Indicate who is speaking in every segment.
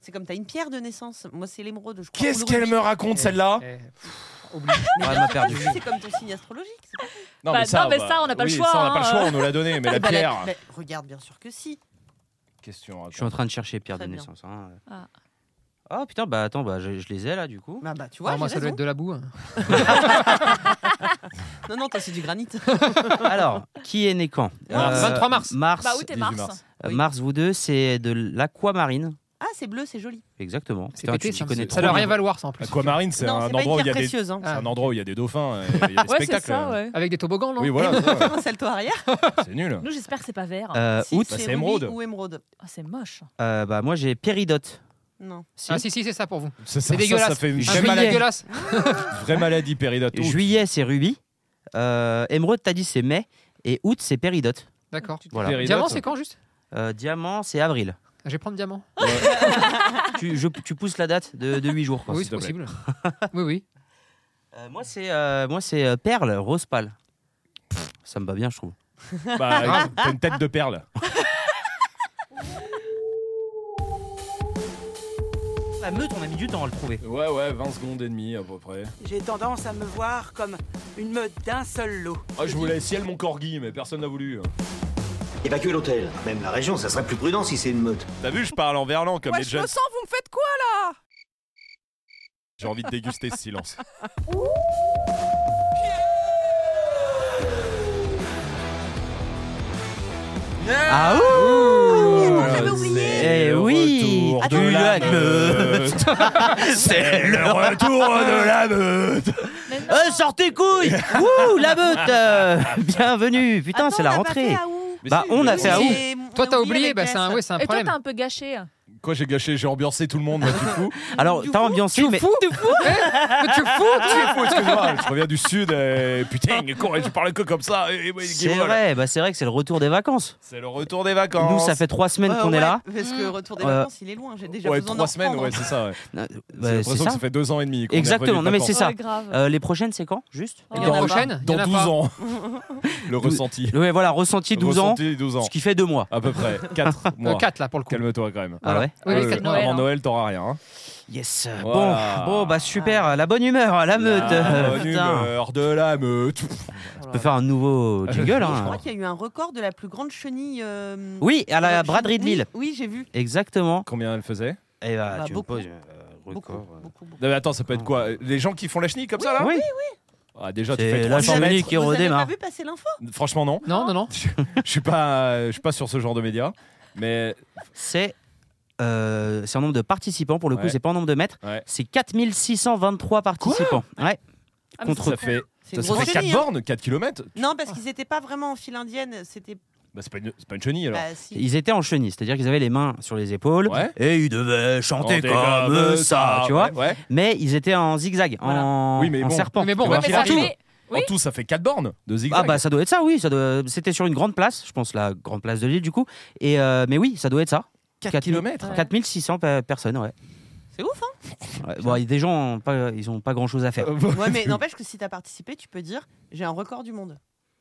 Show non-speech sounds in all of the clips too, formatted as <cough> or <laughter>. Speaker 1: C'est comme t'as une pierre de naissance. Moi, c'est l'émeraude. je crois.
Speaker 2: Qu'est-ce
Speaker 1: On
Speaker 2: qu'elle me
Speaker 1: l'oublie.
Speaker 2: raconte celle-là
Speaker 3: Eh, pff, oublie.
Speaker 1: Mais
Speaker 4: Ouais, elle
Speaker 1: bien
Speaker 4: m'a
Speaker 1: sûr,
Speaker 4: perdu.
Speaker 1: parce que <laughs> C'est comme ton signe astrologique. c'est pas-
Speaker 5: Bah,
Speaker 2: Non,
Speaker 5: non, mais ça, on n'a pas le
Speaker 2: oui,
Speaker 5: choix,
Speaker 2: Ça, on n'a pas le
Speaker 5: hein,
Speaker 2: choix, on nous l'a donné. Mais la
Speaker 1: Bah, la-
Speaker 2: pierre.
Speaker 1: bah, regarde, bien sûr que si.
Speaker 2: Question.
Speaker 4: Je suis en train de chercher Pierre de
Speaker 1: Très bien.
Speaker 4: naissance. hein.
Speaker 5: Ah.
Speaker 4: Ah putain, bah attends, bah je, je les ai là
Speaker 3: <laughs>
Speaker 4: du coup.
Speaker 1: Bah, bah, tu vois,
Speaker 3: Non, moi,
Speaker 1: j'ai
Speaker 3: ça doit
Speaker 1: raison.
Speaker 3: être de la boue. hein.
Speaker 1: Non, non, toi, c'est du granit.
Speaker 4: Alors, qui est né quand Euh,
Speaker 2: Mars.
Speaker 3: 23 mars.
Speaker 4: Mars,
Speaker 5: Bah, août et
Speaker 2: 18
Speaker 5: mars.
Speaker 2: mars.
Speaker 4: euh,
Speaker 1: oui.
Speaker 4: mars, vous deux, c'est de l'aquamarine.
Speaker 1: Ah, c'est bleu, c'est joli.
Speaker 4: Exactement.
Speaker 3: C'est
Speaker 4: Putain,
Speaker 3: pété,
Speaker 4: tu t'y
Speaker 3: ça.
Speaker 4: connais
Speaker 3: Ça
Speaker 4: trop
Speaker 3: doit
Speaker 4: bien.
Speaker 2: hein.
Speaker 3: rien valoir, ça, en plus.
Speaker 2: Aquamarine, c'est
Speaker 1: non,
Speaker 2: un
Speaker 1: pas une
Speaker 2: endroit où il y
Speaker 1: pierre
Speaker 2: a des. C'est
Speaker 1: précieuse. Hein.
Speaker 3: Ah.
Speaker 2: un endroit où il y a des dauphins. et il y a des
Speaker 5: Ouais, c'est
Speaker 2: spectacles.
Speaker 5: ça, ouais. ouais.
Speaker 3: Avec des toboggans, non
Speaker 2: Oui, voilà. ouais,
Speaker 1: Comment c'est le toit arrière
Speaker 2: C'est nul.
Speaker 5: Nous, j'espère que c'est pas vert.
Speaker 4: Euh,
Speaker 1: Si,
Speaker 4: août,
Speaker 2: Bah, c'est
Speaker 1: ruby
Speaker 2: émeraude.
Speaker 1: Ou émeraude.
Speaker 5: Ah, c'est moche.
Speaker 4: euh, bah moi j'ai péridote.
Speaker 1: Non.
Speaker 3: Ah, si, si, c'est ça pour vous.
Speaker 2: Ça,
Speaker 3: C'est
Speaker 2: ça, ça,
Speaker 3: dégueulasse.
Speaker 2: ça fait une
Speaker 3: Ah,
Speaker 2: vraie
Speaker 3: mais
Speaker 2: maladie,
Speaker 3: dégueulasse.
Speaker 2: vraie maladie péridote. Ouh.
Speaker 4: Juillet c'est rubis. Euh, émeraude t'as dit c'est mai et août c'est péridote.
Speaker 3: D'accord.
Speaker 4: Voilà.
Speaker 2: Péridote.
Speaker 3: Diamant, c'est quand juste
Speaker 4: Euh, diamant c'est avril.
Speaker 3: Je vais prendre diamant.
Speaker 1: Ah.
Speaker 4: tu, je- tu pousses la date de, de 8 jours. quoi.
Speaker 3: oui,
Speaker 2: s'il
Speaker 3: c'est
Speaker 2: te plaît.
Speaker 3: possible. oui, oui.
Speaker 4: Euh, moi c'est euh, moi c'est euh, perle rose pâle. Pff, Ça me va bien je trouve.
Speaker 2: Bah, t'as une tête de perle.
Speaker 4: La meute on a mis du temps à le trouver.
Speaker 2: Ouais, ouais, 20 secondes et demie à peu près.
Speaker 6: J'ai tendance à me voir comme une meute d'un seul lot.
Speaker 2: Ah, je voulais ciel mon corgi, mais personne n'a voulu. hein.
Speaker 7: Évacuer l'hôtel, même la région, ça serait plus prudent si c'est une meute.
Speaker 2: T'as vu, je parle en verlan comme les
Speaker 6: je
Speaker 2: jeunes.
Speaker 6: me sens, vous me faites quoi
Speaker 2: J'ai envie de déguster ce silence.
Speaker 4: Ah ouh
Speaker 1: Ah, j'avais oublié.
Speaker 2: Euh, C'est
Speaker 4: Eh
Speaker 2: le
Speaker 4: oui,
Speaker 2: retour
Speaker 4: du
Speaker 2: de la
Speaker 4: lac.
Speaker 2: meute. C'est <laughs> le retour de la meute.
Speaker 5: Mais non.
Speaker 4: Euh, sors tes couilles Ouh, la meute euh,
Speaker 1: <laughs>
Speaker 4: Bienvenue Putain,
Speaker 1: Attends,
Speaker 4: c'est
Speaker 1: Ah on
Speaker 4: la
Speaker 1: a pas fait
Speaker 4: rentrée
Speaker 1: à août.
Speaker 4: Bah, on a
Speaker 1: Oui,
Speaker 4: fait à
Speaker 1: mais
Speaker 4: août
Speaker 1: on a
Speaker 3: Toi, t'as oublié,
Speaker 1: les
Speaker 3: bah, c'est un,
Speaker 1: caisses.
Speaker 3: ouais, c'est un
Speaker 5: Et toi,
Speaker 3: problème.
Speaker 5: t'as un peu gâché.
Speaker 2: Quoi, j'ai gâché, j'ai ambiancé tout le monde, moi, tu fous.
Speaker 4: Alors, t'as ambiancé, mais...
Speaker 3: fous Tu fous
Speaker 1: <laughs>
Speaker 3: Tu
Speaker 4: Ah.
Speaker 3: fous
Speaker 2: C'est fou, excuse-moi, je reviens du sud, et... putain, quoi, je parle que comme ça. et- et- et-
Speaker 4: C'est
Speaker 2: voilà.
Speaker 4: vrai, bah, c'est vrai que c'est le retour des vacances.
Speaker 2: C'est le retour des vacances.
Speaker 4: Nous, ça fait trois semaines
Speaker 1: Euh,
Speaker 4: qu'on
Speaker 1: ouais,
Speaker 4: est là.
Speaker 1: Parce que retour des
Speaker 4: Euh,
Speaker 1: vacances, il est loin. J'ai déjà
Speaker 2: ouais,
Speaker 1: besoin
Speaker 2: trois
Speaker 1: d'en
Speaker 2: semaines,
Speaker 1: reprendre.
Speaker 2: ouais, c'est ça. ouais.
Speaker 4: Euh, bah,
Speaker 2: J'ai
Speaker 4: c'est
Speaker 2: l'impression que
Speaker 4: ça.
Speaker 2: ça fait deux ans et demi. qu'on est
Speaker 4: Exactement,
Speaker 2: revenu de
Speaker 4: non, mais c'est
Speaker 2: vacances.
Speaker 4: ça.
Speaker 5: grave. Oh,
Speaker 4: Euh, les prochaines, c'est quand Juste
Speaker 1: Il y en
Speaker 3: Les
Speaker 1: a pas.
Speaker 3: prochaines il y en
Speaker 2: Dans
Speaker 3: a
Speaker 2: 12
Speaker 3: pas.
Speaker 2: ans. <laughs> le ressenti.
Speaker 1: Oh.
Speaker 4: Ouais, voilà, ressenti 12 ans,
Speaker 2: Ressenti, 12 ans.
Speaker 4: ce qui fait deux mois.
Speaker 2: À peu
Speaker 4: <laughs>
Speaker 2: près. 4
Speaker 3: Euh,
Speaker 2: mois.
Speaker 3: Quatre, là, pour le coup.
Speaker 2: Calme-toi quand même.
Speaker 4: Ah ouais
Speaker 3: Oui, oui,
Speaker 2: Euh,
Speaker 3: quatre
Speaker 2: avant
Speaker 3: Noël.
Speaker 5: Noël, hein.
Speaker 2: Noël, t'auras rien. hein.
Speaker 4: Yes
Speaker 2: Voilà.
Speaker 4: Bon, bon, bah super, la bonne humeur, la meute
Speaker 2: La
Speaker 4: euh,
Speaker 2: bonne
Speaker 4: Putain,
Speaker 2: humeur de la meute.
Speaker 4: on peut faire un nouveau
Speaker 2: <laughs>
Speaker 4: jingle,
Speaker 1: Je
Speaker 4: hein
Speaker 1: crois qu'il y a eu un record de la plus grande chenille. euh,
Speaker 4: Oui, à la
Speaker 1: euh,
Speaker 4: braderie de
Speaker 1: chenille.
Speaker 4: Lille.
Speaker 1: Oui, j'ai vu.
Speaker 4: Exactement.
Speaker 2: Combien elle faisait
Speaker 4: Et bah,
Speaker 1: Bah,
Speaker 4: tu
Speaker 1: beaucoup.
Speaker 4: me poses euh,
Speaker 1: Beaucoup,
Speaker 4: record, euh.
Speaker 1: beaucoup, beaucoup.
Speaker 2: Non, mais attends, ça peut être quoi Les gens qui font la chenille comme ça là
Speaker 4: Oui,
Speaker 2: Ah, Déjà, tu fais
Speaker 4: c'est la
Speaker 2: 300
Speaker 4: Chamonix
Speaker 2: mètres.
Speaker 4: qui
Speaker 1: Vous avez pas
Speaker 4: redémarre.
Speaker 1: vu passer l'info
Speaker 2: Franchement, non.
Speaker 3: Non, non, non.
Speaker 2: Je suis pas, je suis pas sur ce genre de média. Mais
Speaker 4: c'est euh, c'est en nombre de participants pour le coup,
Speaker 2: Ouais.
Speaker 4: c'est pas en nombre de mètres,
Speaker 2: Ouais.
Speaker 4: c'est 4623 participants. ouais.
Speaker 5: Ah, mais
Speaker 4: contre
Speaker 2: ça fait,
Speaker 1: C'est
Speaker 2: ça
Speaker 1: une
Speaker 2: ça fait
Speaker 1: grosse
Speaker 2: 4
Speaker 1: chenille. hein.
Speaker 2: bornes, 4 km.
Speaker 1: Non, parce qu'ils n'étaient pas vraiment en file indienne. C'était.
Speaker 2: Bah, c'est pas, une- c'est pas une chenille alors.
Speaker 1: Bah, si.
Speaker 4: Ils étaient en chenille, c'est-à-dire qu'ils avaient les mains sur les épaules
Speaker 2: Ouais.
Speaker 4: et ils devaient chanter
Speaker 2: Chantez
Speaker 4: comme, ça, tu vois.
Speaker 2: ouais, ouais.
Speaker 4: Mais ils étaient en zigzag, en,
Speaker 2: Oui, mais
Speaker 4: en
Speaker 2: bon.
Speaker 4: serpent.
Speaker 3: Mais bon,
Speaker 4: tu
Speaker 3: ouais,
Speaker 4: vois.
Speaker 3: mais
Speaker 2: Qu'il
Speaker 3: ça
Speaker 2: arrive.
Speaker 3: fait-
Speaker 5: Oui.
Speaker 2: En tout, ça fait 4 bornes de zigzag.
Speaker 4: ah bah ça doit être ça, oui, ça doit... c'était sur une grande place, je pense la grande place de l'île du coup. Et euh, mais oui, ça doit être ça.
Speaker 2: 4
Speaker 4: 4000
Speaker 2: km.
Speaker 5: Ouais.
Speaker 4: 4600 pe- personnes, ouais.
Speaker 1: C'est ouf, hein
Speaker 4: Ouais, Bon, il y a des gens, pas- ils ont pas grand-chose à faire.
Speaker 1: Ouais,
Speaker 4: <laughs>
Speaker 1: mais n'empêche que si t'as participé, tu peux dire j'ai un record du monde.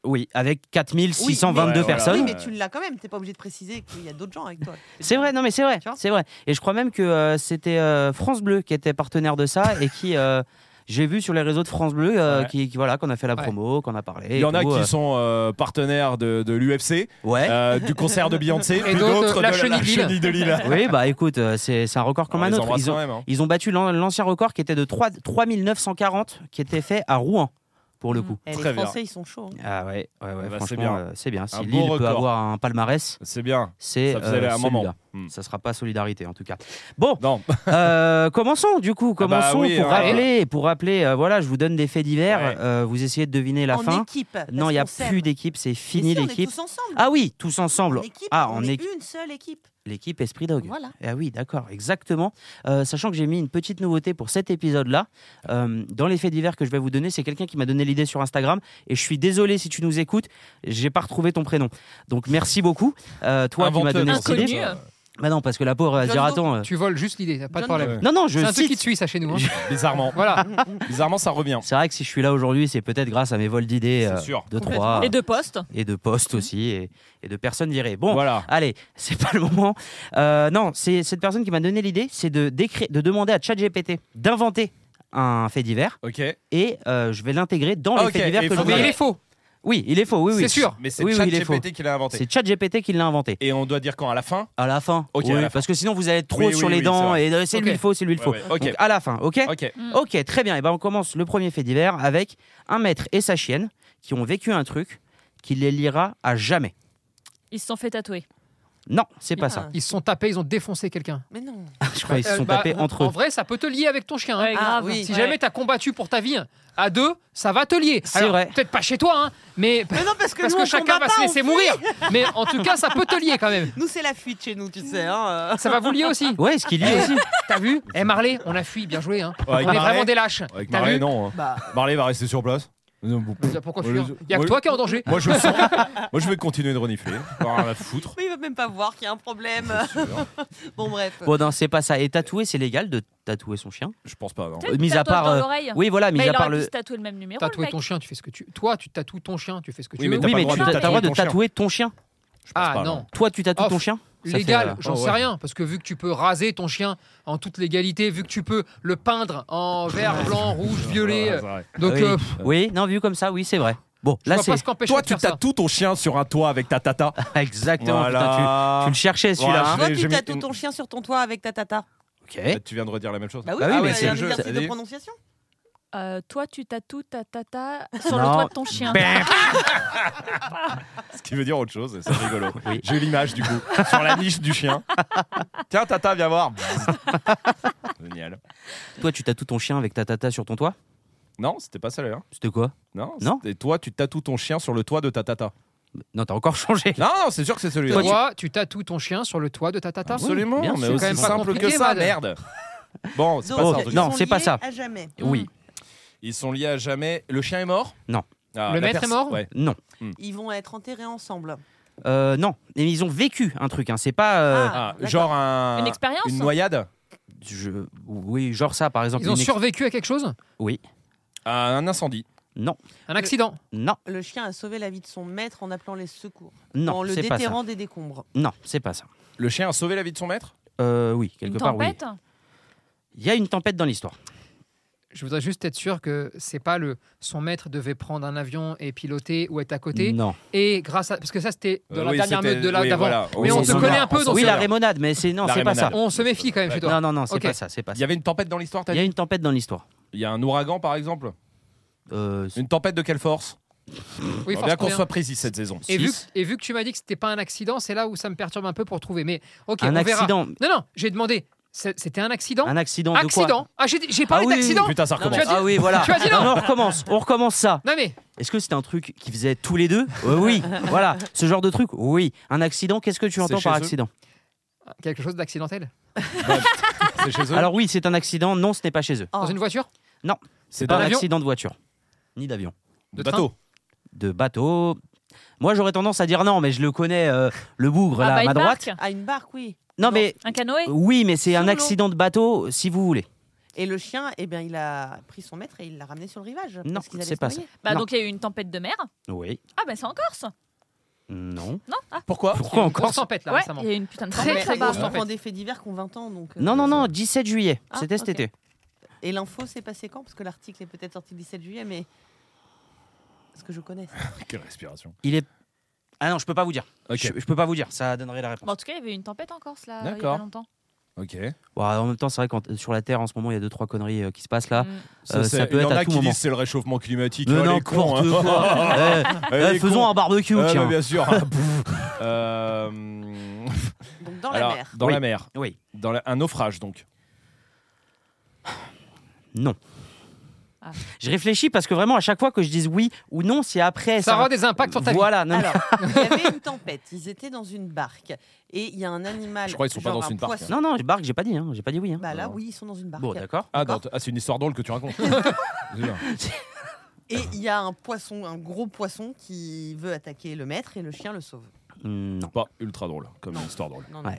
Speaker 4: Oui, avec
Speaker 2: Oui, mais-
Speaker 4: 4622
Speaker 2: Ouais,
Speaker 4: personnes.
Speaker 1: Oui,
Speaker 2: voilà.
Speaker 1: mais tu l'as quand même. T'es pas obligé de préciser qu'il y a d'autres gens avec toi.
Speaker 4: C'est vrai, non mais c'est vrai,
Speaker 1: Tu vois
Speaker 4: c'est vrai. Et je crois même que euh, c'était euh, France Bleu qui était partenaire de ça et qui, euh, j'ai vu sur les réseaux de France Bleu, euh,
Speaker 2: Ouais.
Speaker 4: qui, qui, voilà, qu'on a fait la
Speaker 3: Ouais.
Speaker 4: promo, qu'on a parlé.
Speaker 2: Il y en a
Speaker 4: tout, euh,
Speaker 2: qui sont euh, partenaires de, de l'UFC,
Speaker 4: Ouais.
Speaker 2: euh, du concert de Beyoncé, puis
Speaker 3: d'autres,
Speaker 2: d'autres
Speaker 3: la
Speaker 2: de la,
Speaker 3: chenille de Lille.
Speaker 2: chenille de Lille.
Speaker 4: Oui, bah écoute, euh, c'est c'est un record comme
Speaker 2: On les
Speaker 4: un autre.
Speaker 2: embrasse
Speaker 4: Ils
Speaker 2: quand
Speaker 4: ont,
Speaker 2: même, hein.
Speaker 4: ils ont battu l'an- l'ancien record qui était de 3, 3940 qui était fait à Rouen, pour le coup.
Speaker 1: Eh,
Speaker 2: Très
Speaker 1: les
Speaker 2: bien.
Speaker 1: Français, ils sont chauds. hein.
Speaker 4: Ah ouais, ouais, ouais,
Speaker 2: Bah, c'est
Speaker 4: franchement,
Speaker 2: bien.
Speaker 4: euh, c'est bien. Si
Speaker 2: Un beau
Speaker 4: Lille peut
Speaker 2: record.
Speaker 4: avoir un palmarès,
Speaker 2: C'est bien.
Speaker 4: c'est
Speaker 2: Ça faisait
Speaker 4: euh,
Speaker 2: un moment.
Speaker 4: celui-là.
Speaker 2: Hmm.
Speaker 4: Ça sera pas solidarité en tout cas. Bon,
Speaker 2: Non.
Speaker 4: Euh, commençons du coup,
Speaker 2: Ah bah
Speaker 4: commençons
Speaker 2: oui,
Speaker 4: pour,
Speaker 2: hein.
Speaker 4: rappeler, pour rappeler. euh, voilà, je vous donne des faits divers.
Speaker 2: Ouais.
Speaker 4: euh, vous essayez de deviner la
Speaker 1: en
Speaker 4: fin.
Speaker 1: équipe. parce
Speaker 4: non, il n'y a
Speaker 1: qu'on s'aime.
Speaker 4: plus d'équipe, c'est fini
Speaker 1: Mais si, on est
Speaker 4: l'équipe.
Speaker 1: tous ensemble.
Speaker 4: Ah oui, tous ensemble.
Speaker 1: En équipe,
Speaker 4: ah,
Speaker 1: on
Speaker 4: en
Speaker 1: est
Speaker 4: équi-
Speaker 1: une seule équipe.
Speaker 4: l'équipe Esprit Dog.
Speaker 1: Voilà.
Speaker 4: Ah oui, d'accord, exactement. Euh, sachant que j'ai mis une petite nouveauté pour cet épisode-là. Euh, dans les faits divers que je vais vous donner, c'est quelqu'un qui m'a donné l'idée sur Instagram. Et je suis désolé si tu nous écoutes, j'ai pas retrouvé ton prénom. Donc merci beaucoup. Euh, toi qui m'as
Speaker 2: Invente-le,
Speaker 4: donné
Speaker 2: non,
Speaker 4: cette idée.
Speaker 5: Inconnu.
Speaker 2: c'est bon, ça.
Speaker 4: Bah non, parce que la pauvre, elle se dira
Speaker 1: John Doe.
Speaker 4: attends. euh,
Speaker 3: Tu voles juste l'idée, t'as pas de
Speaker 1: John
Speaker 3: problème.
Speaker 4: Non, non, je
Speaker 3: C'est un truc qui te
Speaker 4: cite.
Speaker 3: suit, ça, chez nous. hein.
Speaker 2: Bizarrement. <laughs>
Speaker 3: Voilà.
Speaker 2: Bizarrement, ça revient.
Speaker 4: C'est vrai que si je suis là aujourd'hui, c'est peut-être grâce à mes vols d'idées
Speaker 2: C'est
Speaker 4: euh,
Speaker 2: sûr.
Speaker 4: de
Speaker 1: Complètement.
Speaker 4: trois
Speaker 5: Et de Mmh. poste.
Speaker 4: et de postes aussi et, et de personnes virées. Bon,
Speaker 2: Voilà.
Speaker 4: allez, <laughs> c'est pas le moment. Euh, non, c'est cette personne qui m'a donné l'idée, c'est de, décré- de demander à ChatGPT d'inventer un fait divers
Speaker 2: Ok.
Speaker 4: et euh, je vais l'intégrer dans
Speaker 2: Ah,
Speaker 4: les
Speaker 2: ok,
Speaker 4: faits divers
Speaker 2: et
Speaker 4: que je
Speaker 2: faut
Speaker 3: Mais il
Speaker 4: voudrais.
Speaker 3: est faux.
Speaker 4: Oui, il est faux, oui, oui.
Speaker 3: C'est sûr.
Speaker 2: Mais c'est
Speaker 4: Oui, oui, il est
Speaker 2: ChatGPT qui l'a inventé.
Speaker 4: C'est ChatGPT qui l'a inventé.
Speaker 2: Et on doit dire quand À la fin
Speaker 4: À la fin.
Speaker 2: Ok,
Speaker 4: Oui,
Speaker 2: à la fin.
Speaker 4: parce que sinon vous allez être trop
Speaker 2: Oui,
Speaker 4: sur
Speaker 2: oui,
Speaker 4: les
Speaker 2: oui, c'est
Speaker 4: dents
Speaker 2: vrai.
Speaker 4: et euh, c'est lui
Speaker 3: Ok.
Speaker 4: le faux, c'est lui le faux.
Speaker 2: Ouais, ouais, ok.
Speaker 4: Donc, à la fin, ok
Speaker 2: Ok.
Speaker 4: Ok, très bien. Et ben on commence le premier fait divers avec un maître et sa chienne qui ont vécu un truc qui les liera à jamais.
Speaker 5: Ils se sont fait tatouer.
Speaker 4: Euh, Non, c'est pas
Speaker 1: Ah.
Speaker 4: ça.
Speaker 3: Ils se sont tapés, ils ont défoncé quelqu'un.
Speaker 1: Mais non.
Speaker 4: <laughs> Je crois qu'ils se
Speaker 3: Euh,
Speaker 4: sont
Speaker 3: bah,
Speaker 4: tapés entre
Speaker 3: En
Speaker 4: eux.
Speaker 3: vrai, ça peut te lier avec ton chien. hein.
Speaker 5: Ouais,
Speaker 1: Ah,
Speaker 5: grave.
Speaker 1: oui.
Speaker 3: Si
Speaker 5: Ouais.
Speaker 3: jamais t'as combattu pour ta vie à deux, ça va te lier.
Speaker 4: C'est
Speaker 3: Alors,
Speaker 4: vrai.
Speaker 3: Peut-être pas chez toi, hein, mais
Speaker 1: <laughs> Mais non, parce que
Speaker 3: parce
Speaker 1: nous,
Speaker 3: que
Speaker 1: on
Speaker 3: chacun
Speaker 1: combat
Speaker 3: va
Speaker 1: pas,
Speaker 3: se
Speaker 1: on
Speaker 3: laisser
Speaker 1: fuit.
Speaker 3: mourir. Mais en tout cas, ça peut te lier quand même.
Speaker 1: Nous, c'est la fuite chez nous, tu sais.
Speaker 4: <laughs>
Speaker 1: Hein, euh.
Speaker 3: Ça va vous lier aussi.
Speaker 4: Ouais, ce qu'il lit
Speaker 3: Eh,
Speaker 4: aussi.
Speaker 3: T'as vu Eh Marley, on a fui, bien joué. Hein.
Speaker 2: Ouais, avec
Speaker 3: on est
Speaker 2: Marley.
Speaker 3: vraiment des lâches.
Speaker 2: Avec
Speaker 3: T'as
Speaker 2: Marley,
Speaker 3: vu
Speaker 2: non. hein.
Speaker 1: Bah,
Speaker 2: Marley va rester sur place.
Speaker 3: Pourquoi
Speaker 2: Ouais,
Speaker 3: fuir
Speaker 2: les-
Speaker 3: Y a que
Speaker 2: ouais.
Speaker 3: toi qui es en danger.
Speaker 2: Moi, je le sens. Moi, je vais continuer de renifler. Avoir rien à foutre.
Speaker 1: mais il va même pas voir qu'il y a un problème.
Speaker 2: C'est sûr.
Speaker 1: <laughs> Bon, bref.
Speaker 4: Bon, non, c'est pas ça. Et tatouer, c'est légal de tatouer son chien.
Speaker 2: Je pense pas. Non.
Speaker 5: Peut-être
Speaker 4: Mis
Speaker 5: une
Speaker 4: à
Speaker 5: tatouage
Speaker 4: part,
Speaker 5: dans
Speaker 4: euh,
Speaker 5: l'oreille.
Speaker 4: Oui, voilà,
Speaker 8: Bah,
Speaker 4: mis
Speaker 5: Mais
Speaker 4: à
Speaker 5: il
Speaker 4: part
Speaker 5: aurait pu
Speaker 4: le.
Speaker 5: se tatouer le même numéro. le
Speaker 3: Tatouer
Speaker 5: mec.
Speaker 3: ton chien, tu fais ce que tu. Toi, tu tatoues ton chien, tu fais ce que tu
Speaker 2: Oui,
Speaker 3: veux.
Speaker 2: mais t'as
Speaker 4: Oui,
Speaker 2: pas
Speaker 4: mais
Speaker 2: le droit
Speaker 4: tu
Speaker 2: de
Speaker 4: as le
Speaker 2: tatouer
Speaker 4: droit de
Speaker 2: ton chien.
Speaker 4: tatouer ton chien.
Speaker 2: Je pense
Speaker 3: Ah
Speaker 2: pas, hein.
Speaker 3: non,
Speaker 4: Toi, tu tatoues
Speaker 3: Oh,
Speaker 4: ton chien Ça fait, euh,
Speaker 3: légal, j'en
Speaker 2: oh,
Speaker 3: sais
Speaker 2: ouais.
Speaker 3: rien, parce que vu que tu peux raser ton chien en toute légalité, vu que tu peux le peindre en vert, blanc, rouge, violet,
Speaker 2: Ah Ouais,
Speaker 3: euh,
Speaker 2: c'est vrai.
Speaker 3: donc
Speaker 4: oui.
Speaker 3: euh, pff,
Speaker 4: oui, non, vu comme ça, oui, c'est vrai. Bon,
Speaker 3: je
Speaker 4: là,
Speaker 3: vois
Speaker 4: c'est
Speaker 3: pas ce qu'empêche
Speaker 2: Toi,
Speaker 3: de
Speaker 2: tu
Speaker 3: faire ça.
Speaker 2: tatoues ton chien sur un toit avec ta tata.
Speaker 4: <laughs> exactement. putain, tu, tu le cherchais celui-là. hein.
Speaker 2: Voilà,
Speaker 1: Toi,
Speaker 2: Mais
Speaker 1: tu
Speaker 2: j'ai mis-
Speaker 1: tatoues ton chien sur ton toit avec ta tata.
Speaker 4: Ok.
Speaker 2: Eh, Tu viens de redire la même chose. Ah
Speaker 1: Bah oui,
Speaker 4: Eh. Bah oui,
Speaker 1: mais
Speaker 4: mais
Speaker 1: c'est
Speaker 4: c'est
Speaker 1: un
Speaker 4: le jeu,
Speaker 1: exercice
Speaker 2: ça
Speaker 1: de
Speaker 2: dit.
Speaker 1: prononciation.
Speaker 5: Euh, toi, tu tatoues ta tata sur le
Speaker 4: Non.
Speaker 5: toit de ton chien.
Speaker 4: Bam.
Speaker 2: Ce qui veut dire autre chose, c'est rigolo. J'ai eu l'image du coup, sur la niche du chien. Tiens, Tata, viens voir. Génial.
Speaker 4: Toi, tu tatoues ton chien avec ta tata sur ton toit
Speaker 2: Non, c'était pas ça là.
Speaker 4: C'était quoi
Speaker 2: Non,
Speaker 4: Non.
Speaker 2: Et toi, tu tatoues ton chien sur le toit de ta tata.
Speaker 4: Non, t'as encore changé.
Speaker 2: Non, non, c'est sûr que c'est celui-là.
Speaker 3: Toi, tu tatoues ton chien sur le toit de ta tata.
Speaker 2: Absolument,
Speaker 4: Oui, bien
Speaker 2: mais
Speaker 4: sûr.
Speaker 2: aussi
Speaker 4: C'est quand même pas
Speaker 2: simple que
Speaker 3: compliqué,
Speaker 2: ça,
Speaker 3: Mad.
Speaker 4: <laughs>
Speaker 2: merde. Bon, Oh, c'est
Speaker 1: Donc,
Speaker 2: pas ça.
Speaker 4: Ok,
Speaker 2: en tout cas.
Speaker 4: non,
Speaker 1: ils sont
Speaker 4: c'est pas
Speaker 1: liés
Speaker 4: ça.
Speaker 1: À jamais.
Speaker 4: Oui,
Speaker 2: Ils sont liés à jamais. Le chien est mort
Speaker 4: Non.
Speaker 2: Ah,
Speaker 3: Le
Speaker 2: la
Speaker 3: maître
Speaker 2: perso-
Speaker 3: est mort
Speaker 2: Ouais.
Speaker 4: non.
Speaker 1: Ils vont être enterrés ensemble.
Speaker 4: Euh, non, mais ils ont vécu un truc. Hein. C'est pas. euh,
Speaker 1: Ah,
Speaker 2: Ah,
Speaker 1: d'accord.
Speaker 2: genre un...
Speaker 5: Une expérience
Speaker 2: Une noyade
Speaker 4: je- Oui, genre ça, par exemple.
Speaker 3: Ils ont
Speaker 4: une ex-
Speaker 3: survécu à quelque chose
Speaker 2: Ah, Un incendie.
Speaker 4: Non,
Speaker 3: Un accident
Speaker 4: non,
Speaker 1: Le chien a sauvé la vie de son maître en appelant les secours. en
Speaker 4: non,
Speaker 1: le
Speaker 4: c'est pas ça.
Speaker 1: déterrant des décombres.
Speaker 4: Non, c'est pas ça.
Speaker 2: Le chien a sauvé la vie de son maître
Speaker 4: Euh, oui,
Speaker 5: Une
Speaker 4: quelque part, oui.
Speaker 5: tempête Ah,
Speaker 4: Il y a une tempête dans l'histoire.
Speaker 3: Je voudrais juste être sûr que c'est pas le son maître devait prendre un avion et piloter ou être à côté.
Speaker 4: Non.
Speaker 3: Et grâce à parce que ça c'était dans
Speaker 2: Euh,
Speaker 3: la
Speaker 2: oui,
Speaker 3: dernière
Speaker 2: c'était-
Speaker 3: meute de la
Speaker 2: oui,
Speaker 3: d'avant.
Speaker 2: voilà.
Speaker 3: Mais
Speaker 2: Oui,
Speaker 3: on
Speaker 2: oui,
Speaker 3: se
Speaker 4: non,
Speaker 3: connaît
Speaker 2: non.
Speaker 3: un peu dans
Speaker 4: Oui,
Speaker 3: ce
Speaker 4: la
Speaker 3: genre.
Speaker 4: rémonade, mais c'est non,
Speaker 2: La
Speaker 4: c'est pas ça.
Speaker 2: rémonade.
Speaker 3: On se méfie quand même chez toi.
Speaker 4: Non, non, non, c'est
Speaker 3: Ok.
Speaker 4: pas ça, c'est pas
Speaker 2: Il
Speaker 4: ça.
Speaker 2: y avait une tempête dans l'histoire, t'as
Speaker 4: Il y a
Speaker 2: dit
Speaker 4: une tempête dans l'histoire.
Speaker 2: Il y a un ouragan, par exemple
Speaker 4: Euh,
Speaker 2: Une tempête de quelle force
Speaker 3: Oui,
Speaker 2: Alors,
Speaker 3: force
Speaker 2: Bien qu'on
Speaker 3: combien
Speaker 2: soit précis cette saison.
Speaker 3: Et vu, que,
Speaker 4: Six.
Speaker 3: et vu que tu m'as dit que c'était pas un accident, c'est là où ça me perturbe un peu pour trouver. Mais ok,
Speaker 4: un
Speaker 3: on verra.
Speaker 4: accident,
Speaker 3: Non, non, j'ai demandé. C'est- C'était un accident
Speaker 4: un accident, de quoi
Speaker 3: Accident Ah, j'ai j'ai parlé
Speaker 4: Ah oui.
Speaker 3: d'accident
Speaker 2: Putain, ça
Speaker 4: Non, mais-
Speaker 2: recommence.
Speaker 3: Tu as dit-
Speaker 4: Ah oui, voilà.
Speaker 3: tu as dit non.
Speaker 4: on recommence, on recommence ça.
Speaker 3: Non, mais
Speaker 4: Est-ce que c'était un truc qu'ils faisaient tous les deux Euh,
Speaker 3: <laughs>
Speaker 4: Oui, voilà. Ce genre de truc, oui. Un accident, qu'est-ce que tu
Speaker 2: C'est
Speaker 4: entends
Speaker 2: chez
Speaker 4: par
Speaker 2: eux
Speaker 4: accident
Speaker 3: quelque chose d'accidentel
Speaker 2: C'est chez eux
Speaker 4: Alors oui, c'est un accident, non, ce n'est pas chez eux.
Speaker 1: Oh. Ah,
Speaker 3: Dans une voiture
Speaker 4: C'est
Speaker 3: dans
Speaker 4: pas un
Speaker 3: l'avion
Speaker 4: accident de voiture, ni d'avion.
Speaker 3: de
Speaker 2: bateau.
Speaker 4: de bateau. Moi, j'aurais tendance à dire non, mais je le connais, euh, le bougre,
Speaker 5: Ah,
Speaker 4: là,
Speaker 5: bah,
Speaker 4: à ma
Speaker 5: une
Speaker 4: droite.
Speaker 5: barque
Speaker 1: À une barque, oui.
Speaker 4: Non,
Speaker 1: Non.
Speaker 4: mais
Speaker 5: Un canoë
Speaker 4: oui, mais c'est
Speaker 1: Sur
Speaker 4: un
Speaker 1: l'eau.
Speaker 4: accident de bateau, si vous voulez.
Speaker 1: Et le chien, eh bien, il a pris son maître et il l'a ramené sur le rivage.
Speaker 4: Non,
Speaker 1: parce qu'ils allaient
Speaker 4: c'est
Speaker 1: se
Speaker 4: pas ça.
Speaker 1: noyer.
Speaker 5: Bah,
Speaker 4: Non.
Speaker 5: donc il y a eu une tempête de mer.
Speaker 4: Oui.
Speaker 5: Ah, bah c'est en Corse
Speaker 4: Non.
Speaker 5: Non Ah,
Speaker 2: Pourquoi
Speaker 4: Pourquoi encore
Speaker 3: Grosse tempête là
Speaker 5: ouais,
Speaker 3: récemment.
Speaker 5: il y a eu une putain de
Speaker 3: Très,
Speaker 5: tempête
Speaker 3: très
Speaker 1: Très
Speaker 5: là-bas.
Speaker 1: grosse
Speaker 3: grosse tempête.
Speaker 1: enfant des faits divers qui ont 20 ans. Donc, euh,
Speaker 4: Non, non, non, 17 juillet.
Speaker 1: Ah,
Speaker 4: C'était cet
Speaker 1: ok.
Speaker 4: été.
Speaker 1: Et l'info s'est passée quand Parce que l'article est peut-être sorti le 17 juillet, mais. Est-ce que je connais ça
Speaker 2: Quelle respiration.
Speaker 4: Il est. Ah non, je peux pas vous dire.
Speaker 2: Ok.
Speaker 4: Je, je peux pas vous dire, ça donnerait la réponse.
Speaker 5: Bon, en tout cas, il y avait eu une tempête en Corse là, il y a
Speaker 2: D'accord.
Speaker 5: pas longtemps.
Speaker 2: Ok.
Speaker 4: Bon, en même temps, c'est vrai que sur la Terre, en ce moment, il y a deux, trois conneries euh, qui se passent là.
Speaker 5: Mm.
Speaker 4: Euh,
Speaker 2: c'est-
Speaker 4: ça peut
Speaker 2: il y
Speaker 4: être
Speaker 2: en a
Speaker 4: à tout
Speaker 2: qui
Speaker 4: moment.
Speaker 2: disent c'est le réchauffement climatique.
Speaker 4: Mais
Speaker 2: Oh, les cons, hein.
Speaker 4: n'importe
Speaker 2: <laughs>
Speaker 4: quoi. Eh,
Speaker 2: Eh,
Speaker 4: eh,
Speaker 2: les
Speaker 4: faisons
Speaker 2: cons.
Speaker 4: un barbecue,
Speaker 2: <laughs> Ah,
Speaker 4: tiens.
Speaker 2: bah, bien
Speaker 4: <laughs>
Speaker 2: sûr. Euh,
Speaker 1: Donc, dans
Speaker 2: alors,
Speaker 1: la mer.
Speaker 2: Dans
Speaker 4: Oui.
Speaker 2: la mer.
Speaker 4: Oui.
Speaker 2: Dans la- un naufrage, donc.
Speaker 4: Non.
Speaker 5: Ah.
Speaker 4: Je réfléchis parce que vraiment, à chaque fois que je dise oui ou non, c'est après.
Speaker 3: Ça aura des impacts sur ta vie.
Speaker 4: Voilà, non, mais- <laughs>
Speaker 1: Alors, il y avait une tempête, ils étaient dans une barque. Et il y a un animal.
Speaker 2: Je crois qu'ils sont pas
Speaker 1: genre
Speaker 2: dans
Speaker 1: un
Speaker 2: une barque,
Speaker 1: poisson.
Speaker 4: Non, non, barque, j'ai pas dit, hein, j'ai pas dit oui. hein.
Speaker 1: Bah là,
Speaker 2: Non.
Speaker 1: oui, ils sont dans une barque.
Speaker 4: Bon, d'accord.
Speaker 2: Ah,
Speaker 1: Encore
Speaker 2: dans- ah, c'est une histoire drôle que tu
Speaker 4: <laughs>
Speaker 2: racontes. C'est bien.
Speaker 1: et il y a un poisson, un gros poisson qui veut attaquer le maître et le chien le sauve.
Speaker 4: Mm, Non.
Speaker 2: pas ultra drôle, comme une histoire drôle.
Speaker 1: Non, non.
Speaker 4: Ouais.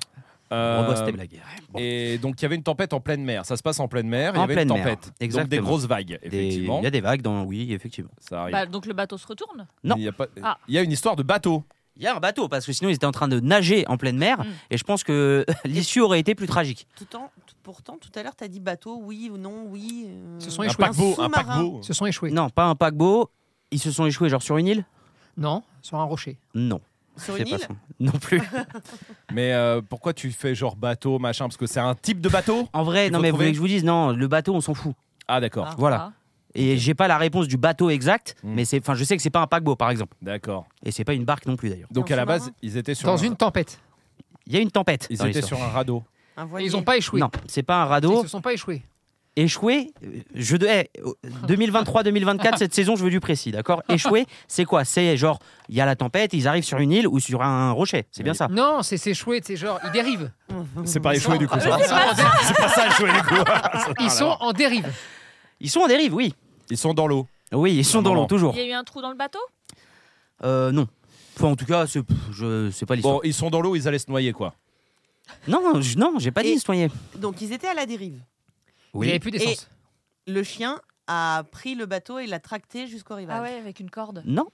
Speaker 2: Euh,
Speaker 4: Rebosse tes blagues. Bon.
Speaker 2: Et donc il y avait une tempête en pleine mer. Ça se passe en pleine mer. Il y
Speaker 4: En
Speaker 2: avait
Speaker 4: pleine
Speaker 2: une
Speaker 4: mer,
Speaker 2: tempête. Donc des
Speaker 4: exactement.
Speaker 2: grosses vagues,
Speaker 4: Des- Il
Speaker 2: effectivement.
Speaker 4: y a des vagues dans. Oui, effectivement.
Speaker 2: Ça arrive.
Speaker 5: Bah, donc le bateau se retourne.
Speaker 4: non.
Speaker 2: Il y a pas-
Speaker 5: Ah.
Speaker 2: il y a une histoire de bateau.
Speaker 4: Il y a un bateau, parce que sinon ils étaient en train de nager en pleine mer,
Speaker 5: Mm.
Speaker 4: et je pense que <laughs> l'issue aurait été plus tragique.
Speaker 1: Tout en- tout- pourtant, tout à l'heure, tu as dit bateau, oui ou non, oui. euh,
Speaker 3: Ce sont
Speaker 2: Un
Speaker 3: échoués.
Speaker 2: paquebot. Un
Speaker 1: sous-marin.
Speaker 2: paquebot.
Speaker 3: Ils se sont échoués.
Speaker 4: Non, pas un paquebot. Ils se sont échoués, genre sur une île
Speaker 3: Non, sur un rocher.
Speaker 4: Non.
Speaker 1: Sur
Speaker 4: C'est
Speaker 1: une
Speaker 4: pas
Speaker 1: île
Speaker 4: ça. Non
Speaker 1: <laughs>
Speaker 4: plus.
Speaker 2: Mais euh, pourquoi tu fais genre bateau, machin Parce que c'est un type de bateau
Speaker 4: En vrai,
Speaker 2: Il
Speaker 4: non,
Speaker 2: faut
Speaker 4: mais vous
Speaker 2: trouver.
Speaker 4: voulez que je vous dise, non, le bateau, on s'en fout.
Speaker 2: Ah d'accord,
Speaker 1: Ah.
Speaker 4: Voilà. Et j'ai pas la réponse du bateau exact,
Speaker 2: Mm.
Speaker 4: mais c'est, enfin, je sais que c'est pas un paquebot, par exemple,
Speaker 2: d'accord.
Speaker 4: et c'est pas une barque non plus d'ailleurs.
Speaker 2: Donc
Speaker 1: un
Speaker 2: à la base,
Speaker 1: sous-marin
Speaker 2: ils étaient sur
Speaker 3: Dans
Speaker 2: un...
Speaker 3: une tempête.
Speaker 4: Il y a une tempête.
Speaker 2: ils
Speaker 4: dans
Speaker 2: étaient
Speaker 4: l'histoire.
Speaker 2: sur un radeau.
Speaker 1: Un
Speaker 3: Et
Speaker 1: voilier.
Speaker 3: ils n'ont pas échoué.
Speaker 4: Non, c'est pas un radeau.
Speaker 3: Ils se sont pas échoués.
Speaker 4: Échoué, euh, je de- eh, euh, 2023-2024 cette saison, je veux du précis, d'accord Échoué, c'est quoi C'est genre il y a la tempête, ils arrivent sur une île ou sur un rocher, c'est bien
Speaker 2: Oui.
Speaker 4: ça
Speaker 3: Non, c'est s'échouer, c'est genre, ils dérivent.
Speaker 2: C'est pas échoué du coup.
Speaker 3: Ils sont en dé-
Speaker 2: C'est pas ça échoué du coup. Ah
Speaker 3: Ils sont en dérive.
Speaker 4: Ils sont en dérive, oui.
Speaker 2: Ils sont dans l'eau.
Speaker 4: Oui, ils sont dans l'eau
Speaker 2: Normalement.
Speaker 4: toujours.
Speaker 5: Il y a eu un trou dans le bateau
Speaker 4: Euh, non. Enfin, en tout cas, c'est, pff, je, c'est pas l'histoire.
Speaker 2: Bon, ils sont dans l'eau, ils allaient se noyer quoi.
Speaker 4: Non, je- non, j'ai pas dit
Speaker 1: Et-
Speaker 4: citoyen.
Speaker 1: Donc, ils étaient à la dérive.
Speaker 3: Il n'y
Speaker 4: Oui.
Speaker 3: avait plus d'essence.
Speaker 1: Le chien a pris le bateau et l'a tracté jusqu'au rivage.
Speaker 5: Ah ouais, avec une corde.
Speaker 4: Non,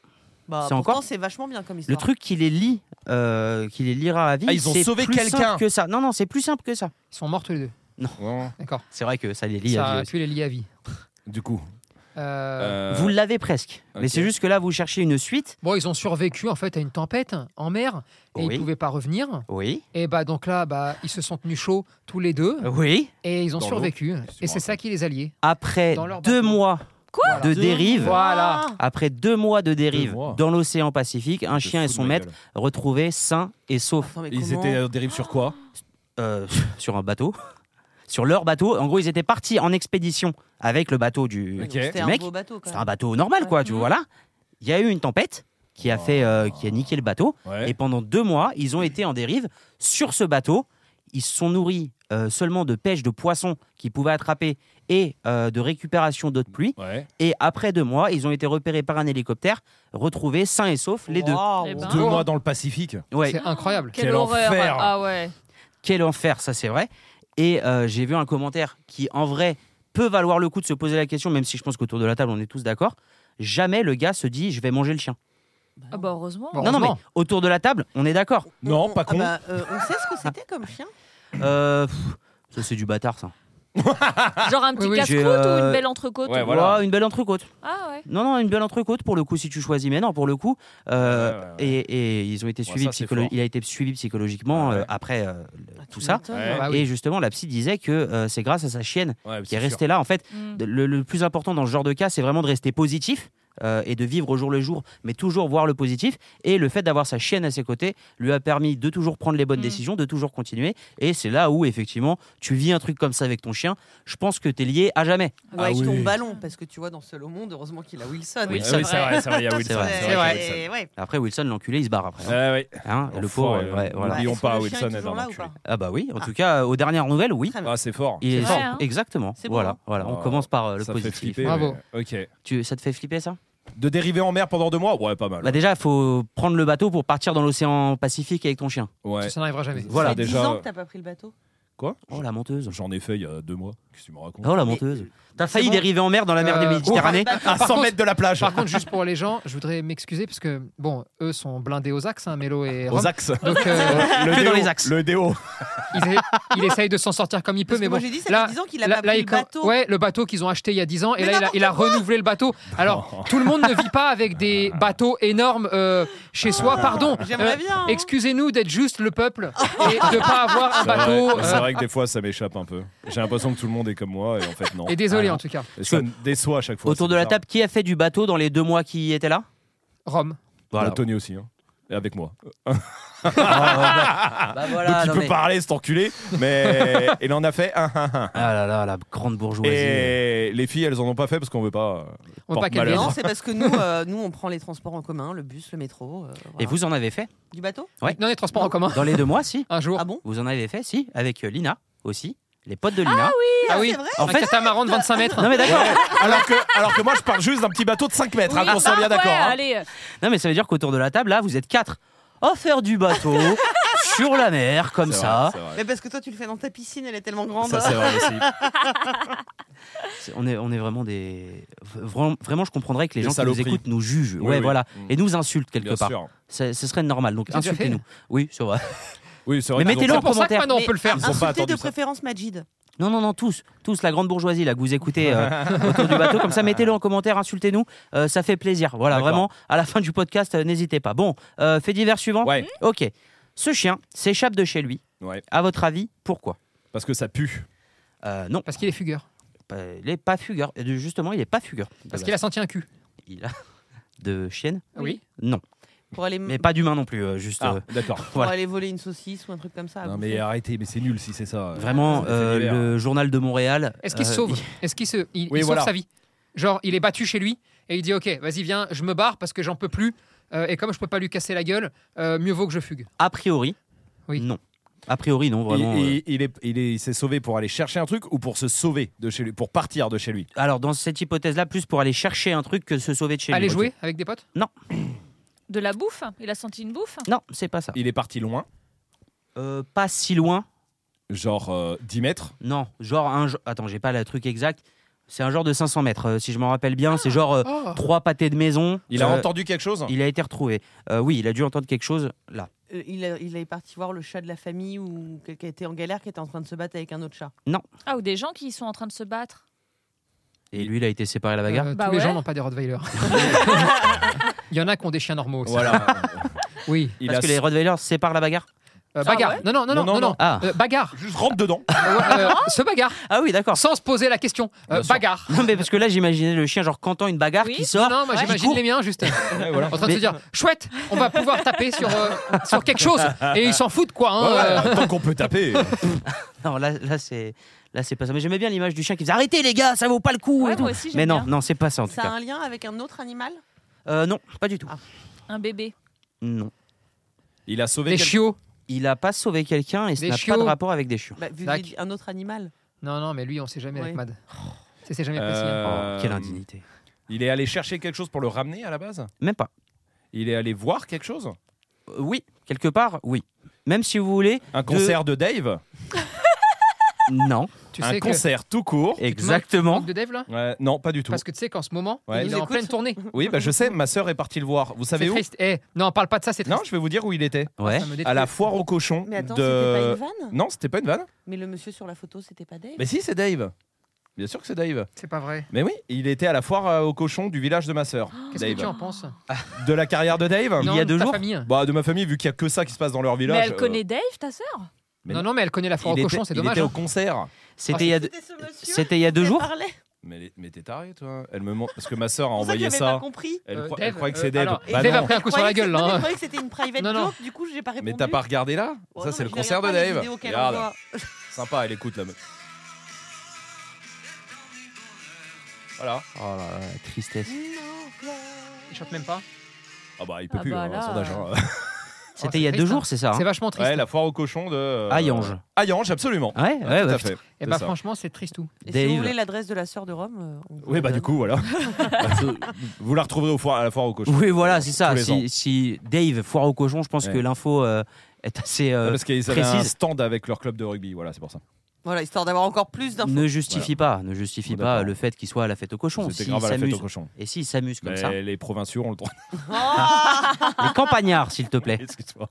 Speaker 1: Bah,
Speaker 4: C'est
Speaker 1: pourtant,
Speaker 4: encore-
Speaker 1: c'est vachement bien comme histoire.
Speaker 4: le truc qui les lie, euh, qui les liera à vie,
Speaker 2: Ah, ils ont
Speaker 4: c'est
Speaker 2: sauvé
Speaker 4: plus
Speaker 2: quelqu'un.
Speaker 4: simple que ça. Non, non, c'est plus simple que ça.
Speaker 3: Ils sont morts tous les deux.
Speaker 2: Non,
Speaker 3: D'accord.
Speaker 4: C'est vrai que ça les lie
Speaker 3: Ça
Speaker 4: à
Speaker 3: a
Speaker 4: vie. aussi.
Speaker 3: pu les lier à vie.
Speaker 2: Du coup.
Speaker 3: Euh,
Speaker 2: Euh,
Speaker 4: Vous l'avez presque. Mais
Speaker 2: ok.
Speaker 4: c'est juste que là, vous cherchez une suite.
Speaker 3: Bon, ils ont survécu en fait à une tempête en mer et
Speaker 4: Oui.
Speaker 3: ils pouvaient pas revenir.
Speaker 4: Oui.
Speaker 3: Et bah donc là, bah ils se sont tenus chauds tous les deux
Speaker 4: Oui.
Speaker 3: et ils ont
Speaker 2: Dans
Speaker 3: survécu.
Speaker 2: sont
Speaker 3: Et c'est ça qui les a liés.
Speaker 4: Après
Speaker 3: Dans leur
Speaker 4: deux
Speaker 3: bateau.
Speaker 4: mois
Speaker 3: Quoi
Speaker 4: de dérive,
Speaker 3: Voilà.
Speaker 4: après deux mois de dérive
Speaker 2: mois.
Speaker 4: dans l'océan Pacifique, un
Speaker 2: Je
Speaker 4: chien et
Speaker 2: fous de
Speaker 4: son
Speaker 2: ma
Speaker 4: maître
Speaker 2: gueule.
Speaker 4: retrouvés sains et saufs
Speaker 1: Attends, mais
Speaker 2: Ils
Speaker 1: comment-
Speaker 2: étaient en dérive sur quoi
Speaker 4: euh, <laughs> sur un bateau. Sur leur bateau. En gros, ils étaient partis en expédition avec le bateau du,
Speaker 1: Oui, donc
Speaker 2: Ok.
Speaker 4: du
Speaker 1: C'était un
Speaker 4: mec.
Speaker 1: beau bateau quand
Speaker 4: C'était un
Speaker 1: même.
Speaker 4: bateau normal, quoi, tu
Speaker 1: Mhm.
Speaker 4: vois là. Il y a eu une tempête qui a
Speaker 2: Oh.
Speaker 4: fait, euh, qui a niqué le bateau.
Speaker 2: Ouais.
Speaker 4: Et pendant deux mois, ils ont été en dérive sur ce bateau. Ils se sont nourris euh, seulement de pêche de poissons qu'ils pouvaient attraper et euh, de récupération d'eau de pluie.
Speaker 2: Ouais.
Speaker 4: Et après deux mois, ils ont été repérés par un hélicoptère, retrouvés sains et saufs, les
Speaker 1: Waouh.
Speaker 5: Eh ben.
Speaker 2: Deux
Speaker 3: Oh.
Speaker 2: mois dans le Pacifique.
Speaker 4: deux. Ouais,
Speaker 3: C'est incroyable.
Speaker 2: Quel
Speaker 5: horreur
Speaker 2: enfer.
Speaker 5: Ah ouais.
Speaker 4: quel enfer, ça c'est vrai. Et euh, j'ai vu un commentaire qui, en vrai, peut valoir le coup de se poser la question, même si je pense qu'autour de la table, on est tous d'accord. Jamais le gars se dit, je vais manger le chien.
Speaker 5: Ah bah heureusement.
Speaker 3: Bon.
Speaker 4: Non, non, mais
Speaker 3: Heureusement.
Speaker 4: autour de la table, on est d'accord.
Speaker 1: On-
Speaker 2: Non,
Speaker 1: on-
Speaker 2: pas
Speaker 1: ah
Speaker 2: con.
Speaker 1: bah, euh, on sait ce que c'était comme chien.
Speaker 4: Euh, pff, ça, c'est du bâtard, ça.
Speaker 5: Genre un petit
Speaker 3: Oui, oui,
Speaker 5: casse-croûte
Speaker 4: j'ai, euh,
Speaker 5: ou une belle entrecôte
Speaker 2: Ouais,
Speaker 5: ou-
Speaker 2: voilà.
Speaker 4: Ouais, une belle entrecôte.
Speaker 5: Ah ouais.
Speaker 4: Non, non, une belle entrecôte pour le coup, si tu choisis. Mais non, pour le coup. euh,
Speaker 2: Ouais, ouais, ouais.
Speaker 4: Et, et ils ont été
Speaker 2: Ouais,
Speaker 4: suivis
Speaker 2: ça, c'est
Speaker 4: psycholo-
Speaker 2: fort.
Speaker 4: Il a été suivi psychologiquement
Speaker 2: Ouais, ouais.
Speaker 4: euh, après euh, le-
Speaker 1: Ah, tu
Speaker 4: tout ça.
Speaker 1: m'étonnes.
Speaker 2: Ouais.
Speaker 3: Ah
Speaker 4: Et
Speaker 3: oui.
Speaker 4: justement, la psy disait que euh, c'est grâce à sa chienne
Speaker 2: Ouais,
Speaker 4: qui
Speaker 2: c'est
Speaker 4: est
Speaker 2: sûr.
Speaker 4: restée là. En fait,
Speaker 5: Mm.
Speaker 4: de- le, le plus important dans ce genre de cas, c'est vraiment de rester positif euh, et de vivre au jour le jour, mais toujours voir le positif. Et le fait d'avoir sa chienne à ses côtés lui a permis de toujours prendre les bonnes
Speaker 5: Mm.
Speaker 4: décisions, de toujours continuer. Et c'est là où, effectivement, tu vis un truc comme ça avec ton chien. Je pense que tu es lié à jamais.
Speaker 1: Ou
Speaker 2: Ah
Speaker 1: avec
Speaker 2: oui. Ah
Speaker 1: ton ballon, parce que tu vois, dans Seul au Monde, heureusement qu'il a Wilson.
Speaker 2: Oui,
Speaker 5: Oui,
Speaker 2: c'est
Speaker 5: c'est
Speaker 2: vrai, c'est vrai, il y a Wilson,
Speaker 4: vrai.
Speaker 2: c'est
Speaker 4: C'est
Speaker 2: vrai,
Speaker 4: vrai.
Speaker 2: qu'il y a Wilson.
Speaker 1: Et ouais.
Speaker 4: Après, Wilson, l'enculé, il se barre après.
Speaker 2: Ouais, ouais.
Speaker 4: Hein, le pauvre,
Speaker 2: Enfoiré,
Speaker 4: ouais, voilà.
Speaker 2: N'oublions
Speaker 1: Est-ce que
Speaker 2: pas,
Speaker 1: le chien
Speaker 2: Wilson est
Speaker 1: toujours
Speaker 2: dans
Speaker 1: là ou
Speaker 2: l'enculé.
Speaker 1: pas
Speaker 4: Ah bah oui, en tout cas, euh, aux dernières nouvelles, oui.
Speaker 1: Très bien.
Speaker 2: Ah, c'est fort.
Speaker 4: Il est
Speaker 5: C'est
Speaker 4: fort,
Speaker 5: vrai, hein.
Speaker 4: exactement.
Speaker 1: C'est beau,
Speaker 4: voilà,
Speaker 1: hein.
Speaker 4: voilà. on
Speaker 2: Ah,
Speaker 4: commence par euh, le
Speaker 2: ça fait
Speaker 4: positif.
Speaker 2: flipper.
Speaker 3: Bravo.
Speaker 2: ouais. Ah Ok.
Speaker 4: Tu, ça te fait flipper ça
Speaker 2: De dériver en mer pendant deux mois Ouais, pas mal.
Speaker 4: Bah déjà, faut prendre le bateau pour partir dans l'océan Pacifique avec ton chien.
Speaker 2: Ouais.
Speaker 3: Ça, ça n'arrivera jamais.
Speaker 2: Voilà,
Speaker 1: Ça fait 10
Speaker 2: déjà.
Speaker 1: ans que t'as pas pris le bateau.
Speaker 2: Quoi
Speaker 4: Oh la menteuse.
Speaker 2: J'en ai fait il y a deux mois. Qu'est-ce que tu me racontes
Speaker 4: Oh la menteuse.
Speaker 2: euh,
Speaker 4: T'as failli
Speaker 3: bon.
Speaker 4: dériver en mer dans la mer de
Speaker 3: Euh,
Speaker 4: Méditerranée
Speaker 2: À 100
Speaker 3: contre-
Speaker 2: mètres de la plage.
Speaker 3: Par contre, juste pour les gens, je voudrais m'excuser parce que bon, eux sont blindés aux axes, hein, Mélo et Rome.
Speaker 2: Aux axes.
Speaker 3: Donc euh,
Speaker 2: <laughs> Le
Speaker 4: Que
Speaker 2: déo,
Speaker 4: dans les axes.
Speaker 2: Le déo.
Speaker 3: ils, ils essayent de s'en sortir comme il peut,
Speaker 1: Parce que
Speaker 3: mais bon.
Speaker 1: moi, j'ai dit, ça
Speaker 3: là-
Speaker 1: fait 10 ans qu'il a
Speaker 3: Là-
Speaker 1: pas
Speaker 3: là,
Speaker 1: pris
Speaker 3: il
Speaker 1: le
Speaker 3: com-
Speaker 1: bateau.
Speaker 3: Ouais, le bateau qu'ils ont acheté il y a 10 ans. Et
Speaker 1: Mais
Speaker 3: là, il a,
Speaker 1: n'importe
Speaker 3: il a renouvelé le bateau. Alors, tout le monde ne vit pas avec des bateaux énormes euh, chez soi. Pardon.
Speaker 1: J'aimerais
Speaker 3: Euh,
Speaker 1: bien, hein.
Speaker 3: Excusez-nous d'être juste le peuple et de pas avoir un
Speaker 2: C'est vrai,
Speaker 3: bateau.
Speaker 2: Ah, bah, c'est
Speaker 3: euh,
Speaker 2: vrai que des fois, ça m'échappe un peu. J'ai l'impression que tout le monde est comme moi et en fait, non.
Speaker 3: euh, et désolé
Speaker 2: Ah,
Speaker 3: en tout cas.
Speaker 2: Et ça me déçoit à chaque fois.
Speaker 4: Autour
Speaker 2: c'est
Speaker 4: de la
Speaker 2: bizarre.
Speaker 4: table, qui a fait du bateau dans les deux mois qui étaient là
Speaker 3: Rome.
Speaker 2: Bah, Tony aussi. hein. Et avec moi.
Speaker 4: Ah, bah, bah,
Speaker 2: Donc
Speaker 4: voilà,
Speaker 2: il
Speaker 4: non,
Speaker 2: peut
Speaker 4: mais-
Speaker 2: parler, cet enculé, mais
Speaker 4: <laughs>
Speaker 2: il en a fait un, un, un.
Speaker 4: Ah là là, la grande bourgeoisie.
Speaker 2: Et les filles, elles en ont pas fait parce qu'on veut pas.
Speaker 4: <laughs>
Speaker 2: euh,
Speaker 3: On veut pas qu'elle
Speaker 2: Porte-malheur.
Speaker 3: vienne.
Speaker 1: Non, c'est parce que nous, euh, nous, on prend les transports en commun, le bus, le métro. euh, voilà.
Speaker 4: Et vous en avez fait
Speaker 1: Du bateau
Speaker 4: Ouais.
Speaker 3: Non, les transports en commun.
Speaker 4: Dans les deux mois, si.
Speaker 3: Un jour.
Speaker 1: Ah bon
Speaker 4: Vous en avez fait, si. Avec euh, Lina aussi. Les potes de Lina.
Speaker 3: Ah oui.
Speaker 1: c'est vrai
Speaker 3: Un
Speaker 4: En fait-
Speaker 1: <laughs>
Speaker 3: catamaran de 25 mètres.
Speaker 4: Non mais d'accord.
Speaker 2: alors, que, alors que moi, je parle juste d'un petit bateau de 5 mètres,
Speaker 5: Oui,
Speaker 2: hein, qu'on soit
Speaker 4: ah
Speaker 5: bah
Speaker 2: bien d'accord.
Speaker 5: ouais,
Speaker 2: hein.
Speaker 5: Allez,
Speaker 2: <laughs>
Speaker 4: Non mais ça veut dire qu'autour de la table, là, vous êtes quatre. À faire du Oh, bateau sur la mer, comme
Speaker 2: C'est
Speaker 4: ça.
Speaker 2: vrai, c'est vrai.
Speaker 1: Mais parce que toi, tu le fais dans ta piscine, elle est tellement grande.
Speaker 2: Ça, c'est vrai aussi.
Speaker 4: <laughs> C'est- on, est, on est vraiment des. Vraiment, vraiment, je comprendrais que les
Speaker 2: Des
Speaker 4: gens qui nous
Speaker 2: saloperies.
Speaker 4: écoutent nous jugent.
Speaker 2: Oui,
Speaker 4: ouais,
Speaker 2: oui.
Speaker 4: voilà.
Speaker 2: Mm.
Speaker 4: Et nous insultent quelque
Speaker 2: Bien
Speaker 4: part.
Speaker 2: sûr.
Speaker 4: C'est- Ce serait normal. Donc
Speaker 3: C'est déjà fait.
Speaker 4: insultez-nous. Oui, c'est vrai. <laughs>
Speaker 2: Oui, c'est vrai.
Speaker 4: Mais
Speaker 2: qu'ils ont
Speaker 4: mettez-le
Speaker 2: fait
Speaker 3: C'est pour
Speaker 4: en
Speaker 3: ça que
Speaker 4: commentaire.
Speaker 3: maintenant on
Speaker 1: Mais
Speaker 3: peut le faire.
Speaker 2: Ils ont pas
Speaker 1: Insultez
Speaker 2: attendu
Speaker 1: de
Speaker 2: ça.
Speaker 1: préférence Majid.
Speaker 4: Non, non, non, tous. Tous, la grande bourgeoisie, là, que vous écoutez euh, autour du bateau. Comme ça, mettez-le en commentaire, insultez-nous. Euh, ça fait plaisir. Voilà,
Speaker 2: D'accord.
Speaker 4: vraiment. À la fin du podcast, euh, n'hésitez pas. Bon, euh, fait divers suivant.
Speaker 2: Ouais,
Speaker 4: Ok. Ce chien s'échappe de chez lui.
Speaker 2: ouais.
Speaker 4: À votre avis, pourquoi
Speaker 2: Parce que ça pue.
Speaker 4: Euh, Non,
Speaker 3: Parce qu'il est fugueur.
Speaker 4: pas- il n'est pas fugueur. Euh, Justement, il n'est pas fugueur.
Speaker 3: Parce qu'il a senti un cul.
Speaker 4: Il a. <laughs> De chienne
Speaker 3: Oui.
Speaker 4: Non.
Speaker 1: Pour aller,
Speaker 3: Mm.
Speaker 4: Mais pas d'humain non plus, euh, juste.
Speaker 2: Ah,
Speaker 4: euh,
Speaker 2: d'accord.
Speaker 1: pour
Speaker 4: voilà.
Speaker 1: aller voler une saucisse ou un truc comme ça. à
Speaker 3: Ah
Speaker 2: Non,
Speaker 1: bouffer.
Speaker 2: mais euh, arrêtez, mais c'est nul si c'est ça.
Speaker 4: Vraiment,
Speaker 2: C'est des
Speaker 4: euh,
Speaker 2: faits divers.
Speaker 4: le journal de Montréal.
Speaker 3: Est-ce qu'il se
Speaker 4: euh,
Speaker 3: sauve Est-ce qu'il se... il,
Speaker 2: Oui,
Speaker 3: il sauve
Speaker 2: voilà.
Speaker 3: sa vie Genre, il est battu chez lui et il dit Ok, vas-y, viens, je me barre parce que j'en peux plus. euh, et comme je peux pas lui casser la gueule, euh, mieux vaut que je fugue.
Speaker 4: A priori.
Speaker 3: Oui.
Speaker 4: Non. A priori, non, vraiment.
Speaker 2: il,
Speaker 4: euh.
Speaker 2: il- il est, il est- il s'est sauvé pour aller chercher un truc ou pour se sauver de chez lui, pour partir de chez lui.
Speaker 4: Alors, dans cette hypothèse-là, plus pour aller chercher un truc que se sauver de chez
Speaker 3: Allez
Speaker 4: lui.
Speaker 3: jouer avec des potes
Speaker 5: De la bouffe Il a senti une bouffe
Speaker 4: Non, c'est pas ça.
Speaker 2: Il est parti loin,
Speaker 4: Euh, pas si loin.
Speaker 2: genre euh, 10 mètres.
Speaker 4: Non, genre un. jo- Attends, j'ai pas le truc exact. C'est un genre de 500 mètres, euh, si je m'en rappelle bien. C'est genre euh,
Speaker 3: Oh.
Speaker 4: trois pâtés de maison.
Speaker 2: Il a
Speaker 4: Euh,
Speaker 2: entendu quelque chose
Speaker 4: Il a été retrouvé. Euh, oui, il a dû entendre quelque chose là.
Speaker 1: Euh, il, a- il est parti voir le chat de la famille ou quelqu'un était en galère qui était en train de se battre avec un autre chat.
Speaker 5: Ah, ou des gens qui sont en train de se battre
Speaker 4: Et lui, il a été séparé à la bagarre.
Speaker 3: Euh,
Speaker 5: Bah
Speaker 3: tous les
Speaker 5: ouais.
Speaker 3: gens n'ont pas des
Speaker 2: <laughs>
Speaker 3: Rottweilers. Il y en a qui ont des chiens normaux. aussi.
Speaker 4: <laughs>
Speaker 2: Voilà.
Speaker 3: Oui.
Speaker 2: il
Speaker 4: Parce
Speaker 2: a
Speaker 4: que les Rottweilers séparent la bagarre.
Speaker 3: Euh,
Speaker 5: Ah
Speaker 3: bagarre.
Speaker 5: ouais
Speaker 3: non, non, non, non, non, non.
Speaker 4: Ah.
Speaker 3: Euh,
Speaker 2: <laughs>
Speaker 3: bagarre.
Speaker 2: juste rentre dedans.
Speaker 3: Euh, ouais, euh, se bagarre.
Speaker 4: Ah
Speaker 3: <laughs>
Speaker 4: oui, d'accord.
Speaker 3: Sans se poser la question. Euh,
Speaker 2: Bien sûr. Ah.
Speaker 3: bagarre.
Speaker 4: Non, mais parce que là, j'imaginais le chien, genre, quand une bagarre
Speaker 5: Oui.
Speaker 4: qui sort.
Speaker 3: Non, moi
Speaker 4: qui
Speaker 3: j'imagine
Speaker 4: court.
Speaker 3: les miens juste.
Speaker 2: <laughs> Ouais, voilà.
Speaker 3: En train de
Speaker 4: Mais-
Speaker 3: se dire, chouette, on va pouvoir taper sur, euh,
Speaker 2: <laughs>
Speaker 3: sur quelque chose. Et ils s'en foutent quoi. hein,
Speaker 2: Ouais,
Speaker 3: euh.
Speaker 2: ouais, Tant qu'on peut taper.
Speaker 4: Non, là, là c'est là c'est pas ça. Mais j'aimais bien l'image du chien qui faisait arrêtez les gars, ça vaut pas le coup.
Speaker 5: Ouais,
Speaker 4: et tout.
Speaker 5: moi aussi, j'aime
Speaker 4: Mais non,
Speaker 5: bien.
Speaker 4: non, c'est pas ça en tout
Speaker 1: Ça a
Speaker 4: cas.
Speaker 1: un lien avec un autre animal
Speaker 4: Euh, non, pas du tout.
Speaker 1: Ah.
Speaker 5: Un bébé.
Speaker 4: Non.
Speaker 2: Il a sauvé.
Speaker 3: Les
Speaker 2: quel-
Speaker 3: chiots.
Speaker 4: Il a pas sauvé quelqu'un et ça
Speaker 3: Des
Speaker 4: n'a pas
Speaker 3: chiots.
Speaker 4: de rapport avec des chiots.
Speaker 1: bah, vu que
Speaker 3: Tac.
Speaker 1: j'ai dit un autre animal.
Speaker 3: Non, non, mais lui, on sait jamais avec
Speaker 1: Ouais.
Speaker 3: Mad. C'est c'est jamais
Speaker 2: Euh,
Speaker 3: précis. hein.
Speaker 4: Oh, quelle
Speaker 2: Euh,
Speaker 4: indignité.
Speaker 2: Il est allé chercher quelque chose pour le ramener à la base.
Speaker 4: Même pas.
Speaker 2: Il est allé voir quelque chose.
Speaker 4: Euh, oui, quelque part, oui. Même si vous voulez,
Speaker 2: Un concert de Dave.
Speaker 4: non.
Speaker 3: Tu
Speaker 2: un
Speaker 3: sais que
Speaker 2: concert tout court.
Speaker 4: Exactement.
Speaker 3: manque de Dave là
Speaker 2: Ouais, non, pas du tout.
Speaker 3: Parce que tu sais qu'en ce moment,
Speaker 2: Ouais.
Speaker 1: Il
Speaker 3: il est
Speaker 1: nous
Speaker 3: en
Speaker 1: écoute.
Speaker 3: pleine tournée.
Speaker 2: Oui, bah, je sais. Ma sœur est partie le voir. Vous
Speaker 3: C'est
Speaker 2: savez où
Speaker 3: triste. Eh, non, parle pas de ça, c'est
Speaker 2: Non,
Speaker 3: triste.
Speaker 2: je vais vous dire où il était.
Speaker 4: Ouais.
Speaker 3: Ça me détruit.
Speaker 2: À la foire aux cochons.
Speaker 1: Mais attends,
Speaker 2: de...
Speaker 1: c'était pas une vanne
Speaker 2: Non, c'était pas une vanne.
Speaker 1: Mais le monsieur sur la photo, c'était pas Dave
Speaker 2: Mais si, c'est Dave. Bien sûr que c'est Dave.
Speaker 3: C'est pas vrai.
Speaker 2: Mais oui, il était à la foire euh, aux cochons du village de ma sœur.
Speaker 3: Qu'est-ce que
Speaker 2: Dave.
Speaker 3: tu en penses
Speaker 2: De la carrière de Dave
Speaker 4: y a
Speaker 3: Non,
Speaker 4: deux
Speaker 3: ta
Speaker 4: jours
Speaker 3: famille.
Speaker 2: Bah, de ma famille, vu qu'il y a que ça qui se passe dans leur
Speaker 5: Mais
Speaker 2: village.
Speaker 5: elle
Speaker 2: euh,
Speaker 5: connaît Dave, ta sœur
Speaker 2: Mais
Speaker 3: non, non, mais elle connaît la foire
Speaker 2: il
Speaker 3: aux cochons,
Speaker 2: était-
Speaker 3: c'est
Speaker 2: il
Speaker 3: dommage.
Speaker 2: était au
Speaker 3: hein.
Speaker 2: concert.
Speaker 4: C'était il y a deux-
Speaker 1: ce monsieur
Speaker 4: c'était il y a deux jours.
Speaker 2: Mais, les- mais t'es taré, toi Elle me montre. Parce que ma sœur a
Speaker 1: On ça que
Speaker 2: envoyé
Speaker 1: j'avais
Speaker 2: ça.
Speaker 1: pas compris.
Speaker 2: Elle,
Speaker 3: Euh,
Speaker 2: croit- elle
Speaker 3: Dave,
Speaker 2: croyait que
Speaker 3: euh,
Speaker 2: c'est Dave.
Speaker 3: alors,
Speaker 2: Bah
Speaker 3: Dave
Speaker 2: non.
Speaker 3: a pris un coup sur la gueule,
Speaker 1: Non, mais
Speaker 3: là.
Speaker 1: Je
Speaker 3: hein.
Speaker 1: croyais que c'était une private
Speaker 3: Non, non.
Speaker 1: joke, du coup, j'ai pas répondu.
Speaker 2: Mais t'as pas regardé là
Speaker 1: Oh,
Speaker 2: Ça,
Speaker 1: non,
Speaker 2: c'est
Speaker 1: mais
Speaker 2: le
Speaker 1: je
Speaker 2: concert de
Speaker 1: regarde pas les
Speaker 2: Dave.
Speaker 1: vidéos qu'elle
Speaker 2: Regarde.
Speaker 1: envoie.
Speaker 2: Sympa, elle écoute la meuf. Voilà.
Speaker 4: Oh là là, la tristesse.
Speaker 3: Il chante même pas.
Speaker 2: Ah bah, il peut
Speaker 5: Ah
Speaker 2: plus,
Speaker 5: bah
Speaker 2: hein,
Speaker 5: là.
Speaker 2: sondage. hein.
Speaker 4: C'était il y a
Speaker 3: c'est
Speaker 4: deux
Speaker 3: triste,
Speaker 4: jours, c'est ça.
Speaker 3: C'est
Speaker 4: hein
Speaker 3: vachement triste.
Speaker 2: Ouais, la foire aux cochons de. euh,
Speaker 4: Hayange.
Speaker 2: Hayange, absolument.
Speaker 4: Ouais, Ah, ouais,
Speaker 2: tout
Speaker 4: bah,
Speaker 2: à fait.
Speaker 3: Et
Speaker 2: C'est
Speaker 3: bah
Speaker 2: ça.
Speaker 3: franchement, c'est triste tout.
Speaker 1: Et si vous
Speaker 4: Dave.
Speaker 1: voulez l'adresse de la sœur de Rome, euh, on vous
Speaker 2: Oui, bah
Speaker 1: la
Speaker 2: du
Speaker 1: donne.
Speaker 2: coup,
Speaker 4: <laughs>
Speaker 2: voilà. Bah, vous la retrouverez au foire, à la foire aux cochons.
Speaker 4: Oui, voilà, c'est ça.
Speaker 2: Tous les ans.
Speaker 4: Si, si Dave foire au cochon, je pense
Speaker 2: Ouais.
Speaker 4: que l'info euh, est assez euh,
Speaker 2: Ah, parce qu'ils avaient un
Speaker 4: précise.
Speaker 2: stand avec leur club de rugby, voilà, c'est pour ça.
Speaker 1: Voilà, histoire d'avoir encore plus d'infos.
Speaker 4: ne justifie pas, ne justifie
Speaker 2: Bon,
Speaker 4: pas
Speaker 2: d'accord.
Speaker 4: le fait qu'il soit à la fête aux cochons.
Speaker 2: C'était
Speaker 4: S'il
Speaker 2: grave à la fête
Speaker 4: s'amuse-
Speaker 2: aux cochons.
Speaker 4: Et s'il s'amuse comme
Speaker 2: Mais <laughs>
Speaker 4: ça.
Speaker 2: les provinciaux ont le droit.
Speaker 4: Les campagnards, s'il te plaît.
Speaker 2: Excuse-moi.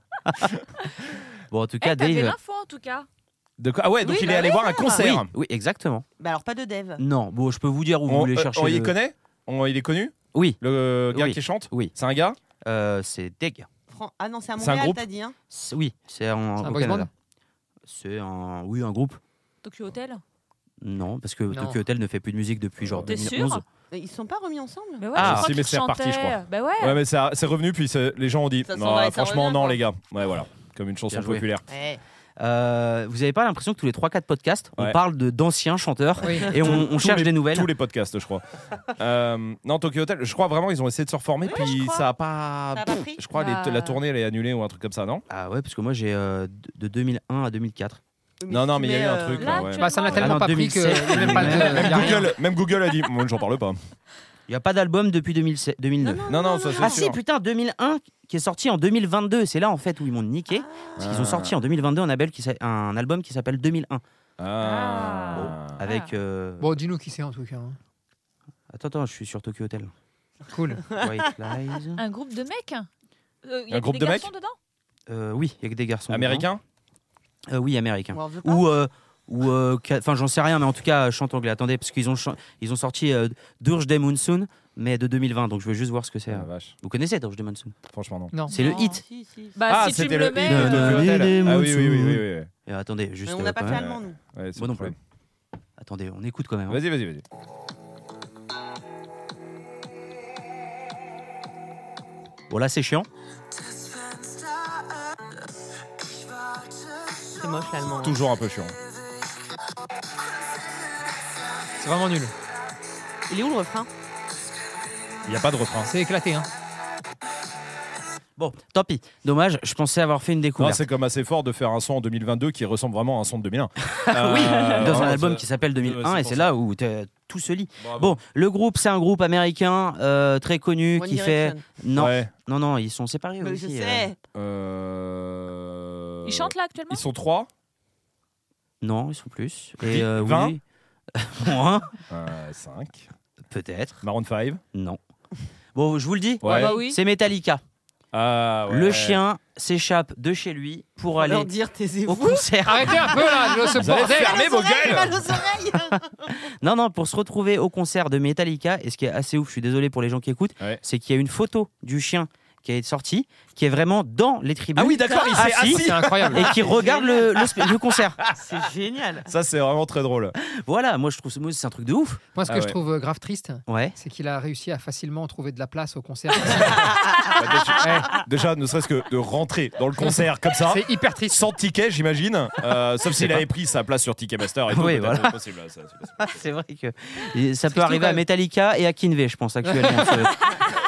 Speaker 4: Bon, en tout cas,
Speaker 5: Eh, t'avais
Speaker 4: Dave.
Speaker 5: l'info en tout cas.
Speaker 2: De quoi Ah ouais, donc
Speaker 1: Oui,
Speaker 2: il
Speaker 1: bah
Speaker 2: est allé
Speaker 1: oui,
Speaker 2: voir un
Speaker 1: voilà.
Speaker 4: Oui,
Speaker 2: concert.
Speaker 4: oui, exactement.
Speaker 1: Bah alors, pas de Dave.
Speaker 4: Non, bon, je peux vous dire où vous
Speaker 2: On,
Speaker 4: voulez
Speaker 2: euh,
Speaker 4: chercher.
Speaker 2: on y
Speaker 4: le-
Speaker 2: connaît On- Il est connu
Speaker 4: Oui,
Speaker 2: Le gars
Speaker 4: Oui.
Speaker 2: qui chante
Speaker 4: Oui.
Speaker 2: C'est un gars
Speaker 4: euh, c'est Deg.
Speaker 1: Fran- Ah non, c'est à
Speaker 2: C'est un
Speaker 1: Montréal,
Speaker 2: groupe.
Speaker 1: t'as dit. Hein.
Speaker 4: C'est- Oui, c'est en-
Speaker 3: C'est un
Speaker 4: au
Speaker 3: boys
Speaker 4: Canada.
Speaker 3: band
Speaker 4: C'est un, oui, un groupe.
Speaker 5: Tokyo Hotel
Speaker 4: Non, parce que
Speaker 3: Non.
Speaker 4: Tokyo Hotel ne fait plus de musique depuis genre
Speaker 5: T'es
Speaker 4: 2011.
Speaker 5: sûr
Speaker 1: Mais Ils se sont pas remis ensemble
Speaker 5: Mais ouais,
Speaker 4: Ah,
Speaker 5: je crois
Speaker 2: si, mais
Speaker 5: qu'il
Speaker 2: c'est reparti, je
Speaker 5: chantait.
Speaker 2: crois.
Speaker 5: Bah ouais.
Speaker 2: Ouais, mais ça- c'est revenu, puis c'est- les gens ont dit
Speaker 1: Ça s'en
Speaker 2: Non,
Speaker 1: va et ça
Speaker 2: franchement,
Speaker 1: revient,
Speaker 2: non,
Speaker 1: quoi.
Speaker 2: les gars. Ouais, voilà. Comme une chanson
Speaker 4: Bien joué.
Speaker 2: populaire.
Speaker 1: Ouais.
Speaker 4: Euh, vous n'avez pas l'impression que tous les 3-4 podcasts, on
Speaker 2: Ouais.
Speaker 4: parle de d'anciens chanteurs
Speaker 3: Oui.
Speaker 4: et on, on
Speaker 2: tous
Speaker 4: cherche
Speaker 2: les-
Speaker 4: des nouvelles.
Speaker 2: Tous les podcasts, je crois. Euh, non, Tokyo Hotel, je crois vraiment ils ont essayé de se reformer, puis
Speaker 1: crois.
Speaker 2: ça a pas.
Speaker 1: Ça a pas pris.
Speaker 2: Je crois les-
Speaker 5: Bah.
Speaker 2: la tournée elle est annulée ou un truc comme ça, non
Speaker 4: Ah ouais, parce que moi j'ai euh, de- de 2001 à 2004.
Speaker 1: Mais
Speaker 2: Non,
Speaker 1: si
Speaker 2: non,
Speaker 1: tu
Speaker 2: mais il y a
Speaker 1: mets,
Speaker 2: eu un
Speaker 1: euh,
Speaker 2: truc.
Speaker 5: Là,
Speaker 2: ouais.
Speaker 5: tu-
Speaker 3: Bah ça n'a
Speaker 5: Ah
Speaker 3: tellement
Speaker 4: non,
Speaker 3: pas pris que.
Speaker 4: 2007,
Speaker 3: même pas de-
Speaker 4: même
Speaker 3: y a rien.
Speaker 2: Google, même Google a dit Moi, j'en parle pas.
Speaker 4: Il n'y a pas d'album depuis 2007 2009.
Speaker 2: Non, non, ça
Speaker 4: Ah
Speaker 2: c'est
Speaker 4: si,
Speaker 2: sûr.
Speaker 4: putain, 2001 qui est sorti en 2022. C'est là en fait où ils m'ont niqué. Parce qu'ils ont
Speaker 2: Ah.
Speaker 4: sorti en 2022 un, album qui s'a- un album qui s'appelle 2001.
Speaker 2: Ah.
Speaker 4: Avec. euh,
Speaker 3: Bon, dis-nous qui c'est en tout cas. hein.
Speaker 4: Attends, attends, je suis sur
Speaker 2: <laughs>
Speaker 4: Tokyo Hotel.
Speaker 3: Cool.
Speaker 4: White Lies.
Speaker 8: Un groupe de mecs Euh, y a
Speaker 2: Un
Speaker 8: que
Speaker 2: groupe de
Speaker 8: des
Speaker 2: mecs
Speaker 8: garçons dedans
Speaker 4: Euh, oui, il y a que des garçons. dedans.
Speaker 2: Oh. Américain
Speaker 4: Euh, Oui, américain.
Speaker 1: World of Power.
Speaker 4: Ou. euh, ou euh, ca- enfin j'en sais rien mais en tout cas euh, chante anglais attendez parce qu'ils ont chan- ils ont sorti euh, Durge des Monsoon mais de 2020 donc je veux juste voir ce que c'est
Speaker 2: Ah,
Speaker 4: euh.
Speaker 2: vache.
Speaker 4: vous connaissez Durge des Monsoon
Speaker 2: Franchement, non.
Speaker 3: Non.
Speaker 4: c'est le
Speaker 1: Non,
Speaker 4: hit
Speaker 1: si, si, si.
Speaker 8: Bah,
Speaker 2: ah,
Speaker 8: si tu
Speaker 2: c'était
Speaker 8: me
Speaker 2: le
Speaker 8: le
Speaker 2: hit
Speaker 8: mets.
Speaker 2: de
Speaker 8: euh,
Speaker 2: Tokyo Hotel.
Speaker 4: Nanana,
Speaker 2: Ah oui, oui, oui.
Speaker 4: Monsoon.
Speaker 2: oui, oui.
Speaker 4: Et attendez juste
Speaker 1: Mais on n'a
Speaker 4: euh,
Speaker 1: pas
Speaker 4: quand
Speaker 1: fait
Speaker 4: même.
Speaker 1: allemand, nous.
Speaker 2: Ouais, c'est le
Speaker 4: Moi non
Speaker 2: problème.
Speaker 4: attendez on écoute quand même hein.
Speaker 2: Vas-y, vas-y, vas-y.
Speaker 4: bon là c'est chiant
Speaker 1: C'est moche, l'allemand. hein.
Speaker 2: Toujours un peu chiant.
Speaker 3: C'est vraiment nul.
Speaker 1: Il est où le refrain
Speaker 2: Il n'y a pas de refrain.
Speaker 3: C'est éclaté. Hein.
Speaker 4: bon tant pis dommage je pensais avoir fait une
Speaker 2: Non,
Speaker 4: découverte
Speaker 2: c'est comme assez fort de faire un son en 2022 qui ressemble vraiment à un son de 2001.
Speaker 4: <laughs> oui
Speaker 2: Euh,
Speaker 4: dans un
Speaker 2: vraiment,
Speaker 4: album
Speaker 2: ça-
Speaker 4: qui s'appelle
Speaker 2: Ouais,
Speaker 4: 2001
Speaker 2: c'est
Speaker 4: et
Speaker 2: pour
Speaker 4: c'est
Speaker 2: ça. Ah
Speaker 4: là où t'es- tout se lit
Speaker 2: Bravo.
Speaker 4: bon le groupe c'est un groupe américain euh, très connu
Speaker 1: One
Speaker 4: qui fait
Speaker 1: Direction.
Speaker 4: non
Speaker 2: Ouais.
Speaker 4: non non ils sont séparés
Speaker 1: Mais je
Speaker 4: aussi euh.
Speaker 1: sais.
Speaker 2: Euh,
Speaker 8: Ils chantent là actuellement
Speaker 2: Ils sont trois.
Speaker 4: non ils sont plus et euh,
Speaker 2: 20?
Speaker 4: oui <laughs> moins
Speaker 2: Euh, cinq.
Speaker 4: peut-être
Speaker 2: Maroon 5.
Speaker 4: non bon je vous le dis
Speaker 5: Ah
Speaker 2: Ouais.
Speaker 8: bah oui.
Speaker 4: c'est Metallica
Speaker 2: Ah, ouais.
Speaker 4: le chien s'échap de chez lui pour
Speaker 1: Leur
Speaker 4: aller
Speaker 1: dire
Speaker 4: au
Speaker 1: taisez-vous.
Speaker 4: concert
Speaker 3: Arrêtez un peu là, de ce
Speaker 2: Vous allez
Speaker 3: bordel.
Speaker 2: fermer vos gueules
Speaker 1: Mal aux oreilles
Speaker 4: Non, non, pour se retrouver au concert de Metallica, et ce qui est assez ouf, je suis désolé pour les gens qui écoutent,
Speaker 2: Ouais.
Speaker 4: c'est qu'il y a une photo du chien qui est sortie, qui est vraiment dans les tribunes.
Speaker 2: Ah oui, d'accord, il s'est
Speaker 4: Assis. <laughs>
Speaker 2: assis. Ah,
Speaker 3: C'est incroyable.
Speaker 4: Et qui regarde le, le spe- le concert.
Speaker 1: C'est génial
Speaker 2: Ça, c'est vraiment très drôle.
Speaker 4: Voilà, moi je trouve ce moi, c'est un truc de ouf.
Speaker 3: Moi, ce que
Speaker 2: Ah
Speaker 3: je
Speaker 2: ouais.
Speaker 3: trouve euh, grave triste,
Speaker 4: Ouais.
Speaker 3: c'est qu'il a réussi à facilement trouver de la place au concert.
Speaker 2: Bah, déjà,
Speaker 3: Ouais,
Speaker 2: déjà, ne serait-ce que de rentrer dans le concert comme ça.
Speaker 3: c'est hyper triste.
Speaker 2: Sans ticket, j'imagine. Euh, sauf s'il avait pris sa place sur Ticketmaster et tout.
Speaker 4: Oui,
Speaker 2: peut-être,
Speaker 4: voilà.
Speaker 2: c'est possible, ça, c'est possible.
Speaker 4: c'est vrai que et ça
Speaker 3: Triste
Speaker 4: peut arriver
Speaker 3: quand
Speaker 4: à
Speaker 3: même.
Speaker 4: Metallica et à Kinvey, je pense, actuellement.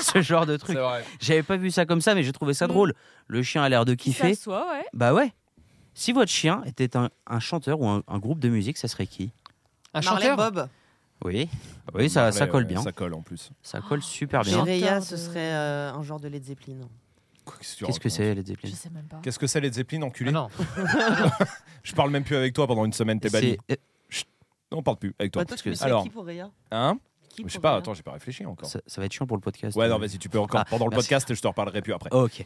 Speaker 4: ce, ce genre de truc. J'avais pas vu ça comme ça, mais j'ai trouvé ça
Speaker 5: Mm.
Speaker 4: drôle. Le chien a l'air de
Speaker 5: Qui
Speaker 4: kiffer.
Speaker 5: s'assoit, ouais.
Speaker 4: Bah ouais. Si votre chien était un, un chanteur ou un, un groupe de musique, ça serait qui
Speaker 3: Un
Speaker 1: Marley
Speaker 3: chanteur
Speaker 1: Bob.
Speaker 4: Oui. Oui, ça, ça
Speaker 2: Ouais,
Speaker 4: colle
Speaker 2: ouais,
Speaker 4: bien.
Speaker 2: Ça colle en plus.
Speaker 4: Ça colle super bien.
Speaker 1: Mireia,
Speaker 5: Chanteur
Speaker 1: ce
Speaker 5: de-
Speaker 1: serait euh, un genre de Led Zeppelin.
Speaker 2: Qu'est-ce tu
Speaker 4: Qu'est-ce que
Speaker 2: racontes
Speaker 4: c'est, les
Speaker 8: Je
Speaker 4: Zeppelin
Speaker 8: sais même pas.
Speaker 2: Qu'est-ce que c'est les Zeppelin, enculé
Speaker 3: Ah non.
Speaker 2: Je parle même plus avec toi pendant une semaine, t'es banni.
Speaker 4: C'est- euh,
Speaker 2: Non, on parle plus avec toi.
Speaker 1: Bah, toi, tu
Speaker 4: que-
Speaker 1: mets ça
Speaker 2: Alors.
Speaker 1: qui pour Réa
Speaker 2: Hein
Speaker 1: Qui
Speaker 2: Je sais
Speaker 1: pour
Speaker 2: pas,
Speaker 1: Réa
Speaker 2: attends, j'ai pas réfléchi encore.
Speaker 4: Ça, ça va être chiant pour le podcast.
Speaker 2: Ouais, non, vas-y, tu peux encore
Speaker 4: Ah,
Speaker 2: pendant le
Speaker 4: merci.
Speaker 2: podcast et je te reparlerai plus après.
Speaker 4: Ok.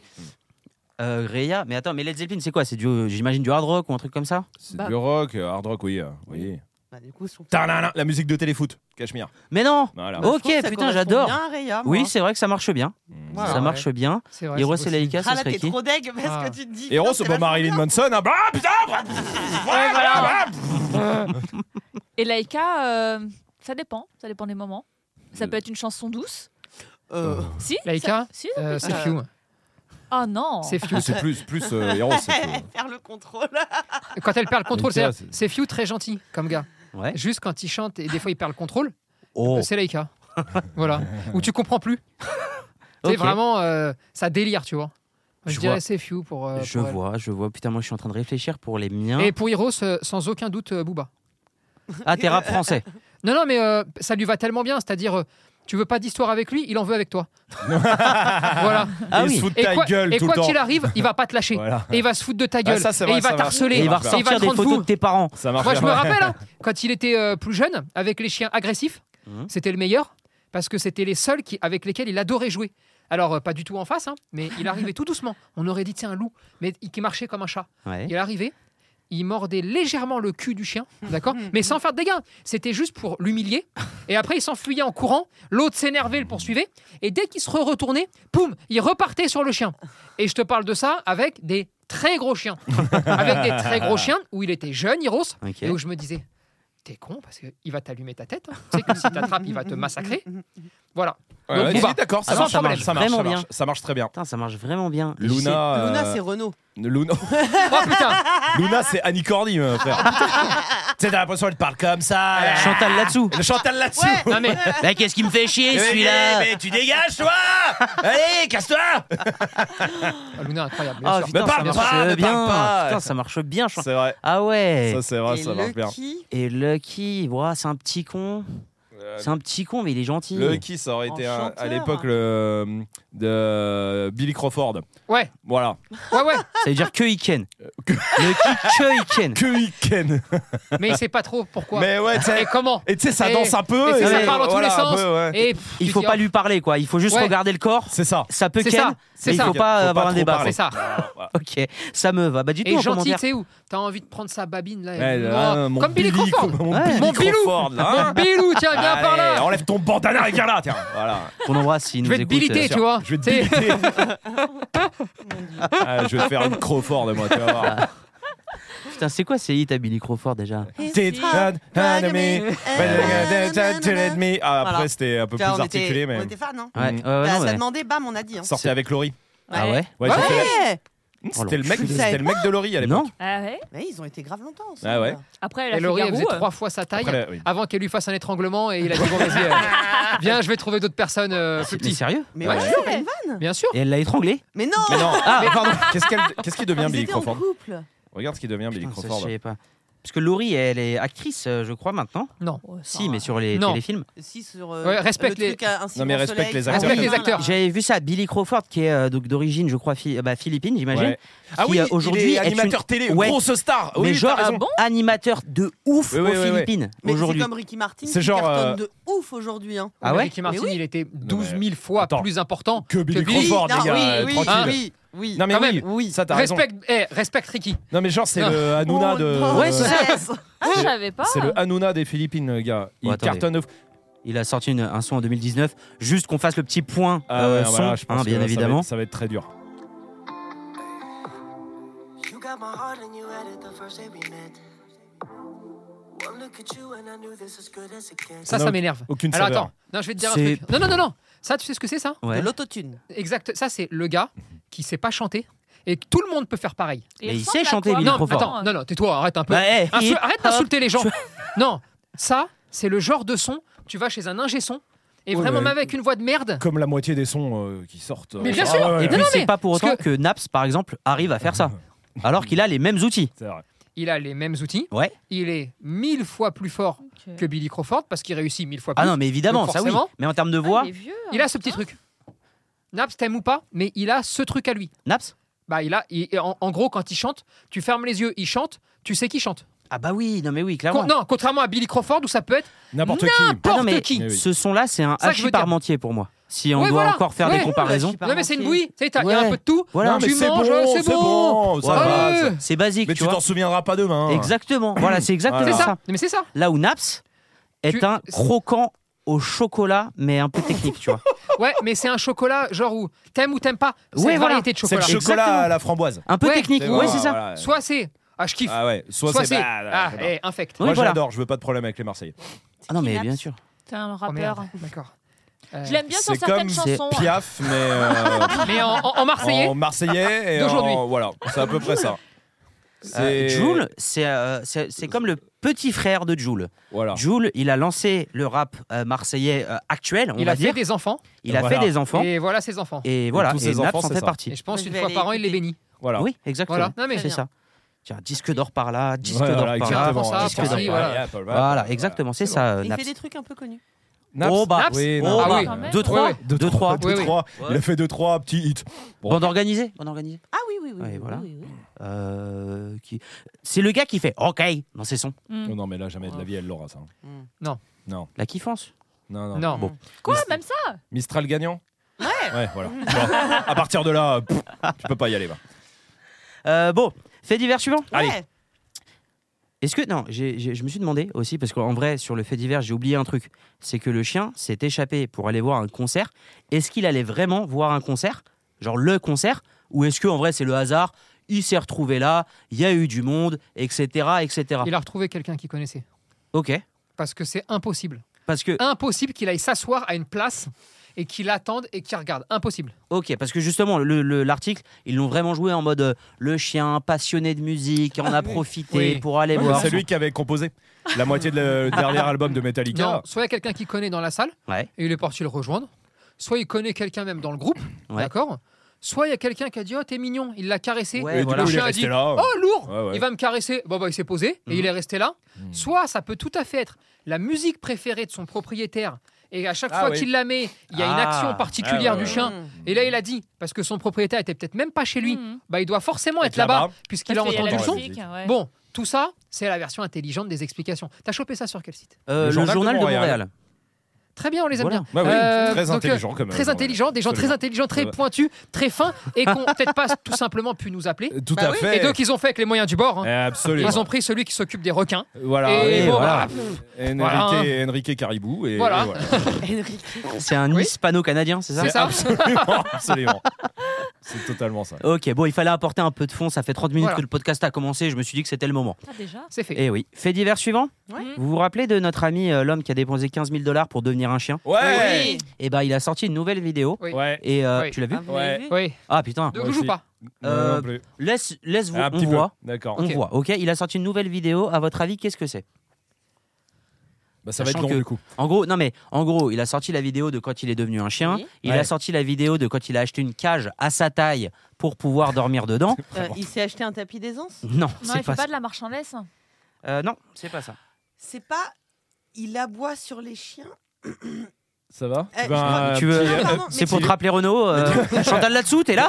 Speaker 4: Euh, Réa, mais attends, mais Led Zeppelin, c'est quoi C'est du, euh, j'imagine, du hard rock ou un truc comme ça
Speaker 2: C'est
Speaker 5: Bah.
Speaker 2: du rock, euh, hard rock, oui. euh, oui.
Speaker 1: Bah, du coup, son...
Speaker 2: Tadadam, la musique de téléfoot, Cachemire.
Speaker 4: Mais non
Speaker 1: Bah,
Speaker 2: Voilà.
Speaker 1: je
Speaker 4: Ok,
Speaker 1: trouve que ça
Speaker 4: putain,
Speaker 1: correspond
Speaker 4: j'adore.
Speaker 1: bien à Réa, moi.
Speaker 4: Oui, c'est vrai que ça marche bien.
Speaker 2: Mm.
Speaker 1: Voilà.
Speaker 4: ça
Speaker 3: Ah, hein. ouais.
Speaker 4: marche bien.
Speaker 3: C'est vrai.
Speaker 4: Hero
Speaker 3: c'est
Speaker 4: Leica,
Speaker 1: Ah
Speaker 4: ce
Speaker 1: là,
Speaker 4: serait
Speaker 1: t'es
Speaker 4: qui
Speaker 1: trop deg parce
Speaker 3: Ah.
Speaker 1: que tu te dis.
Speaker 2: Héros,
Speaker 1: putain,
Speaker 2: c'est pas
Speaker 1: vachement
Speaker 2: Marilyn
Speaker 1: bien.
Speaker 2: Manson. hein. Ah putain bah, pff, ouais, voilà, bah, pff.
Speaker 8: Et Laïka, euh, ça dépend. Ça dépend des moments.
Speaker 4: Mm.
Speaker 8: Ça peut être une chanson douce.
Speaker 1: Euh,
Speaker 8: Si
Speaker 3: Laïka
Speaker 8: ça- Si
Speaker 3: possible. Euh, c'est Few.
Speaker 8: Ah non
Speaker 3: C'est
Speaker 2: Mais
Speaker 3: Few.
Speaker 2: C'est plus, plus euh, Héros.
Speaker 1: <laughs>
Speaker 2: c'est que-
Speaker 1: Faire le contrôle.
Speaker 3: Quand elle perd le contrôle,
Speaker 2: Laïka,
Speaker 3: c'est c'est Few très gentil comme gars.
Speaker 4: Ouais.
Speaker 3: Juste quand il chante et des fois il perd le contrôle,
Speaker 4: Oh,
Speaker 3: c'est Laïka. voilà. Ou tu comprends plus.
Speaker 4: Ok.
Speaker 3: C'est vraiment euh, ça délire, tu vois. Je,
Speaker 4: Je vois.
Speaker 3: dirais c'est Few pour. euh,
Speaker 4: je
Speaker 3: pour elle.
Speaker 4: vois, je vois. Putain, moi, je suis en train de réfléchir pour les miens.
Speaker 3: Et pour Heroes, euh, sans aucun doute, euh, Booba.
Speaker 4: Ah, t'es rap français.
Speaker 3: Non, non, mais euh, ça lui va tellement bien. C'est-à-dire, euh, tu veux pas d'histoire avec lui, il en veut avec toi. voilà.
Speaker 4: Ah
Speaker 2: Il
Speaker 4: oui.
Speaker 2: se fout de
Speaker 3: Et
Speaker 2: ta
Speaker 3: quoi
Speaker 2: gueule
Speaker 3: et
Speaker 2: tout
Speaker 3: quoi
Speaker 2: le temps.
Speaker 3: qu'il arrive, il va pas te lâcher.
Speaker 2: Voilà.
Speaker 3: Et il va se foutre de ta gueule.
Speaker 2: ça, c'est vrai,
Speaker 3: et il va
Speaker 2: ça marche.
Speaker 4: Et
Speaker 3: t'harceler.
Speaker 4: il va
Speaker 2: marche bien.
Speaker 3: <laughs> Et il va
Speaker 4: ressortir
Speaker 3: te
Speaker 4: des
Speaker 3: rendre
Speaker 4: photos
Speaker 3: fou.
Speaker 4: de tes parents.
Speaker 2: Ça marche.
Speaker 3: Moi, je me
Speaker 2: bien.
Speaker 3: rappelle, hein, quand il était euh, plus jeune, avec les chiens agressifs,
Speaker 4: Mhm.
Speaker 3: c'était le meilleur, parce que c'était les seuls qui, avec lesquels il adorait jouer. Alors, euh, pas du tout en face, hein, mais il arrivait tout doucement. On aurait dit, c'est un loup, mais il- qui marchait comme un chat.
Speaker 4: Ouais.
Speaker 3: Il arrivait, il mordait légèrement le cul du chien,
Speaker 4: <laughs>
Speaker 3: d'accord Mais sans faire de dégâts. C'était juste pour l'humilier. Et après, il s'enfuyait en courant. L'autre s'énervait, le poursuivait. Et dès qu'il se retournait, poum, il repartait sur le chien. Et je te parle de ça avec des très gros
Speaker 4: <laughs>
Speaker 3: chiens. avec des très gros chiens où il était jeune, Hiros.
Speaker 4: Ok.
Speaker 3: Et où je me disais, t'es con parce qu'il va t'allumer ta tête. hein. Tu sais que si t'attrapes, il va te massacrer. Voilà.
Speaker 2: Ouais,
Speaker 3: Donc,
Speaker 2: ouais,
Speaker 3: on
Speaker 2: si,
Speaker 3: va.
Speaker 2: D'accord, ça
Speaker 3: Ah non,
Speaker 2: marche,
Speaker 3: ça
Speaker 2: ça marche,
Speaker 3: marche
Speaker 2: ça marche, ça
Speaker 4: vraiment
Speaker 2: marche,
Speaker 4: bien.
Speaker 2: ça marche très bien.
Speaker 4: Putain, ça marche vraiment bien. Et
Speaker 2: Luna,
Speaker 1: Luna,
Speaker 2: euh,
Speaker 1: c'est Renault.
Speaker 2: Luna,
Speaker 3: Oh putain
Speaker 2: Luna, c'est Annie Cordy, mon frère. tu sais, t'as l'impression qu'elle parle comme ça.
Speaker 4: je sais-
Speaker 2: là.
Speaker 4: Chantal là-dessous.
Speaker 2: Le Chantal là-dessous.
Speaker 3: Non
Speaker 4: <laughs>
Speaker 3: mais
Speaker 4: Bah, qu'est-ce qui me fait
Speaker 2: Eh
Speaker 4: chier,
Speaker 2: ben,
Speaker 4: celui-là
Speaker 2: tu dégages, toi Allez, casse-toi
Speaker 3: Ah, Luna, incroyable. bien
Speaker 4: Ah,
Speaker 3: sûr.
Speaker 4: putain,
Speaker 2: Mais
Speaker 4: ça
Speaker 2: parle pas, mais
Speaker 4: marche bien.
Speaker 2: parle pas.
Speaker 4: Putain, ça marche bien. je-
Speaker 2: C'est vrai,
Speaker 4: Ah ouais.
Speaker 2: ça c'est vrai,
Speaker 1: Et
Speaker 2: ça marche bien.
Speaker 1: Lucky,
Speaker 4: Et Lucky, ouah, c'est un petit con.
Speaker 2: euh,
Speaker 4: C'est un petit con, mais il est gentil.
Speaker 2: le qui ça aurait
Speaker 1: En
Speaker 2: été un- à
Speaker 1: chanteur.
Speaker 2: l'époque le euh, de Billy Crawford.
Speaker 3: Ouais,
Speaker 2: Voilà.
Speaker 3: ouais, ouais.
Speaker 4: Ça veut dire que Iken. Le qui
Speaker 2: <laughs>
Speaker 4: que Iken.
Speaker 2: Que week-end.
Speaker 3: Mais il sait pas trop pourquoi.
Speaker 2: Mais ouais, tu sais-
Speaker 3: Et comment
Speaker 2: et tu sais ça
Speaker 3: Et-
Speaker 2: danse un peu
Speaker 3: et ça, ça
Speaker 2: et-
Speaker 3: parle dans tous
Speaker 2: voilà,
Speaker 3: les
Speaker 2: un
Speaker 3: sens.
Speaker 2: peu, ouais.
Speaker 3: Et pff,
Speaker 4: Il
Speaker 3: tu
Speaker 4: faut
Speaker 3: dis,
Speaker 4: pas lui parler, quoi. Il faut juste
Speaker 3: Ouais.
Speaker 4: regarder le corps.
Speaker 2: C'est ça.
Speaker 4: Ça peut
Speaker 3: C'est
Speaker 4: Ken.
Speaker 3: ça, c'est
Speaker 4: mais il
Speaker 3: ça.
Speaker 4: faut pas
Speaker 2: Faut pas
Speaker 4: avoir un
Speaker 2: trop
Speaker 4: débat.
Speaker 2: parler.
Speaker 3: C'est ça.
Speaker 4: Ok, ça me va. Bah
Speaker 3: Et
Speaker 4: dites-nous en
Speaker 3: gentil,
Speaker 4: commentaire.
Speaker 3: tu sais où T'as envie de prendre sa babine là.
Speaker 2: Ouais,
Speaker 3: et-
Speaker 2: là,
Speaker 3: Oh,
Speaker 2: mon
Speaker 3: comme Billy
Speaker 2: Billy,
Speaker 3: Crawford.
Speaker 2: comme- mon
Speaker 4: Ouais.
Speaker 2: Billy
Speaker 3: Mon Bilou.
Speaker 2: Crawford, là,
Speaker 3: Mon
Speaker 2: hein.
Speaker 3: Bilou, tiens, <laughs> viens par
Speaker 2: Allez,
Speaker 3: là.
Speaker 2: Enlève ton bandana et viens là, tiens. Voilà.
Speaker 4: On embrasse
Speaker 3: Je
Speaker 4: s'il nous
Speaker 3: vais te
Speaker 4: écoute.
Speaker 3: biliter, tu vois.
Speaker 2: Je vais te
Speaker 3: C'est- <laughs>
Speaker 2: biliter. Ah, je vais te faire une Crawford, moi, tu vas voir.
Speaker 4: Putain, c'est quoi ces hits à Billy Crawford déjà
Speaker 2: Did not hand me, but you did me. Ah, Après,
Speaker 1: Voilà.
Speaker 2: c'était un peu plus
Speaker 1: Tiens, on était-
Speaker 2: articulé,
Speaker 1: on
Speaker 2: mais.
Speaker 1: était fans, non
Speaker 4: Ouais,
Speaker 2: Mhm.
Speaker 4: ouais, ouais,
Speaker 1: Bah,
Speaker 4: non,
Speaker 1: Ça
Speaker 4: mais-
Speaker 1: demandait, bam, on a dit. hein.
Speaker 2: Sorti avec Laurie.
Speaker 4: Ah ouais
Speaker 2: Ouais, j'ai
Speaker 3: Ouais.
Speaker 2: fait la-
Speaker 1: Ouais.
Speaker 2: C'était le mec,
Speaker 1: Je
Speaker 2: c'était
Speaker 1: savais
Speaker 2: le mec de Laurie à l'époque.
Speaker 4: Non
Speaker 8: Ah ouais
Speaker 1: Mais ils ont été grave longtemps. ensemble.
Speaker 2: Ah ouais.
Speaker 8: Après, elle a
Speaker 3: Et Laurie,
Speaker 8: fait
Speaker 3: elle faisait
Speaker 8: Garou. euh,
Speaker 3: trois fois sa taille
Speaker 2: Après, la- oui.
Speaker 3: avant qu'elle lui fasse un étranglement et il a dit Bon, vas-y, <laughs> euh, viens, je vais trouver d'autres personnes
Speaker 2: Ah,
Speaker 3: euh, plus
Speaker 4: C'est mais
Speaker 3: petites.
Speaker 4: sérieux
Speaker 1: Mais
Speaker 2: Ouais.
Speaker 1: ouais, c'est pas une vanne.
Speaker 3: Bien sûr.
Speaker 4: Et elle l'a étranglé
Speaker 1: Mais non
Speaker 2: Mais non.
Speaker 4: Ah,
Speaker 2: Mais pardon. <laughs> Qu'est-ce qu'elle- qu'est-ce qui devient
Speaker 1: Ils
Speaker 2: Billy
Speaker 1: étaient en
Speaker 2: Crawford
Speaker 1: couple.
Speaker 2: Regarde ce qui devient Billy
Speaker 4: Putain, ça, je
Speaker 2: Crawford.
Speaker 4: savais pas. Parce que Laurie, elle est actrice, euh, je crois, maintenant.
Speaker 3: Non.
Speaker 8: ouais, ça,
Speaker 4: Si, mais sur les
Speaker 3: Non.
Speaker 4: téléfilms.
Speaker 1: Si, sur. euh,
Speaker 3: Ouais, respecte
Speaker 1: le
Speaker 3: les-
Speaker 1: truc, euh, Ainsi
Speaker 2: Non, mais
Speaker 1: dans le
Speaker 2: respecte
Speaker 1: soleil,
Speaker 2: les
Speaker 1: tout ça.
Speaker 2: acteurs. Respecte
Speaker 3: les acteurs.
Speaker 4: J'avais vu ça, Billy Crawford, qui est euh, donc d'origine, je crois, phi- euh, bah, philippine, j'imagine.
Speaker 2: Ouais. Ah
Speaker 4: Qui, euh, aujourd'hui,
Speaker 2: il est
Speaker 4: est
Speaker 2: animateur
Speaker 4: une-
Speaker 2: télé,
Speaker 4: Ouais.
Speaker 2: grosse star.
Speaker 4: mais
Speaker 2: Oui,
Speaker 4: genre
Speaker 2: t'as raison.
Speaker 4: animateur de ouf
Speaker 2: Oui, oui, oui,
Speaker 4: aux
Speaker 2: oui.
Speaker 4: Philippines
Speaker 1: Mais c'est
Speaker 4: aujourd'hui.
Speaker 1: comme Ricky Martin.
Speaker 2: C'est
Speaker 1: C'est
Speaker 2: genre,
Speaker 1: genre.
Speaker 2: euh,
Speaker 1: de ouf aujourd'hui. hein.
Speaker 4: Ah ouais
Speaker 3: Ricky Martin,
Speaker 1: Mais oui.
Speaker 3: il était
Speaker 2: mais-
Speaker 3: 12 000 fois
Speaker 2: Attends.
Speaker 3: plus important.
Speaker 2: Que Billy
Speaker 3: Que Billy-
Speaker 2: Crawford,
Speaker 1: Non,
Speaker 2: les gars,
Speaker 1: oui,
Speaker 2: euh,
Speaker 1: oui,
Speaker 2: tranquille.
Speaker 1: oui, oui.
Speaker 2: Non mais
Speaker 3: Quand
Speaker 2: oui,
Speaker 3: même.
Speaker 2: oui, ça t'as raison.
Speaker 3: Respecte, eh, respecte Ricky.
Speaker 2: Non mais genre c'est
Speaker 3: Non.
Speaker 2: le Hanouna
Speaker 1: Oh,
Speaker 2: de.
Speaker 1: non.
Speaker 4: Ouais, c'est ça.
Speaker 1: Yes.
Speaker 8: Ah, je savais pas.
Speaker 2: C'est le Hanouna des Philippines, le gars. Il
Speaker 4: Bon, attendez.
Speaker 2: cartonne de fou.
Speaker 4: Il a sorti une- un son en 2019, juste qu'on fasse le petit point
Speaker 2: Ah
Speaker 4: euh,
Speaker 2: ouais,
Speaker 4: son,
Speaker 2: voilà, je pense
Speaker 4: hein,
Speaker 2: que
Speaker 4: bien
Speaker 2: ça va
Speaker 4: évidemment.
Speaker 2: être- Ça va être très dur.
Speaker 9: You got my heart and you had it the first day we met. One look at you and I knew this is good as it gets.
Speaker 3: Ça,
Speaker 2: Non,
Speaker 3: ça m'énerve.
Speaker 2: Aucune
Speaker 3: Alors
Speaker 2: saveur.
Speaker 3: attends, non, je vais te dire un
Speaker 4: C'est-
Speaker 3: truc. Non, non, non, non. Ça, tu sais ce que c'est, ça
Speaker 1: De
Speaker 4: Ouais.
Speaker 1: l'autotune.
Speaker 3: Exact. Ça, c'est le gars qui sait pas chanter et que tout le monde peut faire pareil.
Speaker 4: Mais il
Speaker 8: ressemble
Speaker 4: sait
Speaker 8: à
Speaker 4: chanter,
Speaker 8: quoi
Speaker 4: Billy
Speaker 3: non,
Speaker 4: Crawford.
Speaker 3: attends, non, non, tais-toi, arrête un peu.
Speaker 4: Bah, hey,
Speaker 3: Un peu-
Speaker 4: hip,
Speaker 3: arrête
Speaker 4: hop.
Speaker 3: d'insulter les gens. <laughs> non, ça, c'est le genre de son. Tu vas chez un ingé son et
Speaker 2: Ouais,
Speaker 3: vraiment,
Speaker 2: mais-
Speaker 3: même avec une voix de merde.
Speaker 2: Comme la moitié des sons euh, qui sortent.
Speaker 3: Mais
Speaker 2: euh,
Speaker 3: bien
Speaker 2: ah,
Speaker 3: sûr.
Speaker 2: ouais, ouais,
Speaker 4: Et
Speaker 3: Non,
Speaker 4: puis
Speaker 3: non,
Speaker 4: c'est
Speaker 3: mais-
Speaker 4: pas pour
Speaker 3: parce
Speaker 4: autant que... Naps, par exemple, arrive
Speaker 2: <laughs>
Speaker 4: à faire ça. Alors qu'il a les mêmes outils.
Speaker 2: c'est vrai.
Speaker 3: Il a les mêmes outils.
Speaker 4: Ouais.
Speaker 3: Il est mille fois plus fort
Speaker 8: Ok.
Speaker 3: que Billy Crawford parce qu'il réussit mille fois plus.
Speaker 4: Ah non, mais évidemment,
Speaker 3: Donc
Speaker 4: ça oui.
Speaker 3: forcément-
Speaker 4: Mais en termes de
Speaker 8: Ah,
Speaker 4: voix,
Speaker 8: il est vieux.
Speaker 3: Il a ce petit truc. Naps, t'aimes ou pas, mais il a ce truc à lui.
Speaker 4: Naps
Speaker 3: Bah, il a, il- en, en gros, quand il chante, tu fermes les yeux, il chante, tu sais qui chante.
Speaker 4: Ah bah oui, non mais oui,
Speaker 3: Con-
Speaker 4: clairement.
Speaker 3: non, contrairement à Billy Crawford où ça peut être
Speaker 2: N'importe qui.
Speaker 4: Ah non,
Speaker 3: porte
Speaker 4: mais
Speaker 3: qui.
Speaker 2: Eh oui.
Speaker 4: ce son-là, c'est un
Speaker 3: Ça que je
Speaker 4: hachis
Speaker 3: veux dire.
Speaker 4: parmentier pour moi. Si on
Speaker 3: Ouais,
Speaker 4: doit
Speaker 3: voilà.
Speaker 4: encore faire
Speaker 3: Ouais,
Speaker 4: des comparaisons.
Speaker 3: Non, mais c'est une
Speaker 1: Parmentier.
Speaker 3: bouillie. Tu sais, t'as- il y a un
Speaker 4: Ouais.
Speaker 3: peu de tout.
Speaker 4: Voilà.
Speaker 2: Non, mais
Speaker 3: tu
Speaker 2: c'est
Speaker 3: manges, euh,
Speaker 2: bon,
Speaker 3: c'est
Speaker 2: c'est
Speaker 3: bon.
Speaker 2: bon, ça va,
Speaker 3: Allez.
Speaker 2: ça-
Speaker 4: bah, C'est basique,
Speaker 2: Mais
Speaker 4: tu
Speaker 2: tu t'en
Speaker 4: vois.
Speaker 2: souviendras pas demain. hein.
Speaker 4: Exactement. Voilà, c'est exactement
Speaker 3: C'est
Speaker 2: Voilà.
Speaker 3: ça.
Speaker 4: ça.
Speaker 3: Non, Mais c'est ça.
Speaker 4: Là où Naps est
Speaker 3: Tu-
Speaker 4: un croquant au chocolat, mais un peu technique, tu vois.
Speaker 3: Ouais, mais c'est un chocolat genre où t'aimes ou t'aimes pas. C'est
Speaker 4: Ouais,
Speaker 3: une
Speaker 4: voilà.
Speaker 3: variété de
Speaker 2: C'est le
Speaker 3: chocolat.
Speaker 2: chocolat à la framboise.
Speaker 4: Un peu
Speaker 3: Ouais.
Speaker 4: technique,
Speaker 2: C'est
Speaker 4: ouais,
Speaker 2: bon,
Speaker 4: c'est ça.
Speaker 2: voilà.
Speaker 3: Soit c'est ah je kiffe.
Speaker 2: Ah ouais, soit,
Speaker 3: soit
Speaker 2: c'est.
Speaker 3: c'est
Speaker 2: bah,
Speaker 3: ah
Speaker 2: j'adore.
Speaker 3: eh, infect.
Speaker 4: Oui,
Speaker 2: Moi
Speaker 4: voilà.
Speaker 2: j'adore, je veux pas de problème avec les Marseillais.
Speaker 4: Ah non, mais
Speaker 8: Naps
Speaker 4: bien sûr.
Speaker 8: T'es un
Speaker 3: Oh, merde.
Speaker 8: rappeur.
Speaker 3: D'accord. Euh,
Speaker 8: Je l'aime bien sur
Speaker 2: C'est
Speaker 8: certaines
Speaker 2: comme
Speaker 4: c'est
Speaker 8: chansons.
Speaker 2: Piaf, mais euh,
Speaker 3: Mais en, en- en marseillais.
Speaker 2: en marseillais et
Speaker 3: D'aujourd'hui.
Speaker 2: en- voilà, c'est à peu près ça.
Speaker 4: Euh,
Speaker 2: C'est
Speaker 4: Joule, c'est euh, c'est c'est comme le petit frère de Joule.
Speaker 2: Voilà.
Speaker 4: Joule, il a lancé le rap euh, marseillais euh, actuel, on
Speaker 3: Il
Speaker 4: va
Speaker 3: a fait
Speaker 4: dire.
Speaker 3: des enfants
Speaker 4: Il a
Speaker 2: Voilà.
Speaker 4: fait des enfants. Et,
Speaker 3: et voilà ses enfants.
Speaker 4: voilà,
Speaker 2: tous
Speaker 4: et
Speaker 2: ses
Speaker 4: Naps
Speaker 2: enfants,
Speaker 4: en
Speaker 2: c'est
Speaker 4: fait
Speaker 2: ça.
Speaker 4: partie.
Speaker 3: Et je pense
Speaker 1: Je
Speaker 3: une
Speaker 1: vais
Speaker 3: fois
Speaker 1: aller
Speaker 3: par an il les
Speaker 1: écouter.
Speaker 3: bénit.
Speaker 2: Voilà.
Speaker 4: Oui, exactement.
Speaker 3: Voilà. Non mais
Speaker 4: C'est ça. Tiens, disque d'or par là, disque
Speaker 2: Voilà,
Speaker 4: d'or par là.
Speaker 2: exactement.
Speaker 3: Tiens, prends ça,
Speaker 4: disque
Speaker 3: prends
Speaker 4: d'or
Speaker 3: ci,
Speaker 4: par là.
Speaker 3: voilà.
Speaker 4: Voilà, exactement, c'est
Speaker 2: C'est
Speaker 4: ça, euh,
Speaker 1: Il fait
Speaker 4: Naps.
Speaker 1: des trucs un peu connus.
Speaker 2: Naps.
Speaker 4: Oh bah,
Speaker 3: Naps
Speaker 2: oui,
Speaker 4: oh
Speaker 2: Naps.
Speaker 4: bah,
Speaker 8: quand même.
Speaker 4: deux, trois,
Speaker 3: Ouais,
Speaker 4: deux, trois.
Speaker 3: Oui, oui.
Speaker 2: 2-3, il a fait 2-3, petit hit. Bon.
Speaker 4: Bande organisée, bande organisée.
Speaker 1: Ah oui, oui, oui.
Speaker 4: Ouais,
Speaker 1: oui,
Speaker 4: voilà.
Speaker 1: oui, oui.
Speaker 4: Euh, qui... C'est le gars qui fait OK dans ses sons.
Speaker 8: Mm.
Speaker 2: Non, non, mais là, jamais de la vie, elle l'aura, ça.
Speaker 4: La kiffance.
Speaker 2: Non, non.
Speaker 3: Non.
Speaker 4: Bon.
Speaker 8: Quoi, même ça
Speaker 2: Mistral gagnant Ouais. Ouais, voilà. Genre, à partir de là, pff, tu peux pas y aller, va.
Speaker 4: Euh, bon, fait divers suivant.
Speaker 2: Allez.
Speaker 1: Ouais.
Speaker 4: Est-ce que. Non, j'ai- j'ai- je me suis demandé aussi, parce qu'en vrai, sur le fait divers, j'ai oublié un truc. C'est que le chien s'est échappé pour aller voir un concert. Est-ce qu'il allait vraiment voir un concert Genre le concert Ou est-ce que en vrai, c'est le hasard Il s'est retrouvé là, il y a eu du monde, etc. etc.
Speaker 3: Il a retrouvé quelqu'un qu'il connaissait
Speaker 4: Ok.
Speaker 3: parce que c'est impossible.
Speaker 4: Parce que,
Speaker 3: Impossible qu'il aille s'asseoir à une place et qu'il attende et qu'il regarde. Impossible.
Speaker 4: ok, parce que justement, le- le- l'article, ils l'ont vraiment joué en mode euh, le chien passionné de musique en a profité
Speaker 3: Oui.
Speaker 4: pour aller
Speaker 2: Ouais, mais
Speaker 4: voir.
Speaker 2: Ah c'est
Speaker 4: son-
Speaker 2: lui qui avait composé la moitié de
Speaker 3: <laughs>
Speaker 2: le dernier album de Metallica.
Speaker 3: Non, soit il y a quelqu'un qui connaît dans la salle
Speaker 4: Ouais.
Speaker 3: et il est parti le rejoindre, soit il connaît quelqu'un même dans le groupe,
Speaker 4: Ouais.
Speaker 3: d'accord soit il y a quelqu'un qui a dit Oh, t'es mignon, il l'a caressé.
Speaker 4: Ouais,
Speaker 2: Et du
Speaker 4: voilà.
Speaker 2: coup, il est
Speaker 3: Chien a
Speaker 2: resté
Speaker 3: dit,
Speaker 2: là.
Speaker 3: Oh, lourd
Speaker 2: Ouais, ouais.
Speaker 3: Il va me caresser. Bon, bah, il s'est posé et
Speaker 4: Mhm.
Speaker 3: il est resté là.
Speaker 2: Mhm.
Speaker 3: Soit ça peut tout à fait être la musique préférée de son propriétaire. Et à chaque
Speaker 2: Ah
Speaker 3: fois
Speaker 2: oui.
Speaker 3: qu'il la met, il y a une
Speaker 4: Ah.
Speaker 3: action particulière
Speaker 2: Ah ouais,
Speaker 3: du
Speaker 2: ouais,
Speaker 3: chien.
Speaker 1: Mmh.
Speaker 3: Et là, il a dit, parce que son propriétaire était peut-être même pas chez lui,
Speaker 8: Mhm.
Speaker 3: bah, il doit forcément
Speaker 2: Être
Speaker 3: être là-bas,
Speaker 2: là-bas.
Speaker 3: puisqu'il a
Speaker 8: Parce qu'il y
Speaker 3: entendu
Speaker 8: la
Speaker 3: le son.
Speaker 8: musique, ouais.
Speaker 3: Bon, tout ça, c'est la version intelligente des explications. T'as chopé ça sur quel site
Speaker 4: Euh,
Speaker 2: Le
Speaker 4: le
Speaker 2: journal
Speaker 4: journal,
Speaker 2: de
Speaker 4: de Montréal.
Speaker 2: Montréal.
Speaker 3: Très bien, on les aime
Speaker 4: Voilà.
Speaker 3: bien.
Speaker 2: Ouais, oui,
Speaker 3: Euh,
Speaker 2: très
Speaker 3: donc,
Speaker 2: intelligent quand même.
Speaker 3: Très intelligent, des gens très
Speaker 2: Bah, Absolument. Bah,
Speaker 3: intelligents, très
Speaker 2: Ouais.
Speaker 3: pointus, très fins, et qu'on <laughs> peut-être pas tout simplement pu nous appeler.
Speaker 2: Euh, Tout
Speaker 1: Bah
Speaker 2: à
Speaker 1: oui.
Speaker 2: fait. Eh,
Speaker 3: Et deux qu'ils ont fait avec les moyens du bord. hein.
Speaker 2: Absolument. Ah
Speaker 3: Ils ont pris celui qui s'occupe des requins.
Speaker 2: Voilà.
Speaker 3: et
Speaker 4: oui,
Speaker 3: bon,
Speaker 4: voilà.
Speaker 3: bah,
Speaker 2: Enrique,
Speaker 3: Voilà,
Speaker 2: Enrique Caribou. Et,
Speaker 3: Voilà.
Speaker 2: et
Speaker 3: <laughs>
Speaker 2: voilà.
Speaker 4: C'est un
Speaker 3: Oui.
Speaker 4: hispano-canadien, c'est ça
Speaker 3: c'est ça.
Speaker 2: Absolument, absolument. C'est totalement ça.
Speaker 4: Ok, bon, il fallait apporter un peu de fond. Ça fait 30 minutes
Speaker 3: Voilà.
Speaker 4: que le podcast a commencé. Je me suis dit que c'était le moment.
Speaker 8: Ah, déjà
Speaker 3: <laughs> C'est fait.
Speaker 4: Et oui. Fait divers suivant.
Speaker 1: Ouais.
Speaker 4: Vous vous rappelez de notre ami, euh, l'homme qui a dépensé 15 000 dollars pour devenir un chien
Speaker 2: Ouais.
Speaker 4: Eh ben, il a sorti une nouvelle vidéo.
Speaker 3: Oui.
Speaker 2: Ouais.
Speaker 4: Et euh,
Speaker 3: Oui.
Speaker 4: tu l'as vu
Speaker 1: Ah, vous
Speaker 2: Ouais.
Speaker 1: l'avez vu
Speaker 3: Oui.
Speaker 4: Ah putain.
Speaker 3: Donc,
Speaker 2: Moi
Speaker 3: je joue
Speaker 2: aussi.
Speaker 3: pas.
Speaker 4: Euh,
Speaker 2: non plus.
Speaker 4: Laisse, laisse vous.
Speaker 2: Un
Speaker 4: on
Speaker 2: petit peu.
Speaker 4: voit.
Speaker 2: D'accord.
Speaker 4: On
Speaker 3: Ok.
Speaker 4: voit. Ok. Il a sorti une nouvelle vidéo. À votre avis, qu'est-ce que c'est
Speaker 2: Bah, ça va être
Speaker 4: Sachant
Speaker 2: long
Speaker 4: que-
Speaker 2: du coup.
Speaker 4: En gros, non mais en gros, il a sorti la vidéo de quand il est devenu un chien.
Speaker 1: Oui.
Speaker 4: Il
Speaker 2: Ouais.
Speaker 4: a sorti la vidéo de quand il a acheté une cage à sa taille pour pouvoir
Speaker 2: <laughs>
Speaker 4: dormir dedans.
Speaker 1: Euh,
Speaker 3: Eh,
Speaker 1: Il s'est acheté un tapis d'aisance
Speaker 4: Non,
Speaker 8: Non,
Speaker 4: c'est
Speaker 8: il fait
Speaker 4: pas,
Speaker 8: pas
Speaker 4: ça.
Speaker 8: de la marchandise.
Speaker 4: Euh, non, c'est pas ça.
Speaker 1: C'est pas. Il aboie sur les chiens.
Speaker 2: Ça va
Speaker 1: Eh, je
Speaker 2: Ben,
Speaker 1: crois-
Speaker 2: euh,
Speaker 4: Tu veux-
Speaker 2: petit-
Speaker 3: <laughs>
Speaker 1: Ah, pardon,
Speaker 2: euh,
Speaker 1: mais
Speaker 4: C'est pour te rappeler Renaud. euh, Chantal là-dessous, t'es là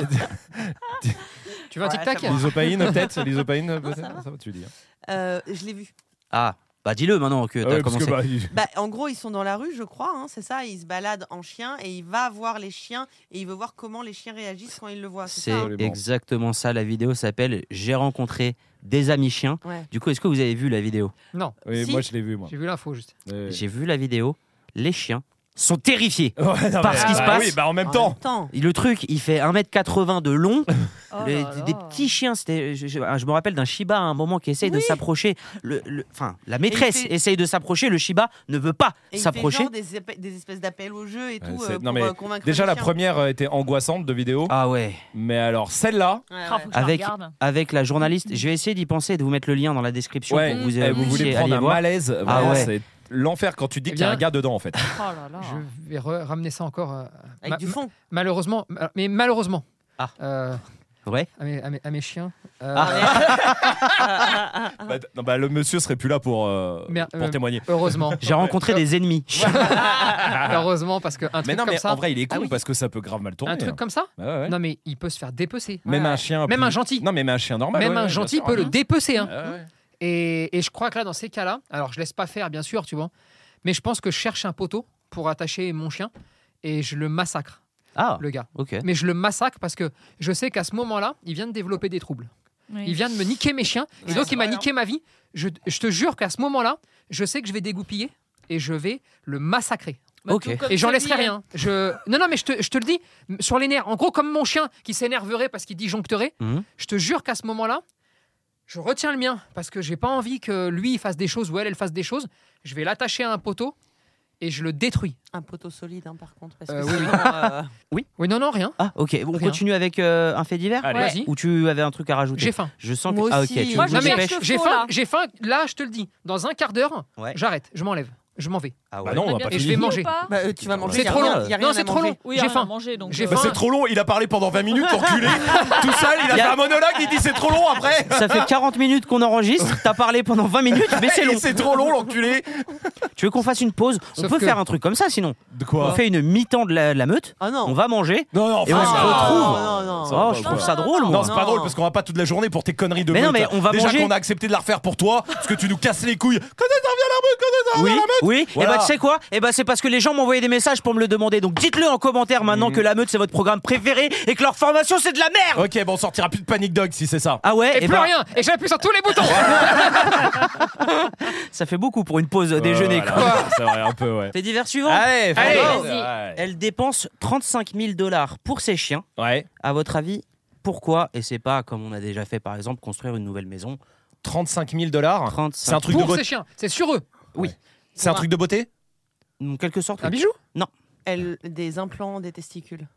Speaker 3: Tu veux un
Speaker 4: Ouais,
Speaker 3: tic-tac
Speaker 4: c'est bon.
Speaker 2: L'isopaïne peut-être L'isopaïne peut-être
Speaker 1: ça va.
Speaker 2: Ça va, tu le dis. hein.
Speaker 1: Euh, je l'ai vu.
Speaker 4: Ah, bah dis-le maintenant que
Speaker 2: Ah
Speaker 4: t'as
Speaker 2: ouais, parce
Speaker 4: commencé.
Speaker 2: que, bah, il-
Speaker 1: Bah, en gros, ils sont dans la rue, je crois, hein, c'est ça. Ils se baladent en chien et il va voir les chiens et il veut voir comment les chiens réagissent quand il le voit.
Speaker 4: c'est
Speaker 1: C'est ça. hein
Speaker 2: Absolument.
Speaker 4: exactement ça. La vidéo s'appelle J'ai rencontré des amis chiens.
Speaker 1: Ouais.
Speaker 4: Du coup, est-ce que vous avez vu la vidéo
Speaker 2: Oui,
Speaker 1: Si.
Speaker 2: moi je l'ai vu moi.
Speaker 3: J'ai vu l'info juste.
Speaker 2: Euh,
Speaker 4: J'ai vu la vidéo. Les chiens sont terrifiés.
Speaker 2: <laughs> Ouais, non,
Speaker 4: Par
Speaker 2: mais-
Speaker 4: ce qui se
Speaker 2: bah
Speaker 4: passe.
Speaker 2: Oui, bah en même temps.
Speaker 4: Le truc, il fait 1m80 de long.
Speaker 8: Oh
Speaker 4: Les-
Speaker 8: là
Speaker 4: des
Speaker 8: là.
Speaker 4: petits chiens, c'était, je, ah, je- je me rappelle d'un Shiba à un moment qui essaye de
Speaker 1: Oui.
Speaker 4: s'approcher. Le, le- enfin, la maîtresse
Speaker 1: fait-
Speaker 4: essaye de s'approcher, le Shiba ne veut pas
Speaker 1: Et il fait
Speaker 4: s'approcher.
Speaker 1: genre des, épa- des espèces d'appels au jeu et
Speaker 2: Ouais,
Speaker 1: tout
Speaker 2: c'est-
Speaker 1: euh,
Speaker 2: non,
Speaker 1: pour
Speaker 2: mais
Speaker 1: euh, convaincre
Speaker 2: Déjà
Speaker 1: les
Speaker 2: la
Speaker 1: chiens.
Speaker 2: première euh, était angoissante de vidéo,
Speaker 4: Ah ouais.
Speaker 2: mais alors celle-là,
Speaker 1: Ouais,
Speaker 8: Ah,
Speaker 1: ouais.
Speaker 8: faut que je la
Speaker 4: Avec,
Speaker 8: regarde.
Speaker 4: avec la journaliste, je vais essayer d'y penser et de vous mettre le lien dans la description
Speaker 2: ouais,
Speaker 4: pour que vous,
Speaker 2: eh,
Speaker 4: euh,
Speaker 2: vous voulez
Speaker 4: puissiez
Speaker 2: prendre
Speaker 4: aller
Speaker 2: un
Speaker 4: voir.
Speaker 2: malaise, vraiment,
Speaker 4: ouais.
Speaker 2: c'est l'enfer quand tu dis
Speaker 3: Ah Eh
Speaker 2: qu'il y a un
Speaker 3: bien-
Speaker 2: gars dedans en fait.
Speaker 8: Oh là là.
Speaker 2: Ah.
Speaker 3: Je vais re- ramener ça encore. euh,
Speaker 1: Avec
Speaker 3: ma-
Speaker 1: du fond.
Speaker 3: Malheureusement, ma- mais malheureusement.
Speaker 4: Ah.
Speaker 3: Euh,
Speaker 4: Ouais.
Speaker 3: à, mes, à mes- à mes chiens. Euh,
Speaker 2: Ah. Bah, non, bah, le monsieur serait plus là pour, euh,
Speaker 3: Merde,
Speaker 2: pour
Speaker 3: Ah. euh, <laughs>
Speaker 2: témoigner.
Speaker 3: <laughs>
Speaker 2: <laughs>
Speaker 3: Heureusement.
Speaker 4: J'ai rencontré des ennemis.
Speaker 3: heureusement, parce qu'un truc
Speaker 2: Ah. Mais non,
Speaker 3: comme
Speaker 2: mais
Speaker 3: ça.
Speaker 2: en vrai, il est con
Speaker 3: Ah oui.
Speaker 2: parce que ça peut grave mal tourner.
Speaker 3: Un truc comme ça
Speaker 2: Bah ouais, ouais.
Speaker 3: Non, mais il peut se faire dépecer.
Speaker 2: Même
Speaker 1: Ouais,
Speaker 2: un
Speaker 1: ouais.
Speaker 2: chien.
Speaker 3: Même
Speaker 2: plus-
Speaker 3: un gentil.
Speaker 2: Non, mais même un chien normal.
Speaker 3: Même
Speaker 2: ouais,
Speaker 3: un
Speaker 2: ouais,
Speaker 3: gentil
Speaker 2: bien
Speaker 3: peut
Speaker 2: sûr, Ah.
Speaker 3: le dépecer. hein.
Speaker 2: ouais, ouais.
Speaker 3: Et, et je crois que là, dans ces cas-là, alors je laisse pas faire, bien sûr, tu vois, mais je pense que je cherche un poteau pour attacher mon chien et je le massacre,
Speaker 4: Ah,
Speaker 3: le gars.
Speaker 4: ok.
Speaker 3: Mais je le massacre parce que je sais qu'à ce moment-là, il vient de développer des troubles.
Speaker 8: Oui.
Speaker 3: Il vient de me niquer mes chiens et donc il m'a niqué ma vie. Je, je te jure qu'à ce moment-là, je sais que je vais dégoupiller et je vais le massacrer.
Speaker 8: Bah,
Speaker 4: Ok.
Speaker 8: tout comme
Speaker 3: Et j'en
Speaker 8: tu
Speaker 3: laisserai
Speaker 8: dis,
Speaker 3: rien. Je... Non, non, mais je te, je te le dis, m- sur les nerfs. En gros, comme mon chien qui s'énerverait parce qu'il disjoncterait,
Speaker 4: Mhm.
Speaker 3: je te jure qu'à ce moment-là, je retiens le mien parce que j'ai pas envie que lui il fasse des choses ou elle, elle fasse des choses. Je vais l'attacher à un poteau et je le détruis.
Speaker 1: Un poteau solide, hein, par contre. Parce que
Speaker 3: Euh, oui,
Speaker 1: sinon,
Speaker 3: oui.
Speaker 1: euh,
Speaker 3: Oui, non, non, rien.
Speaker 4: Ah, ok. On
Speaker 3: Rien.
Speaker 4: continue avec euh, un fait divers
Speaker 3: Ah
Speaker 2: Allez,
Speaker 8: hein. Ouais.
Speaker 3: vas-y.
Speaker 4: Ou tu avais un truc à rajouter
Speaker 3: J'ai faim.
Speaker 4: Je sens que.
Speaker 1: Moi
Speaker 4: ah, ok.
Speaker 1: aussi.
Speaker 4: Tu
Speaker 8: Moi,
Speaker 4: nous
Speaker 8: je me
Speaker 4: dépêches.
Speaker 8: cherche le
Speaker 3: J'ai
Speaker 8: fond,
Speaker 3: faim,
Speaker 8: là.
Speaker 3: j'ai faim. Là, je te le dis, dans un quart d'heure,
Speaker 4: Ouais.
Speaker 3: j'arrête, je m'enlève, je m'en vais.
Speaker 4: Ah ouais.
Speaker 2: Bah non, on va pas
Speaker 3: Et je
Speaker 2: finir.
Speaker 3: vais
Speaker 8: ou
Speaker 3: manger.
Speaker 8: pas
Speaker 1: bah, euh, tu vas manger.
Speaker 3: C'est
Speaker 1: y a
Speaker 3: trop
Speaker 1: rien,
Speaker 3: long.
Speaker 1: y a rien
Speaker 3: Non,
Speaker 1: à
Speaker 3: c'est trop
Speaker 1: manger.
Speaker 3: long.
Speaker 8: Oui,
Speaker 3: j'ai
Speaker 8: on a
Speaker 3: faim.
Speaker 8: mangé donc.
Speaker 3: J'ai
Speaker 8: euh,
Speaker 2: Bah,
Speaker 3: faim.
Speaker 2: c'est trop long, il a parlé pendant 20
Speaker 3: <laughs>
Speaker 2: minutes, enculé Tout seul, il a
Speaker 4: Y a-
Speaker 2: fait un monologue, il dit c'est trop long après <laughs>
Speaker 4: Ça fait 40 minutes qu'on enregistre. T'as parlé pendant 20 minutes, mais c'est long.
Speaker 2: Et C'est trop long, l'enculé
Speaker 4: Tu veux qu'on fasse une pause On
Speaker 3: Sauf
Speaker 4: peut
Speaker 3: que-
Speaker 4: faire un truc comme ça sinon.
Speaker 2: De
Speaker 4: On fait une mi-temps de la- de la meute.
Speaker 1: Ah
Speaker 4: On
Speaker 1: non.
Speaker 4: va manger.
Speaker 2: Non, non,
Speaker 4: Et on
Speaker 2: enfin,
Speaker 4: se
Speaker 2: ça-
Speaker 4: retrouve.
Speaker 1: Ah, Non, non, non.
Speaker 2: Ça va
Speaker 4: Oh,
Speaker 2: pas,
Speaker 4: je
Speaker 2: quoi.
Speaker 4: trouve ça drôle,
Speaker 2: Non,
Speaker 4: moi.
Speaker 2: c'est
Speaker 1: Non.
Speaker 2: pas drôle parce qu'on va pas toute la journée pour tes conneries de
Speaker 4: Mais non,
Speaker 2: meute.
Speaker 4: mais on va
Speaker 2: Déjà
Speaker 4: manger.
Speaker 2: qu'on a accepté de la refaire pour toi, parce que tu nous casses les couilles. Quand t'interviens la meute, quand t'interviens
Speaker 4: Oui,
Speaker 2: la meute
Speaker 4: oui.
Speaker 2: Voilà.
Speaker 4: Et bah, tu sais quoi Et bah, c'est parce que les gens m'envoyaient des messages pour me le demander. Donc, dites-le en commentaire maintenant
Speaker 2: Mm.
Speaker 4: que la meute, c'est votre programme préféré et que leur formation, c'est de la merde
Speaker 2: Ok, bon, on sortira plus de Panic Dog si c'est ça.
Speaker 4: Ah ouais
Speaker 3: Et,
Speaker 4: eh
Speaker 3: plus
Speaker 4: ben,
Speaker 3: rien. Et j'appuie sur tous les boutons.
Speaker 4: Ça fait beaucoup pour une pause Euh, déjeuner,
Speaker 2: Voilà,
Speaker 4: quoi.
Speaker 2: <laughs>
Speaker 4: Ah
Speaker 2: C'est vrai, un peu, ouais.
Speaker 4: Fait divers suivant.
Speaker 2: Allez,
Speaker 3: Allez,
Speaker 2: Fernand.
Speaker 8: vas-y.
Speaker 4: Elle dépense 35 000 dollars pour ses chiens.
Speaker 2: Ouais,
Speaker 4: À votre avis, pourquoi Et c'est pas comme on a déjà fait, par exemple, construire une nouvelle maison.
Speaker 2: 35 000 dollars.
Speaker 4: 35
Speaker 2: C'est un truc de
Speaker 3: Pour
Speaker 2: beauté.
Speaker 3: ces chiens, c'est sur eux.
Speaker 2: C'est un truc de beauté
Speaker 4: En quelque sorte.
Speaker 3: Un
Speaker 4: oui.
Speaker 3: bijou.
Speaker 1: Elle, des implants, des testicules.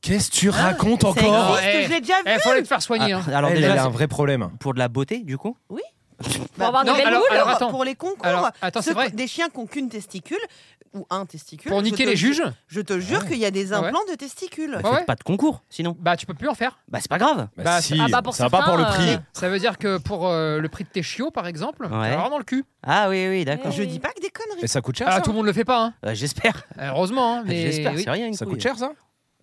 Speaker 2: Qu'est-ce que tu racontes
Speaker 1: Ça
Speaker 2: encore
Speaker 1: existe,
Speaker 3: Eh.
Speaker 1: je l'ai déjà vu.
Speaker 3: Il faut aller te faire soigner. hein.
Speaker 4: Ah, alors,
Speaker 2: Elle,
Speaker 4: déjà,
Speaker 2: elle a
Speaker 4: c'est
Speaker 2: un vrai problème.
Speaker 4: pour de la beauté, du coup
Speaker 1: Bah,
Speaker 8: avoir
Speaker 1: pour
Speaker 3: des
Speaker 1: les
Speaker 3: belles
Speaker 1: concours,
Speaker 3: boules. Alors, attends.
Speaker 1: Pour les concours,
Speaker 3: Alors, attends, c'est
Speaker 1: ceux-
Speaker 3: vrai.
Speaker 1: des chiens qui n'ont qu'une testicule, ou un testicule.
Speaker 3: Pour
Speaker 1: je
Speaker 3: niquer
Speaker 1: te-
Speaker 3: les juges
Speaker 1: Je te jure qu'il y a des
Speaker 3: Ah ouais.
Speaker 1: implants de testicules.
Speaker 4: Bah,
Speaker 3: Ouais,
Speaker 4: faites
Speaker 3: ouais.
Speaker 4: pas de concours, sinon.
Speaker 3: Bah, tu peux plus en faire.
Speaker 4: Bah, c'est pas grave.
Speaker 2: Bah,
Speaker 3: Bah,
Speaker 2: si,
Speaker 8: ah bah, pour
Speaker 2: ça va pas pour le
Speaker 8: certains,
Speaker 2: prix.
Speaker 8: euh,
Speaker 3: Ça veut dire que pour euh, le prix de tes chiots, par exemple, tu
Speaker 4: Ouais.
Speaker 3: vas avoir dans le cul.
Speaker 4: Ah oui, oui, d'accord.
Speaker 1: Je dis pas que des conneries.
Speaker 2: Et ça coûte cher,
Speaker 3: Ah,
Speaker 2: ça
Speaker 3: tout le monde le fait pas, hein.
Speaker 4: Euh, J'espère.
Speaker 3: Heureusement, hein, <laughs> mais.
Speaker 4: J'espère,
Speaker 3: oui.
Speaker 4: c'est rien. Une
Speaker 2: Ça
Speaker 4: couille.
Speaker 2: coûte cher, ça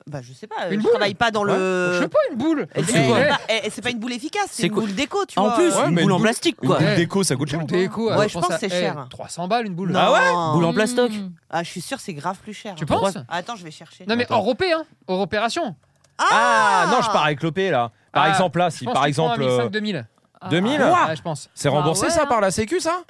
Speaker 1: Bah je sais pas, euh,
Speaker 3: Une
Speaker 1: je
Speaker 3: boule
Speaker 1: travaille pas dans
Speaker 3: Je sais
Speaker 1: le.
Speaker 3: pas, une boule.
Speaker 1: Et
Speaker 4: C'est quoi
Speaker 1: c'est- et- et c'est pas une boule efficace, c'est
Speaker 4: C'est
Speaker 1: une
Speaker 4: quoi
Speaker 1: boule déco, tu vois.
Speaker 4: En plus,
Speaker 2: Ouais,
Speaker 4: une
Speaker 2: mais une
Speaker 4: boule en
Speaker 2: boule-
Speaker 4: plastique,
Speaker 2: Une
Speaker 4: quoi.
Speaker 2: boule déco, ça coûte cher.
Speaker 3: Une déco,
Speaker 1: Ouais,
Speaker 3: alors,
Speaker 1: je pense que c'est
Speaker 3: eh,
Speaker 1: cher. Bah
Speaker 3: 300 balles, une boule.
Speaker 1: Non.
Speaker 4: Boule en
Speaker 3: Mmh.
Speaker 4: plastoc.
Speaker 8: Hmm.
Speaker 1: Ah, je suis sûr, c'est grave plus cher.
Speaker 3: Bah Tu
Speaker 1: hein.
Speaker 3: penses
Speaker 1: Ah, Attends, je vais chercher.
Speaker 3: Non, mais
Speaker 4: Attends.
Speaker 3: hors OP, hein. Hors opération.
Speaker 2: Ah, non, je pars avec l'opé, là. Par
Speaker 3: Ah,
Speaker 2: exemple, là,
Speaker 3: Je
Speaker 2: si
Speaker 3: pense
Speaker 2: par
Speaker 3: qu'ils font un
Speaker 2: exemple. euh,
Speaker 3: 1500, 2000.
Speaker 2: 2000
Speaker 3: Ah, Ouais, je pense.
Speaker 2: C'est remboursé,
Speaker 8: Bah ouais,
Speaker 2: ça,
Speaker 8: hein.
Speaker 2: par la Sécu, ça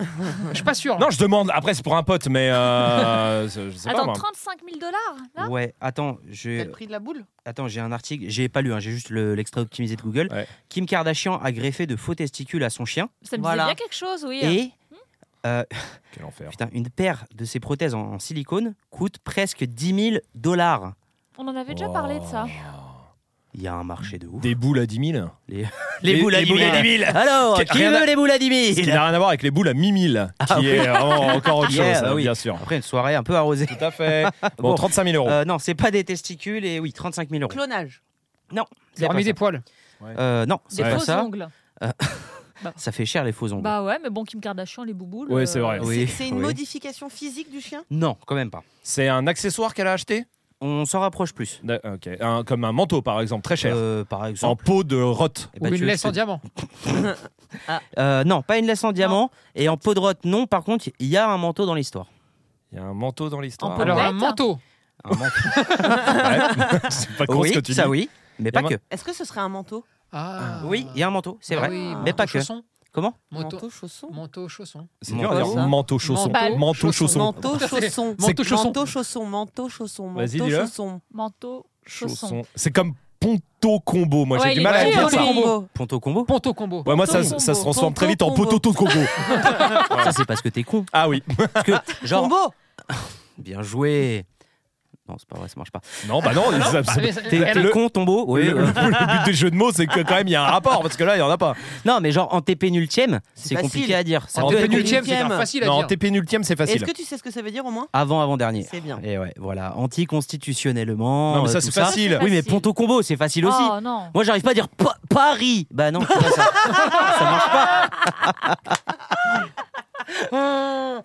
Speaker 3: Je suis pas sûr.
Speaker 2: <laughs> Non, je demande. Après, c'est pour un pote, mais. euh, c'est- je sais pas,
Speaker 8: Attends,
Speaker 2: moi.
Speaker 8: 35 000 dollars là
Speaker 4: Ouais, attends,
Speaker 1: T'as
Speaker 4: je...
Speaker 1: le prix de la boule
Speaker 4: attends, j'ai un article, j'ai pas lu, hein, j'ai juste le- l'extrait optimisé de Google.
Speaker 2: Ouais.
Speaker 4: Kim Kardashian a greffé de faux testicules à son chien
Speaker 8: Ça me
Speaker 1: Voilà.
Speaker 8: disait bien quelque chose, oui.
Speaker 4: et
Speaker 2: Quel enfer.
Speaker 4: Ah. putain, une paire de ces prothèses en, en silicone coûte presque 10 000 dollars.
Speaker 8: On en avait déjà parlé de ça.
Speaker 4: Il y a un marché de ouf.
Speaker 2: Des boules à 10 000
Speaker 4: Les boules à 10
Speaker 2: boules
Speaker 4: 000.
Speaker 2: à 10
Speaker 4: <laughs>
Speaker 2: 000
Speaker 4: Alors,
Speaker 2: Qui-
Speaker 4: qui
Speaker 2: rien à-
Speaker 4: veut les boules à 10
Speaker 2: Ce qui
Speaker 4: 000
Speaker 2: n'a rien à voir avec les boules à 10 000, qui
Speaker 4: Ah oui.
Speaker 2: est vraiment encore autre chose,
Speaker 4: Yeah, bah
Speaker 2: euh,
Speaker 4: oui.
Speaker 2: bien sûr.
Speaker 4: Après une soirée un peu arrosée.
Speaker 2: Tout à fait. Bon,
Speaker 4: Bon.
Speaker 2: 35 000 euros.
Speaker 4: Euh, non, c'est pas des testicules et oui, 35 000 euros.
Speaker 1: Clonage.
Speaker 4: C'est
Speaker 3: J'ai
Speaker 4: pas
Speaker 3: remis
Speaker 4: ça.
Speaker 3: hein, des poils.
Speaker 4: Euh, non, c'est
Speaker 8: Des
Speaker 4: pas
Speaker 8: faux
Speaker 4: ça.
Speaker 8: ongles.
Speaker 4: Ça fait cher les faux ongles.
Speaker 8: Bah ouais, mais bon, Kim Kardashian, les bouboules. euh,
Speaker 2: Ouais, c'est vrai.
Speaker 4: Oui,
Speaker 1: C'est- C'est une
Speaker 4: oui.
Speaker 1: modification physique du chien
Speaker 4: Non, quand même pas.
Speaker 2: C'est un accessoire qu'elle a acheté
Speaker 4: On s'en rapproche plus.
Speaker 2: Da- ok. Un- Comme un manteau, par exemple, très cher.
Speaker 4: Euh, par exemple.
Speaker 2: en peau de rotte.
Speaker 4: Eh
Speaker 3: Ou
Speaker 4: ben, tu
Speaker 3: une
Speaker 4: veux que
Speaker 3: laisse
Speaker 4: je
Speaker 3: en
Speaker 4: te-
Speaker 3: diamant.
Speaker 4: Euh, non, pas une laisse en diamant et en peau de rotte, non. Par contre, il y a un manteau dans l'histoire.
Speaker 2: Il y a un manteau dans l'histoire.
Speaker 8: En peau de
Speaker 3: Alors,
Speaker 8: rotte.
Speaker 3: un manteau.
Speaker 2: <laughs>
Speaker 4: Un manteau.
Speaker 2: Ouais. <laughs> C'est pas con
Speaker 4: oui,
Speaker 2: ce que tu
Speaker 4: ça
Speaker 2: dis.
Speaker 4: oui, mais
Speaker 2: Il y a
Speaker 4: pas que.
Speaker 1: Est-ce que ce serait un manteau
Speaker 3: Ah.
Speaker 4: Oui, il y a un manteau, c'est
Speaker 3: Ah
Speaker 4: vrai.
Speaker 3: oui,
Speaker 4: mais
Speaker 3: manteau,
Speaker 4: pas que.
Speaker 3: chausson.
Speaker 4: Comment
Speaker 3: Manteau,
Speaker 1: chausson
Speaker 3: manteau, chausson.
Speaker 2: C'est dur à
Speaker 4: Manteau,
Speaker 2: dire.
Speaker 1: ça.
Speaker 2: Manteau, chausson.
Speaker 8: Manteau,
Speaker 2: Manteau, chausson.
Speaker 1: Manteau,
Speaker 3: C'est-
Speaker 1: chausson.
Speaker 3: manteau, chausson.
Speaker 1: Manteau, chausson. Manteau, chausson.
Speaker 2: Vas-y,
Speaker 1: Manteau,
Speaker 2: dis-le.
Speaker 1: chausson.
Speaker 8: Manteau, chausson.
Speaker 2: Chausson. C'est comme ponto combo. Moi,
Speaker 8: Ouais,
Speaker 2: j'ai du
Speaker 8: il
Speaker 2: mal
Speaker 8: est
Speaker 2: à le dire
Speaker 8: dur, lui.
Speaker 2: ça.
Speaker 1: Combo.
Speaker 4: Ponto combo
Speaker 3: Ponto combo.
Speaker 2: Ouais, moi,
Speaker 1: Ponto
Speaker 2: ça, ça se
Speaker 1: combo.
Speaker 2: transforme très vite en
Speaker 1: Ponto
Speaker 2: ponto combo.
Speaker 4: <laughs> Ça c'est parce que t'es con.
Speaker 2: Ah oui.
Speaker 4: Parce que, genre,
Speaker 1: Combo.
Speaker 4: bien joué. Non, c'est pas vrai, ça marche pas.
Speaker 2: Non, bah non. ça- ça- <laughs>
Speaker 3: Mais-
Speaker 4: T'es
Speaker 3: elle-
Speaker 4: t'es
Speaker 2: le-
Speaker 4: con, tombeau. Oui.
Speaker 2: le, <laughs>
Speaker 4: euh.
Speaker 2: le but des jeux de mots, c'est que quand même, il y a un rapport. Parce que là, il n'y en a pas.
Speaker 4: Non, mais genre en TP nultième,
Speaker 1: C'est
Speaker 4: c'est
Speaker 1: facile.
Speaker 4: compliqué à dire. Ça
Speaker 3: En
Speaker 4: peut être
Speaker 1: TP
Speaker 4: compliqué.
Speaker 3: pénultième, c'est grave
Speaker 1: compliqué.
Speaker 3: facile à
Speaker 2: Non, en
Speaker 3: dire.
Speaker 2: TP nultième, c'est
Speaker 1: Est-ce
Speaker 2: facile.
Speaker 1: que tu sais ce que ça veut dire au moins
Speaker 4: Avant avant dernier.
Speaker 1: C'est bien.
Speaker 4: Et ouais, voilà, anticonstitutionnellement.
Speaker 2: Non, mais
Speaker 4: euh,
Speaker 2: ça,
Speaker 4: tout
Speaker 2: c'est facile.
Speaker 4: Oui, mais
Speaker 8: Facile.
Speaker 4: ponto combo, c'est facile aussi.
Speaker 8: Oh non.
Speaker 4: Moi, j'arrive pas à dire Pa- Paris. Bah non, c'est pas ça. ça marche pas. ah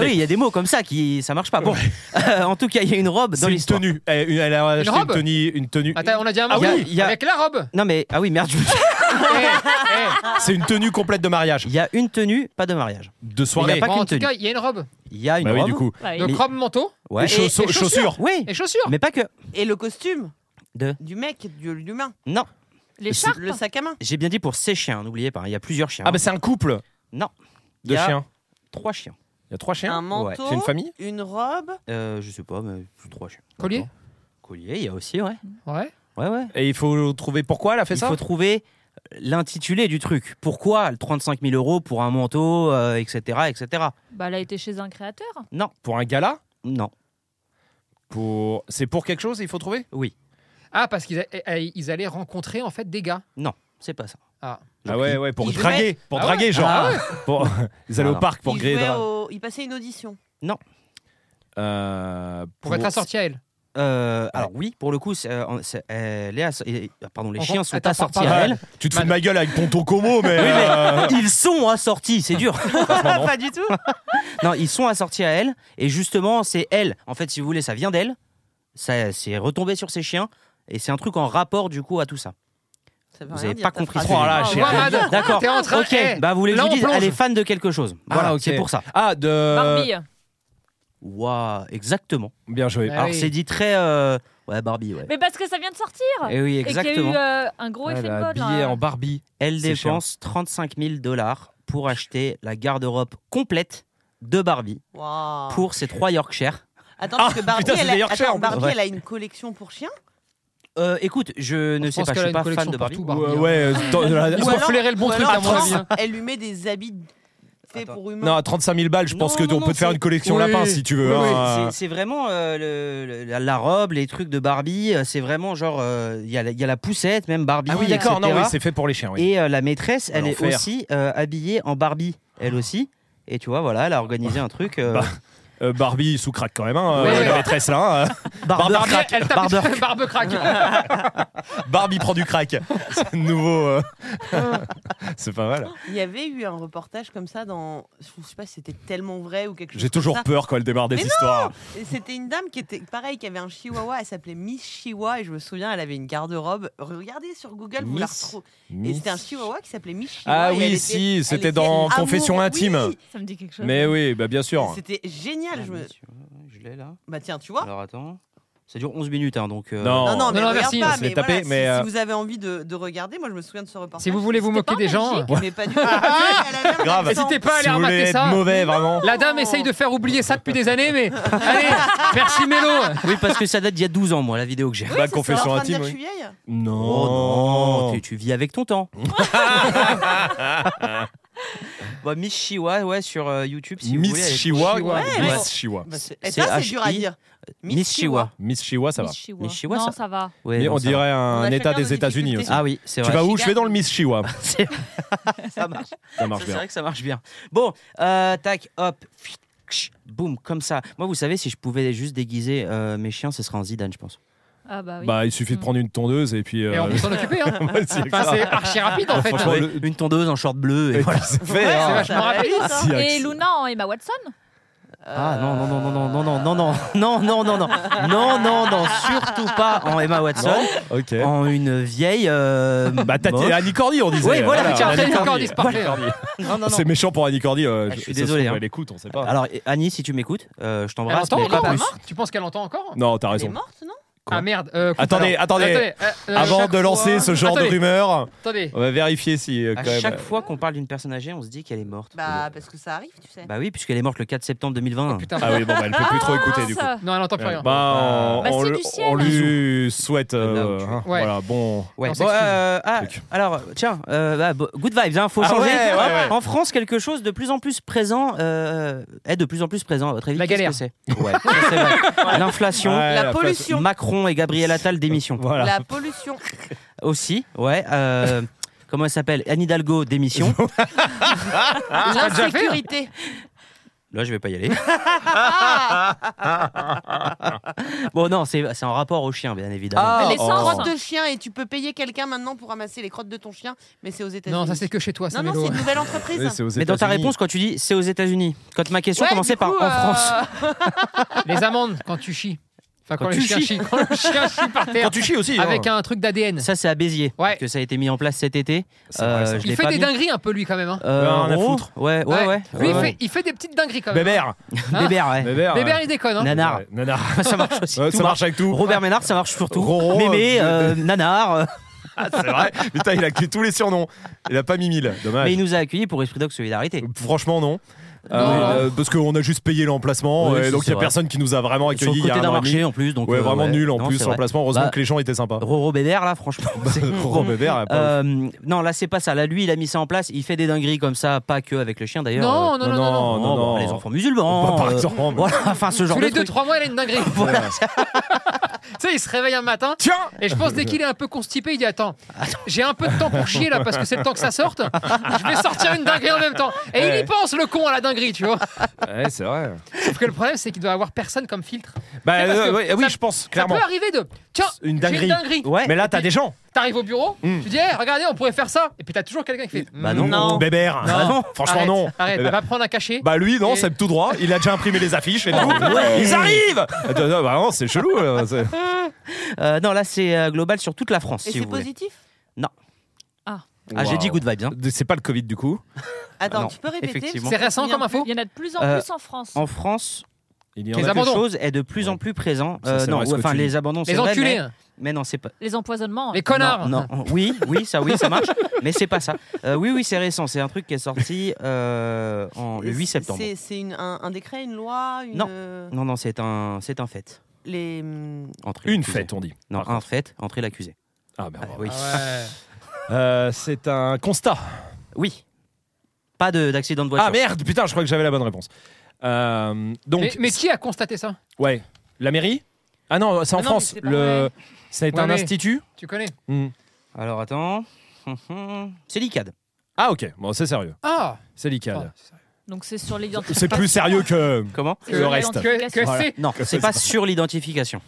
Speaker 4: oui, il y a des mots comme ça qui ça marche pas. Bon, <laughs> en tout cas, il y a une robe dans
Speaker 2: C'est une
Speaker 4: l'histoire.
Speaker 2: tenue. Elle, elle a acheté une,
Speaker 3: robe
Speaker 2: tenue. Une tenue.
Speaker 3: Attends, on a dit un
Speaker 4: Ah
Speaker 3: manteau.
Speaker 4: oui, il y a-
Speaker 3: Avec la robe.
Speaker 4: Non mais ah oui,
Speaker 2: <laughs>
Speaker 4: merde. je-
Speaker 3: Eh, eh,
Speaker 2: C'est une tenue complète de mariage.
Speaker 4: Il y a une tenue, pas de mariage.
Speaker 2: De
Speaker 4: Mais il
Speaker 2: soirée.
Speaker 4: y a pas
Speaker 3: bon,
Speaker 4: qu'une
Speaker 3: en tout
Speaker 4: tenue.
Speaker 3: cas, il y a une robe.
Speaker 4: Il y a une
Speaker 2: Bah oui,
Speaker 4: robe.
Speaker 2: du coup.
Speaker 8: Ouais,
Speaker 3: Donc,
Speaker 4: Mais-
Speaker 3: robe, manteau
Speaker 4: Ouais.
Speaker 2: Et chaussons-
Speaker 3: et chaussures.
Speaker 2: chaussures.
Speaker 4: Oui,
Speaker 3: et chaussures.
Speaker 4: mais pas que.
Speaker 1: Et le costume
Speaker 4: De
Speaker 1: du mec, du- de l'humain.
Speaker 4: non,
Speaker 3: Ah.
Speaker 8: L'écharpe.
Speaker 1: Le sac à main.
Speaker 4: j'ai bien dit pour ces chiens. N'oubliez pas, hein. il y a plusieurs chiens.
Speaker 2: Ah, bah c'est un couple
Speaker 4: Non. Il
Speaker 2: de
Speaker 4: y a
Speaker 2: chiens.
Speaker 4: Trois chiens.
Speaker 2: Il y a trois chiens.
Speaker 1: Un manteau.
Speaker 2: C'est une famille
Speaker 1: Une robe.
Speaker 4: Euh, je sais pas, mais trois chiens.
Speaker 3: Collier.
Speaker 4: D'accord. Collier, il y a aussi, ouais.
Speaker 3: Ouais.
Speaker 4: Ouais, ouais.
Speaker 2: Et il faut trouver pourquoi elle a fait
Speaker 4: Il
Speaker 2: ça
Speaker 4: faut trouver l'intitulé du truc. Pourquoi le 35 000 euros pour un manteau, euh, etc., etc.
Speaker 8: Bah, elle a été chez un créateur.
Speaker 4: Non,
Speaker 2: Pour un gala
Speaker 4: non.
Speaker 2: pour... C'est pour quelque chose, il faut trouver
Speaker 3: Ah, parce qu'ils a- eh, eh, ils allaient rencontrer en fait des gars.
Speaker 4: C'est pas ça.
Speaker 2: Ah ouais, ouais, pour
Speaker 1: Il
Speaker 2: draguer. Pour
Speaker 3: Ah ouais.
Speaker 2: draguer, genre.
Speaker 3: Ah ouais.
Speaker 2: <laughs> Pour- Ils allaient au
Speaker 4: Alors.
Speaker 2: parc pour
Speaker 1: il,
Speaker 2: griller.
Speaker 1: jouait
Speaker 2: dra-
Speaker 1: au- il passait une audition.
Speaker 2: Euh,
Speaker 3: Pour être assorti à elle.
Speaker 4: Euh, alors oui, pour le coup, c'est, euh, c'est- euh, les ass- euh, pardon, les
Speaker 3: En
Speaker 4: chiens
Speaker 3: fait,
Speaker 4: sont
Speaker 3: attends,
Speaker 4: assortis
Speaker 3: pardon.
Speaker 4: à elle.
Speaker 2: Ah, Tu te fous de ma gueule avec Ponto Como, mais.
Speaker 4: Oui, mais-
Speaker 2: euh,
Speaker 4: Ils sont assortis, c'est dur.
Speaker 2: franchement, non.
Speaker 1: Pas du tout.
Speaker 4: <laughs> non, ils sont assortis à elle. Et justement, c'est elle. En fait, si vous voulez, ça vient d'elle. Ça, c'est retombé sur ses chiens. Et c'est un truc en rapport du coup à tout ça.
Speaker 1: Ça veut
Speaker 4: Vous
Speaker 1: rien
Speaker 4: avez
Speaker 1: dire,
Speaker 4: pas
Speaker 1: ta
Speaker 4: compris
Speaker 1: phrase.
Speaker 4: ce que
Speaker 2: Oh là,
Speaker 3: Ah,
Speaker 2: chérie.
Speaker 3: ouais, Mad,
Speaker 4: D'accord.
Speaker 3: T'es en train.
Speaker 4: Ok.
Speaker 3: eh,
Speaker 4: Bah vous voulez que
Speaker 3: là,
Speaker 4: je vous
Speaker 3: on
Speaker 4: dise,
Speaker 3: plonge.
Speaker 4: elle est fan de quelque chose. Voilà,
Speaker 2: ok.
Speaker 4: c'est pour ça.
Speaker 2: Ah, de.
Speaker 8: Barbie.
Speaker 4: Waouh, exactement.
Speaker 2: Bien joué.
Speaker 3: Ouais. Ah
Speaker 4: Alors
Speaker 3: oui.
Speaker 4: c'est dit très euh, ouais Barbie ouais.
Speaker 8: Mais parce que ça vient de sortir.
Speaker 4: Et oui
Speaker 8: Et qu'il
Speaker 4: exactement.
Speaker 8: y a eu euh, un gros
Speaker 2: Ah,
Speaker 8: effet
Speaker 2: elle
Speaker 8: de
Speaker 2: a
Speaker 8: mode. hein.
Speaker 2: habillé
Speaker 8: là.
Speaker 2: en Barbie.
Speaker 4: Elle
Speaker 2: C'est
Speaker 4: dépense 35 000 dollars pour acheter la garde-robe complète de Barbie
Speaker 1: Waouh.
Speaker 4: pour ses trois Yorkshire.
Speaker 1: Attends,
Speaker 2: Ah,
Speaker 1: parce que Barbie,
Speaker 2: putain, c'est
Speaker 1: elle,
Speaker 2: des
Speaker 1: a...
Speaker 2: Yorkshire,
Speaker 1: Attends,
Speaker 2: en plus.
Speaker 1: Barbie
Speaker 4: Ouais.
Speaker 1: elle a une collection pour chiens.
Speaker 4: Euh, écoute, je ne
Speaker 3: Je
Speaker 4: sais
Speaker 3: pense
Speaker 4: pas,
Speaker 3: qu'elle
Speaker 4: je
Speaker 3: a
Speaker 4: suis
Speaker 3: une
Speaker 4: pas fan
Speaker 3: collection
Speaker 4: de
Speaker 3: pour
Speaker 4: Barbie.
Speaker 3: tout,
Speaker 2: Ouais,
Speaker 3: Barbie, hein.
Speaker 2: ouais, euh, dans- dans la-
Speaker 3: Ils ont flairer le bon
Speaker 1: Ou
Speaker 3: truc,
Speaker 1: alors,
Speaker 3: à mon avis. hein.
Speaker 1: Elle lui met des habits faits
Speaker 4: Attends.
Speaker 1: pour humains.
Speaker 2: <laughs> Non, à 35 000 balles, je pense
Speaker 4: Non,
Speaker 2: que
Speaker 4: non,
Speaker 2: on
Speaker 4: non,
Speaker 2: peut te faire
Speaker 4: c'est-
Speaker 2: une collection
Speaker 3: Oui,
Speaker 2: lapin
Speaker 3: oui.
Speaker 2: si tu veux.
Speaker 4: Oui,
Speaker 2: hein.
Speaker 4: c'est- c'est vraiment euh, le- le- la, la robe, les trucs de Barbie. euh, C'est vraiment genre euh, il y, a la- il y a la poussette, même Barbie.
Speaker 2: Ah oui, d'accord, non,
Speaker 4: etc..
Speaker 2: oui, c'est fait pour les chiens. Oui.
Speaker 4: Et euh, la maîtresse, elle est
Speaker 2: L'enfer.
Speaker 4: <laughs> aussi euh, habillée en Barbie, elle aussi. Et tu vois, voilà, elle a organisé un truc. euh,
Speaker 2: Bah, euh, Barbie il sous craque quand même, hein,
Speaker 3: Ouais,
Speaker 2: euh,
Speaker 3: ouais.
Speaker 2: la maîtresse là. hein. Barbe
Speaker 3: Barbie,
Speaker 2: crack.
Speaker 3: elle tape
Speaker 4: Barbe.
Speaker 3: <laughs> Barbe crack.
Speaker 2: Barbie prend du crack. C'est le nouveau. euh, C'est pas mal.
Speaker 1: Il y avait eu un reportage comme ça dans. Je sais pas si c'était tellement vrai ou quelque chose.
Speaker 2: J'ai
Speaker 1: comme
Speaker 2: toujours
Speaker 1: ça.
Speaker 2: peur quand elle démarre des
Speaker 1: Mais non
Speaker 2: histoires.
Speaker 1: Et C'était une dame qui était pareil, qui avait un chihuahua. Elle s'appelait Miss Chihuahua et je me souviens, elle avait une garde-robe. Regardez sur Google, vous la
Speaker 2: Miss
Speaker 1: retrouvez. Et c'était un hein, chihuahua qui s'appelait Miss Chihuahua.
Speaker 2: Ah
Speaker 1: et elle
Speaker 2: oui,
Speaker 1: était-
Speaker 2: si,
Speaker 1: elle
Speaker 2: c'était
Speaker 1: était
Speaker 2: dans
Speaker 1: amoureuse-
Speaker 2: Confession
Speaker 1: oui.
Speaker 2: intime.
Speaker 8: Ça me dit quelque chose.
Speaker 2: Mais oui, bah bien sûr.
Speaker 1: C'était génial. Je me...
Speaker 4: Je l'ai là.
Speaker 1: Bah tiens, tu vois.
Speaker 4: Alors attends. Ça dure 11 minutes, hein, donc. euh,
Speaker 2: Non.
Speaker 1: Non, non, mais
Speaker 3: non,
Speaker 1: regarde
Speaker 3: merci, on
Speaker 1: pas.
Speaker 2: se
Speaker 1: Mais,
Speaker 2: l'est
Speaker 1: voilà,
Speaker 2: tapé,
Speaker 1: si-
Speaker 2: mais,
Speaker 1: si,
Speaker 2: euh,
Speaker 1: vous avez envie de, de regarder, moi je me souviens de ce reportage.
Speaker 3: Si vous voulez vous moquer des gens, euh,
Speaker 1: Mais pas
Speaker 2: <laughs>
Speaker 1: du tout. Elle avait un
Speaker 2: Ah, Grave.
Speaker 1: accent.
Speaker 3: n'hésitez pas à aller
Speaker 2: si vous voulez
Speaker 3: remater
Speaker 2: être
Speaker 3: ça. Oh,
Speaker 2: mauvais, vraiment.
Speaker 3: La dame essaye de faire oublier ça depuis des années, mais allez, merci Mélo.
Speaker 4: Oui, parce que ça date d'il y a 12 ans, moi, la vidéo que <laughs> j'ai.
Speaker 1: Oui,
Speaker 2: Bah,
Speaker 1: c'est ça.
Speaker 2: confession
Speaker 1: En train de dire
Speaker 2: intime,
Speaker 1: que
Speaker 2: oui.
Speaker 1: Je suis vieille.
Speaker 4: Oh
Speaker 2: Non.
Speaker 4: non, tu, tu vis avec
Speaker 2: <laughs>
Speaker 4: ton temps. <laughs> bah, Miss Chihuahua, ouais, sur euh, YouTube, si vous voulez.
Speaker 2: Miss
Speaker 4: elle est-
Speaker 2: Chihuahua.
Speaker 1: Ouais,
Speaker 2: Miss
Speaker 1: bon.
Speaker 2: Chihuahua.
Speaker 1: Bah, c'est- et
Speaker 4: C'est
Speaker 1: ça, c'est dur à
Speaker 4: H-I.
Speaker 1: dire.
Speaker 4: Miss Chihuahua.
Speaker 2: Miss Chihuahua, ça va.
Speaker 8: Miss Chihuahua.
Speaker 4: Miss Chihuahua,
Speaker 8: non,
Speaker 4: ça-
Speaker 8: ça, va.
Speaker 4: Ouais,
Speaker 2: Mais
Speaker 4: non,
Speaker 2: on
Speaker 4: ça va.
Speaker 2: dirait
Speaker 8: On a
Speaker 2: un
Speaker 8: chacun
Speaker 2: État
Speaker 8: nos
Speaker 2: des États-Unis
Speaker 8: difficultés.
Speaker 2: aussi.
Speaker 4: Ah oui, c'est
Speaker 2: Tu
Speaker 4: vrai.
Speaker 2: vas où Je
Speaker 8: Chicago.
Speaker 2: vais dans le Miss Chihuahua.
Speaker 4: C'est- ça marche.
Speaker 2: Ça marche
Speaker 4: C'est
Speaker 2: bien.
Speaker 4: vrai que ça marche bien. Bon, euh, tac, hop, fic, ksh, boum, comme ça. Moi, vous savez, si je pouvais juste déguiser euh, mes chiens, ce serait en Zidane, je pense.
Speaker 8: Ah bah oui.
Speaker 2: Bah, il suffit de prendre une tondeuse et puis.
Speaker 3: Et on
Speaker 2: euh,
Speaker 3: peut s'en occuper. Hein.
Speaker 2: ouais, <laughs> c'est
Speaker 3: Enfin,
Speaker 2: ça.
Speaker 3: c'est archi rapide en fait.
Speaker 2: Franchement,
Speaker 3: Ouais,
Speaker 2: le-
Speaker 4: Une tondeuse en short bleu.
Speaker 2: et
Speaker 4: Et
Speaker 2: puis
Speaker 4: voilà.
Speaker 2: c'est
Speaker 3: c'est
Speaker 2: fait. hein.
Speaker 3: vachement
Speaker 8: Ah, bah
Speaker 3: <laughs> rapide.
Speaker 2: Si,
Speaker 8: Et
Speaker 2: Axe.
Speaker 8: Luna en Emma Watson
Speaker 4: Ah non, non, non, non, non, non, non, <laughs> non, non, non, non, non, non, non, non, surtout pas en Emma Watson,
Speaker 2: Ok.
Speaker 4: en une vieille. euh,
Speaker 2: Bah, t'as
Speaker 4: moche.
Speaker 2: Annie Cordy, on disait.
Speaker 4: Oui, voilà, tiens,
Speaker 2: Annie
Speaker 4: Annie
Speaker 2: Cordy.
Speaker 3: Cordy, c'est parfait.
Speaker 2: Annie Cordy.
Speaker 4: Non, non, non.
Speaker 2: C'est méchant pour Annie Cordy. euh,
Speaker 4: Ah, je suis
Speaker 2: ça se
Speaker 4: désolé,
Speaker 2: trouve,
Speaker 4: hein.
Speaker 2: Elle écoute, on sait pas.
Speaker 4: Alors, Annie, si tu m'écoutes, euh, je
Speaker 3: Elle
Speaker 4: t'embrasse.
Speaker 3: entend
Speaker 4: mais
Speaker 3: encore
Speaker 4: pas
Speaker 3: hein
Speaker 4: plus.
Speaker 3: Tu penses qu'elle entend encore
Speaker 2: Non, t'as
Speaker 1: Elle est
Speaker 2: raison.
Speaker 1: morte, non
Speaker 3: Ah merde. euh, coupe
Speaker 2: Attendez,
Speaker 3: alors.
Speaker 2: attendez.
Speaker 3: euh, euh,
Speaker 2: Avant
Speaker 3: chaque
Speaker 2: de lancer
Speaker 3: fois-
Speaker 2: ce genre de
Speaker 3: Attendez,
Speaker 2: rumeur,
Speaker 3: Attendez.
Speaker 2: on va vérifier si euh,
Speaker 4: À
Speaker 2: quand même.
Speaker 4: chaque fois qu'on parle d'une personne âgée, on se dit qu'elle est morte.
Speaker 1: Bah, parce que ça arrive, tu sais.
Speaker 4: Bah oui, puisqu'elle est morte le 4 septembre 2020.
Speaker 3: Putain.
Speaker 2: Ah oui, bon, bah, elle peut plus trop écouter du coup.
Speaker 8: Ça.
Speaker 3: Non, elle n'entend plus rien.
Speaker 2: Euh, Bah, on,
Speaker 8: Bah,
Speaker 2: on
Speaker 8: c'est
Speaker 2: le-
Speaker 8: du ciel.
Speaker 2: on lui souhaite. euh,
Speaker 4: Là où tu-
Speaker 2: hein,
Speaker 3: Ouais.
Speaker 2: Voilà, bon.
Speaker 4: Ouais.
Speaker 3: On
Speaker 4: Bon,
Speaker 3: s'excuse.
Speaker 4: euh, ah,
Speaker 2: Truc.
Speaker 4: alors, tiens, euh, bah, bo- good vibes, hein, faut
Speaker 2: Ah
Speaker 4: changer.
Speaker 2: ouais, ouais, ouais.
Speaker 4: En France, quelque chose de plus en plus présent euh, est de plus en plus présent. À votre avis,
Speaker 3: La
Speaker 4: qu'est-ce
Speaker 3: galère.
Speaker 4: que c'est Ouais, ça,
Speaker 1: <laughs>
Speaker 4: c'est vrai. L'inflation,
Speaker 2: Ouais,
Speaker 1: la pollution.
Speaker 4: Macron et Gabriel Attal démission.
Speaker 2: Voilà.
Speaker 1: La pollution.
Speaker 4: Aussi, ouais.
Speaker 2: <laughs>
Speaker 4: euh, comment elle s'appelle Anne Hidalgo démission.
Speaker 3: déjà fait, hein.
Speaker 1: L'insécurité.
Speaker 4: Là, je vais
Speaker 2: <laughs>
Speaker 4: pas y aller. bon, non, c'est c'est en rapport au chien, bien évidemment.
Speaker 2: Ah.
Speaker 8: Elle
Speaker 1: Les
Speaker 8: est sans
Speaker 1: crottes de chien et tu peux payer quelqu'un maintenant pour ramasser les crottes de ton chien, mais c'est aux États-Unis.
Speaker 3: hein. Non, ça c'est que chez toi, ça
Speaker 1: Non, non,
Speaker 3: Mélo.
Speaker 1: c'est une nouvelle
Speaker 2: Ouais,
Speaker 1: entreprise.
Speaker 2: c'est aux
Speaker 4: Mais dans ta
Speaker 2: États-Unis.
Speaker 4: réponse, quand tu dis c'est aux États-Unis, quand ma question
Speaker 1: Ouais,
Speaker 4: commençait
Speaker 1: du
Speaker 4: par
Speaker 1: coup,
Speaker 4: en
Speaker 1: euh,
Speaker 4: France.
Speaker 3: Les amendes quand tu chies. Enfin, quand,
Speaker 4: Quand
Speaker 3: le
Speaker 4: tu
Speaker 3: chien
Speaker 4: chies.
Speaker 3: chie. Quand le chien chie par terre.
Speaker 2: Quand tu chies aussi.
Speaker 3: Avec
Speaker 2: hein.
Speaker 3: un truc d'ADN.
Speaker 4: Ça, c'est à Béziers
Speaker 3: Ouais.
Speaker 4: que ça a été mis en place cet été.
Speaker 2: C'est vrai,
Speaker 4: Euh,
Speaker 2: ça.
Speaker 4: je l'ai
Speaker 3: Il fait
Speaker 4: pas
Speaker 3: des
Speaker 4: mis.
Speaker 3: dingueries un peu lui quand même. hein.
Speaker 4: Euh,
Speaker 2: Ben, rien à
Speaker 4: Ron.
Speaker 2: foutre.
Speaker 4: Ouais, ouais, ouais.
Speaker 3: Lui, il
Speaker 4: Ouais,
Speaker 3: fait, il fait des petites dingueries quand même.
Speaker 2: Bébert.
Speaker 4: ouais. Bébert, ouais.
Speaker 2: Bébert.
Speaker 3: Bébert,
Speaker 2: ouais.
Speaker 3: il déconne. Hein.
Speaker 4: Nanar.
Speaker 2: Ouais, Nanar.
Speaker 4: <laughs> ça marche aussi.
Speaker 2: Ouais,
Speaker 4: Tout
Speaker 2: Ça
Speaker 4: marche.
Speaker 2: marche avec tout.
Speaker 4: Robert Ménard, ça marche surtout.
Speaker 2: Roro,
Speaker 4: Mémé,
Speaker 2: euh,
Speaker 4: euh, Nanar. euh.
Speaker 2: Ah, c'est vrai. Putain, il a que tous les surnoms. Il a pas mis mille. Dommage.
Speaker 4: Mais il nous a accueillis pour Esprit Dog Solidarité.
Speaker 2: Franchement, non. Euh, parce qu'on a juste payé l'emplacement,
Speaker 4: Oui,
Speaker 2: et
Speaker 4: si,
Speaker 2: donc il
Speaker 4: c'est
Speaker 2: n'y a
Speaker 4: vrai.
Speaker 2: personne qui nous a vraiment
Speaker 4: Sur
Speaker 2: accueillis
Speaker 4: le
Speaker 2: il y a
Speaker 4: côté
Speaker 2: un
Speaker 4: d'un
Speaker 2: an et demi.
Speaker 4: marché en plus. Donc,
Speaker 2: Ouais,
Speaker 4: euh,
Speaker 2: vraiment nul en
Speaker 4: Non,
Speaker 2: plus
Speaker 4: c'est
Speaker 2: sur
Speaker 4: vrai.
Speaker 2: l'emplacement. Heureusement
Speaker 4: Bah,
Speaker 2: que les gens étaient sympas.
Speaker 4: Roro Bébert, là, franchement. c'est-
Speaker 2: Roro Bébert, a pas-
Speaker 4: Euh, non, là, c'est pas ça. Là, lui, il a mis ça en place. Il fait des dingueries comme ça, pas que avec le chien d'ailleurs.
Speaker 3: Non, non, non, non, non.
Speaker 4: Euh,
Speaker 2: non, non, non.
Speaker 4: Les enfants musulmans.
Speaker 2: Bah, par
Speaker 4: euh,
Speaker 2: exemple, mais-
Speaker 4: Voilà, enfin, ce genre
Speaker 3: Tous
Speaker 4: de
Speaker 3: les deux,
Speaker 4: trucs.
Speaker 3: trois mois, il a une dinguerie.
Speaker 2: Voilà.
Speaker 3: Tu sais, il se réveille un matin.
Speaker 2: Tiens
Speaker 3: Et je pense dès qu'il est un peu constipé, il dit attends, j'ai un peu de temps pour chier là parce que c'est le temps que ça sorte. Je vais sortir une dinguerie en même temps. Et il
Speaker 2: Ouais.
Speaker 3: y pense le con à la dinguerie, tu vois.
Speaker 2: Ouais, c'est vrai.
Speaker 3: Sauf que le problème c'est qu'il doit avoir personne comme filtre.
Speaker 2: Bah,
Speaker 3: C'est parce
Speaker 2: euh,
Speaker 3: que
Speaker 2: ouais, oui,
Speaker 3: ça-
Speaker 2: je pense,
Speaker 3: Ça
Speaker 2: clairement.
Speaker 3: peut arriver de tiens,
Speaker 2: C'est une
Speaker 3: j'ai
Speaker 2: dinguerie.
Speaker 4: Ouais.
Speaker 2: Mais là, t'as des gens.
Speaker 3: T'arrives au bureau,
Speaker 2: Mm.
Speaker 3: tu dis Eh, regardez, on pourrait faire ça. Et puis t'as toujours quelqu'un qui fait
Speaker 4: Bah non.
Speaker 2: Mmh, Bébert.
Speaker 3: Non.
Speaker 2: Franchement,
Speaker 3: Arrête,
Speaker 2: non.
Speaker 3: Arrête,
Speaker 2: Bébert.
Speaker 3: va prendre un cachet.
Speaker 2: Bah lui non,
Speaker 3: Et-
Speaker 2: c'est tout droit. Il a déjà imprimé les affiches et tout. Ils arrivent. Attends, non, bah non, c'est chelou. là, c'est-
Speaker 4: Euh, non, là, c'est euh, global sur toute la France.
Speaker 1: Et
Speaker 4: si
Speaker 1: c'est
Speaker 4: vous voulez.
Speaker 1: positif
Speaker 4: Ah, j'ai dit
Speaker 2: Waouh.
Speaker 4: good vibes. hein.
Speaker 2: C'est pas le Covid du coup.
Speaker 1: Ah, Attends,
Speaker 4: Non,
Speaker 1: tu peux répéter
Speaker 4: effectivement.
Speaker 1: parce
Speaker 3: C'est
Speaker 1: que
Speaker 3: récent
Speaker 1: je me
Speaker 3: comme info.
Speaker 8: Il y en a de plus en
Speaker 4: Euh,
Speaker 8: plus en France.
Speaker 4: En France,
Speaker 2: Il y
Speaker 3: Les
Speaker 2: en a
Speaker 3: abandons.
Speaker 4: quelque chose est de plus en plus présent.
Speaker 2: Ça,
Speaker 4: Euh,
Speaker 2: c'est
Speaker 4: non,
Speaker 2: vrai, ce
Speaker 4: ouais,
Speaker 2: que
Speaker 4: enfin
Speaker 2: tu
Speaker 4: les
Speaker 2: dis.
Speaker 4: abandons, c'est
Speaker 3: Les
Speaker 4: vrai,
Speaker 3: enculés,
Speaker 4: mais-
Speaker 3: hein.
Speaker 4: Mais, non, c'est pas.
Speaker 8: Les empoisonnements.
Speaker 3: les connards.
Speaker 4: Non, non. oui, oui, ça, oui,
Speaker 2: <laughs>
Speaker 4: ça marche. mais c'est pas ça. Euh, oui, oui, c'est récent. C'est un truc qui est sorti euh, en, le 8
Speaker 1: c'est-
Speaker 4: septembre.
Speaker 1: C'est c'est une- un, un décret, une loi, une.
Speaker 4: Non.
Speaker 1: euh,
Speaker 4: Non, non, c'est un, c'est un fait.
Speaker 1: Les. hum,
Speaker 4: Entrée
Speaker 2: Une
Speaker 4: l'accusé.
Speaker 2: fête, on dit.
Speaker 4: Non, un fait. Entrée l'accusé.
Speaker 2: Ah ben,
Speaker 4: Ah,
Speaker 2: bravo.
Speaker 4: oui.
Speaker 3: Ouais.
Speaker 2: Euh, c'est un constat.
Speaker 4: Oui. Pas de- d'accident de voiture.
Speaker 2: Ah merde, putain, je crois que j'avais la bonne réponse. Euh, donc,
Speaker 3: Mais, mais qui a constaté ça
Speaker 2: ouais, la mairie. Ah non, c'est en
Speaker 1: Ah non,
Speaker 2: France.
Speaker 1: mais c'est pas
Speaker 2: le, ça est
Speaker 3: Ouais,
Speaker 2: un
Speaker 3: mais-
Speaker 2: institut.
Speaker 3: Tu connais
Speaker 2: Hmm.
Speaker 4: Alors attends. Hum, hum. <laughs> C'est l'ICAD.
Speaker 2: Ah ok, bon, c'est sérieux,
Speaker 3: Ah
Speaker 2: c'est l'ICAD.
Speaker 3: Pardon, c'est ça.
Speaker 8: Donc c'est sur l'identification.
Speaker 2: C'est plus sérieux que.
Speaker 4: Comment
Speaker 8: C'est sur
Speaker 2: le reste.
Speaker 3: Que, que
Speaker 8: l'identification.
Speaker 2: Voilà. <laughs>
Speaker 3: c'est
Speaker 4: Non, c'est pas sur l'identification.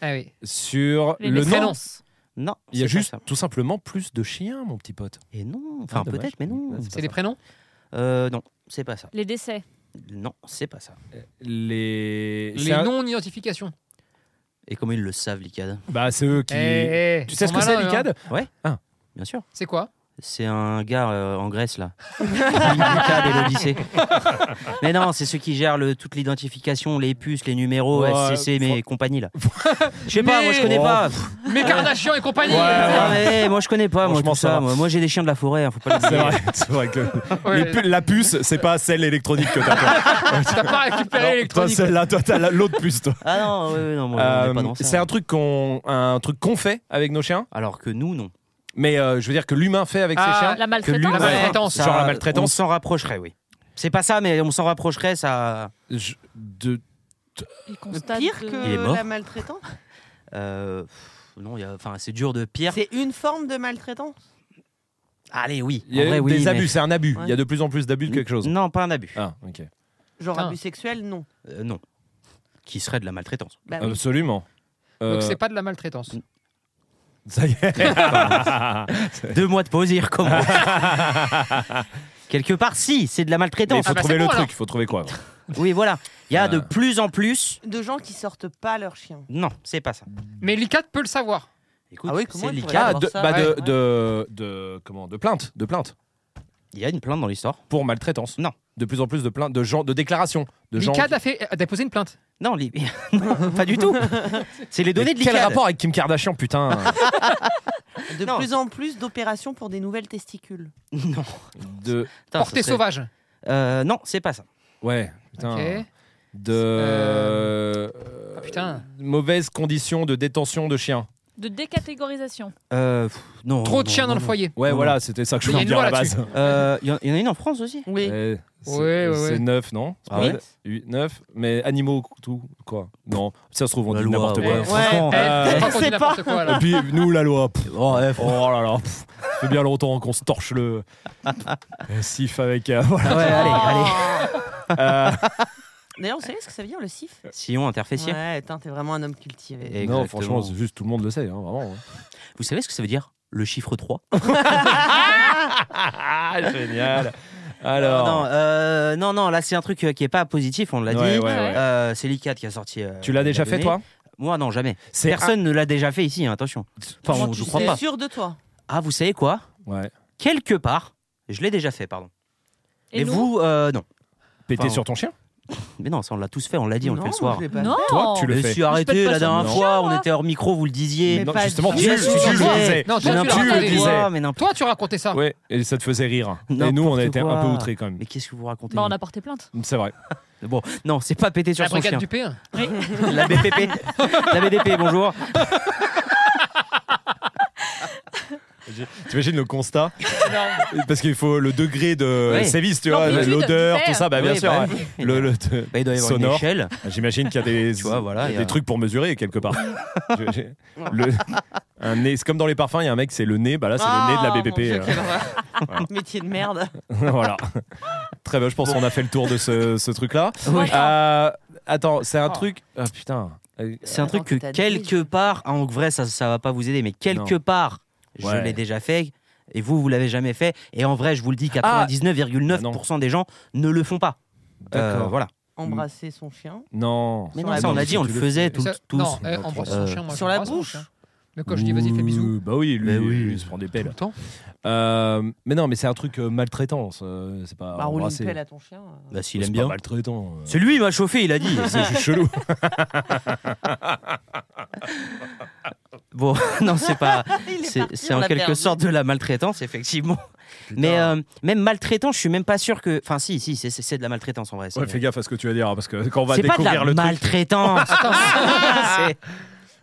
Speaker 3: Ah oui.
Speaker 2: Sur
Speaker 8: Les
Speaker 2: le
Speaker 8: prénoms.
Speaker 2: nom.
Speaker 4: Non.
Speaker 2: Il y a
Speaker 4: c'est pas
Speaker 2: juste
Speaker 4: ça.
Speaker 2: tout simplement plus de chiens, mon petit pote.
Speaker 4: Et non. Enfin,
Speaker 2: dommage.
Speaker 4: peut-être, mais non.
Speaker 2: C'est
Speaker 3: C'est des prénoms
Speaker 4: Euh, non, c'est pas ça.
Speaker 8: Les décès.
Speaker 4: Non, c'est pas ça.
Speaker 2: Les.
Speaker 3: Les
Speaker 2: c'est un-
Speaker 3: non-identifications.
Speaker 4: Et comment ils le savent, l'ICAD
Speaker 2: Bah, c'est eux qui.
Speaker 3: Eh, eh,
Speaker 2: Tu sais
Speaker 3: ils
Speaker 2: ce
Speaker 3: sont
Speaker 2: que c'est,
Speaker 3: malins, hein.
Speaker 2: l'ICAD
Speaker 4: Bien sûr.
Speaker 3: C'est quoi
Speaker 4: C'est un gars euh, en Grèce, là. L'ICAD et l'Odyssée. mais non, c'est ceux qui gèrent le- toute l'identification, les puces, les numéros,
Speaker 2: Ouais,
Speaker 4: SCC, mais
Speaker 2: faut-
Speaker 4: compagnie, là. Je sais pas, moi je connais
Speaker 2: Mais-
Speaker 4: <laughs> pas.
Speaker 3: Mais Kardashian et compagnie
Speaker 2: Ouais.
Speaker 4: Ah, mais moi je connais pas, moi,
Speaker 2: Franchement,
Speaker 4: tout
Speaker 2: ça va.
Speaker 4: ça. Moi, moi, j'ai des chiens de la forêt, hein, faut pas les
Speaker 2: C'est
Speaker 4: oublier.
Speaker 2: vrai, <laughs> c'est vrai que
Speaker 3: Ouais,
Speaker 2: les pu- la puce, c'est pas celle électronique que
Speaker 3: <laughs>
Speaker 2: t'as. toi.
Speaker 3: T'as pas
Speaker 2: Non,
Speaker 3: récupéré
Speaker 2: toi,
Speaker 3: l'électronique.
Speaker 2: celle-là, toi, t'as la- l'autre puce, toi.
Speaker 4: Ah non, ouais, ouais, non, moi, on est pas
Speaker 2: Euh,
Speaker 4: dans ça. hein.
Speaker 2: c'est un truc qu'on, un truc qu'on fait avec nos chiens,
Speaker 4: Alors que nous, non.
Speaker 2: mais euh, je veux dire que l'humain fait avec
Speaker 3: Ah,
Speaker 2: ses chiens.
Speaker 8: La
Speaker 2: Que l'humain-
Speaker 8: maltraitance. euh,
Speaker 3: La maltraitance.
Speaker 2: Genre la
Speaker 4: On
Speaker 2: maltraitance.
Speaker 4: s'en rapprocherait, oui. C'est pas ça, mais on s'en rapprocherait, ça.
Speaker 2: Je- de-
Speaker 8: Ils constatent
Speaker 1: Pire
Speaker 8: de-
Speaker 4: Il est
Speaker 1: que
Speaker 4: mort.
Speaker 1: la maltraitance
Speaker 4: Euh, pff, non, il y a- enfin, c'est dur de pire.
Speaker 1: C'est une forme de maltraitance
Speaker 4: Allez, oui.
Speaker 2: Il y a
Speaker 4: en vrai, oui,
Speaker 2: des
Speaker 4: mais-
Speaker 2: abus, c'est un abus.
Speaker 1: Ouais.
Speaker 2: Il y a de plus en plus d'abus de quelque chose.
Speaker 4: Non, pas un abus.
Speaker 2: Ah, ok.
Speaker 1: Genre
Speaker 3: Putain.
Speaker 1: abus sexuel, non.
Speaker 4: Euh, non. Qui serait de la maltraitance.
Speaker 1: Bah
Speaker 2: Ah,
Speaker 1: oui.
Speaker 2: Absolument. Euh, Mm.
Speaker 3: Donc c'est pas de la maltraitance.
Speaker 2: ça
Speaker 3: <laughs>
Speaker 2: y est.
Speaker 4: Deux mois de pause, il recommence.
Speaker 2: <laughs>
Speaker 4: Quelque part, si, c'est de la
Speaker 2: Mais il
Speaker 4: maltraitance.
Speaker 2: faut
Speaker 3: bah,
Speaker 2: trouver
Speaker 3: c'est
Speaker 2: le
Speaker 3: bon,
Speaker 2: truc.
Speaker 3: alors.
Speaker 2: Il faut trouver quoi
Speaker 4: Oui, voilà. Il y a
Speaker 2: Euh.
Speaker 4: de plus en plus.
Speaker 1: De gens qui sortent pas leur chien.
Speaker 4: Non, c'est pas ça.
Speaker 3: Mais l'ICAT peut le savoir.
Speaker 4: Écoute,
Speaker 1: Ah oui, comment
Speaker 4: c'est
Speaker 1: il
Speaker 4: le
Speaker 1: pourrait
Speaker 4: cas.
Speaker 2: Ah,
Speaker 1: d'abord
Speaker 2: de,
Speaker 1: ça,
Speaker 2: bah, de,
Speaker 1: ouais.
Speaker 2: de, de- comment De plainte, de plainte
Speaker 4: Il y a une plainte dans l'histoire.
Speaker 2: pour maltraitance.
Speaker 4: Non.
Speaker 2: De plus en plus de plaintes, de gens, de déclarations, de gens.
Speaker 3: L'ICAT a, fait- euh, a déposé une plainte.
Speaker 4: Non, les- <laughs> non, pas du tout. C'est les données
Speaker 2: Mais
Speaker 4: de
Speaker 2: quel
Speaker 4: l'ICAD.
Speaker 2: rapport avec Kim Kardashian,
Speaker 3: <laughs>
Speaker 2: putain
Speaker 1: De
Speaker 4: Non.
Speaker 1: plus en plus d'opérations pour des nouvelles testicules.
Speaker 4: Non.
Speaker 2: De
Speaker 4: Putain,
Speaker 3: Portée
Speaker 4: ça serait-
Speaker 3: sauvage.
Speaker 4: Euh, non, c'est pas ça.
Speaker 2: ouais, putain.
Speaker 3: Ok.
Speaker 2: De
Speaker 3: Euh,
Speaker 2: euh,
Speaker 3: ah, putain.
Speaker 2: mauvaises conditions de détention de chiens.
Speaker 8: de décatégorisation.
Speaker 4: Euh, pff, non.
Speaker 3: Trop de
Speaker 4: non,
Speaker 3: chiens
Speaker 4: non,
Speaker 3: dans le
Speaker 4: non.
Speaker 3: foyer.
Speaker 2: Ouais,
Speaker 4: Non,
Speaker 2: voilà, c'était ça que je
Speaker 3: Il y
Speaker 2: voulais
Speaker 3: a une
Speaker 2: dire à la
Speaker 3: loi
Speaker 2: base.
Speaker 4: Euh, Il y, en- il y en a une en France aussi.
Speaker 1: Oui.
Speaker 2: Euh, c'est
Speaker 3: Ouais, ouais, ouais.
Speaker 2: 9, non
Speaker 4: Ah ouais
Speaker 2: 9, mais animaux, tout, quoi. Non, ça se trouve, on
Speaker 4: La
Speaker 2: dit
Speaker 4: loi,
Speaker 2: n'importe quoi.
Speaker 4: ouais,
Speaker 3: Ouais.
Speaker 4: franchement.
Speaker 3: Eh,
Speaker 2: Euh,
Speaker 3: t'as pas
Speaker 1: je
Speaker 3: connu
Speaker 1: sais
Speaker 3: n'importe quoi, là.
Speaker 2: Et puis, nous, la loi. pff,
Speaker 4: Oh, eh,
Speaker 2: Oh là là, pff, ça fait bien longtemps qu'on se torche
Speaker 4: <laughs>
Speaker 2: le le sif avec. euh, voilà.
Speaker 4: Ouais, allez, <laughs> allez.
Speaker 2: Euh,
Speaker 1: D'ailleurs, vous savez ce que ça veut dire le sif
Speaker 4: Sillon interfessier.
Speaker 1: Ouais, attends, t'es vraiment un homme cultivé.
Speaker 2: non,
Speaker 4: Exactement.
Speaker 2: franchement, c'est juste tout le monde le sait, hein, vraiment. ouais.
Speaker 4: Vous savez ce que ça veut dire Le chiffre 3
Speaker 2: Ah, génial. <laughs> Alors,
Speaker 4: non, euh, non, non, là, c'est un truc euh, qui est pas positif, on l'a
Speaker 2: Ouais,
Speaker 4: dit.
Speaker 2: ouais, ouais.
Speaker 4: Euh, c'est l'ICAT qui a sorti. euh,
Speaker 2: tu l'as
Speaker 4: la
Speaker 2: déjà fait,
Speaker 4: donnée.
Speaker 2: toi
Speaker 4: Moi, non, jamais.
Speaker 2: C'est
Speaker 4: Personne ne l'a déjà fait ici, hein, attention. Enfin,
Speaker 1: Comment
Speaker 4: on-
Speaker 1: tu
Speaker 4: je crois
Speaker 1: sais
Speaker 4: pas.
Speaker 1: sûr de toi
Speaker 4: Ah, vous savez quoi
Speaker 2: un- Ouais.
Speaker 4: Quelque part, je l'ai déjà fait, pardon. Mais
Speaker 8: Et nous
Speaker 4: vous, euh, non.
Speaker 2: Péter
Speaker 4: Enfin,
Speaker 2: sur ton chien
Speaker 4: Mais non, ça, on l'a tous fait, on l'a dit, on le fait
Speaker 1: Non,
Speaker 4: le soir.
Speaker 1: je l'ai pas
Speaker 8: Non.
Speaker 2: Toi, tu le
Speaker 4: Je
Speaker 2: fais.
Speaker 4: suis arrêté
Speaker 8: pète pas
Speaker 4: la
Speaker 8: sur
Speaker 4: dernière
Speaker 8: mon
Speaker 4: fois,
Speaker 8: chien,
Speaker 4: on
Speaker 8: moi.
Speaker 4: était hors micro, vous le disiez.
Speaker 1: Mais
Speaker 2: Non,
Speaker 1: pas
Speaker 2: justement,
Speaker 1: du
Speaker 2: tu,
Speaker 4: tout.
Speaker 2: tu le disais.
Speaker 3: Non, toi, tu
Speaker 4: Mais non,
Speaker 3: l'as
Speaker 4: tu le
Speaker 3: raconté.
Speaker 4: disais, mais n'importe
Speaker 3: Toi, tu racontais ça.
Speaker 2: Ouais, et ça te faisait rire. Et
Speaker 4: Ah. N'importe
Speaker 2: nous, on a été un
Speaker 4: quoi.
Speaker 2: peu outrés quand même.
Speaker 4: Mais qu'est-ce que vous racontez
Speaker 8: Bah, on a porté plainte.
Speaker 2: C'est vrai.
Speaker 4: Bon, non, c'est pas péter sur
Speaker 3: La
Speaker 4: son
Speaker 3: brigade
Speaker 4: chien.
Speaker 3: du P1.
Speaker 4: La BPP. la BDP, bonjour.
Speaker 2: T'imagines le constat Parce qu'il faut le degré de
Speaker 4: Ouais.
Speaker 2: sévice, tu vois,
Speaker 8: L'amplitude
Speaker 2: l'odeur,
Speaker 8: du
Speaker 2: tout ça, bah bien
Speaker 4: Oui,
Speaker 2: sûr.
Speaker 4: bah
Speaker 2: ouais.
Speaker 4: oui.
Speaker 2: Le, le-
Speaker 4: Bah, il doit y avoir une
Speaker 2: Sonore.
Speaker 4: échelle.
Speaker 2: J'imagine qu'il y a des,
Speaker 4: Tu vois, voilà,
Speaker 2: il y a
Speaker 4: il y a-
Speaker 2: des trucs pour mesurer quelque
Speaker 4: <laughs>
Speaker 2: part. Je- je- le- un nez, c'est comme dans les parfums, il y a un mec, c'est le nez, bah là c'est le nez
Speaker 1: Ah,
Speaker 4: Ah,
Speaker 2: de la BPP. euh.
Speaker 1: <laughs> Métier de merde.
Speaker 2: <laughs> voilà. Très bien, je pense qu'on a fait le tour de ce, ce truc-là.
Speaker 4: Oui.
Speaker 2: Euh, attends, c'est un
Speaker 3: Oh.
Speaker 2: truc. Ah putain. Euh,
Speaker 4: C'est un
Speaker 1: Attends,
Speaker 4: truc que
Speaker 1: t'as dit.
Speaker 4: quelque part, hein, en vrai, ça ça va pas vous aider, mais quelque
Speaker 2: Non.
Speaker 4: part, je
Speaker 2: Ouais.
Speaker 4: l'ai déjà fait. Et vous, vous l'avez jamais fait. Et en vrai, je vous
Speaker 2: Ah
Speaker 4: le dis, 99,9% des gens ne le font pas. Euh,
Speaker 2: D'accord.
Speaker 4: voilà.
Speaker 1: Embrasser son chien.
Speaker 2: Non.
Speaker 4: Mais
Speaker 1: Sur
Speaker 4: non,
Speaker 1: la
Speaker 4: ça, on
Speaker 1: bouche,
Speaker 4: a dit, on
Speaker 2: tu
Speaker 4: le
Speaker 2: le
Speaker 4: faisait
Speaker 3: Ça-
Speaker 4: tout- tous.
Speaker 3: Non, eh, embrasse son
Speaker 4: Euh,
Speaker 3: chien. moi,
Speaker 1: sur la
Speaker 3: j'embrasse mon
Speaker 1: bouche.
Speaker 3: chien. Mais quand je dis vas-y, fais bisous.
Speaker 2: Ouh, Bah oui, lui,
Speaker 4: Bah oui.
Speaker 2: lui, il se prend des
Speaker 3: Tout
Speaker 2: pelles.
Speaker 3: le temps.
Speaker 2: Euh, mais non, mais c'est un truc euh, maltraitance. euh, c'est pas.
Speaker 1: Bah, roule une
Speaker 2: embrasser.
Speaker 1: pelle à ton chien.
Speaker 4: <laughs>
Speaker 1: euh.
Speaker 4: Bah, s'il
Speaker 2: C'est
Speaker 4: aime
Speaker 2: pas
Speaker 4: bien.
Speaker 2: maltraitant. euh.
Speaker 4: <laughs> C'est lui, il m'a chauffé, il a dit.
Speaker 2: C'est juste chelou.
Speaker 4: bon, <laughs> non, c'est pas.
Speaker 1: Il est
Speaker 4: C'est
Speaker 1: parti,
Speaker 4: c'est
Speaker 1: on
Speaker 4: en
Speaker 1: l'a
Speaker 4: quelque
Speaker 1: perdu.
Speaker 4: sorte de la maltraitance, effectivement. Mais euh, même maltraitant, je suis même pas sûr que. Enfin, si, si, c'est- c'est c'est de la maltraitance en vrai. C'est
Speaker 2: Ouais, fais gaffe à ce que tu vas dire, hein, parce que quand on va
Speaker 4: c'est pas de
Speaker 2: découvrir
Speaker 4: la
Speaker 2: le truc. <laughs>
Speaker 4: maltraitance. C'est-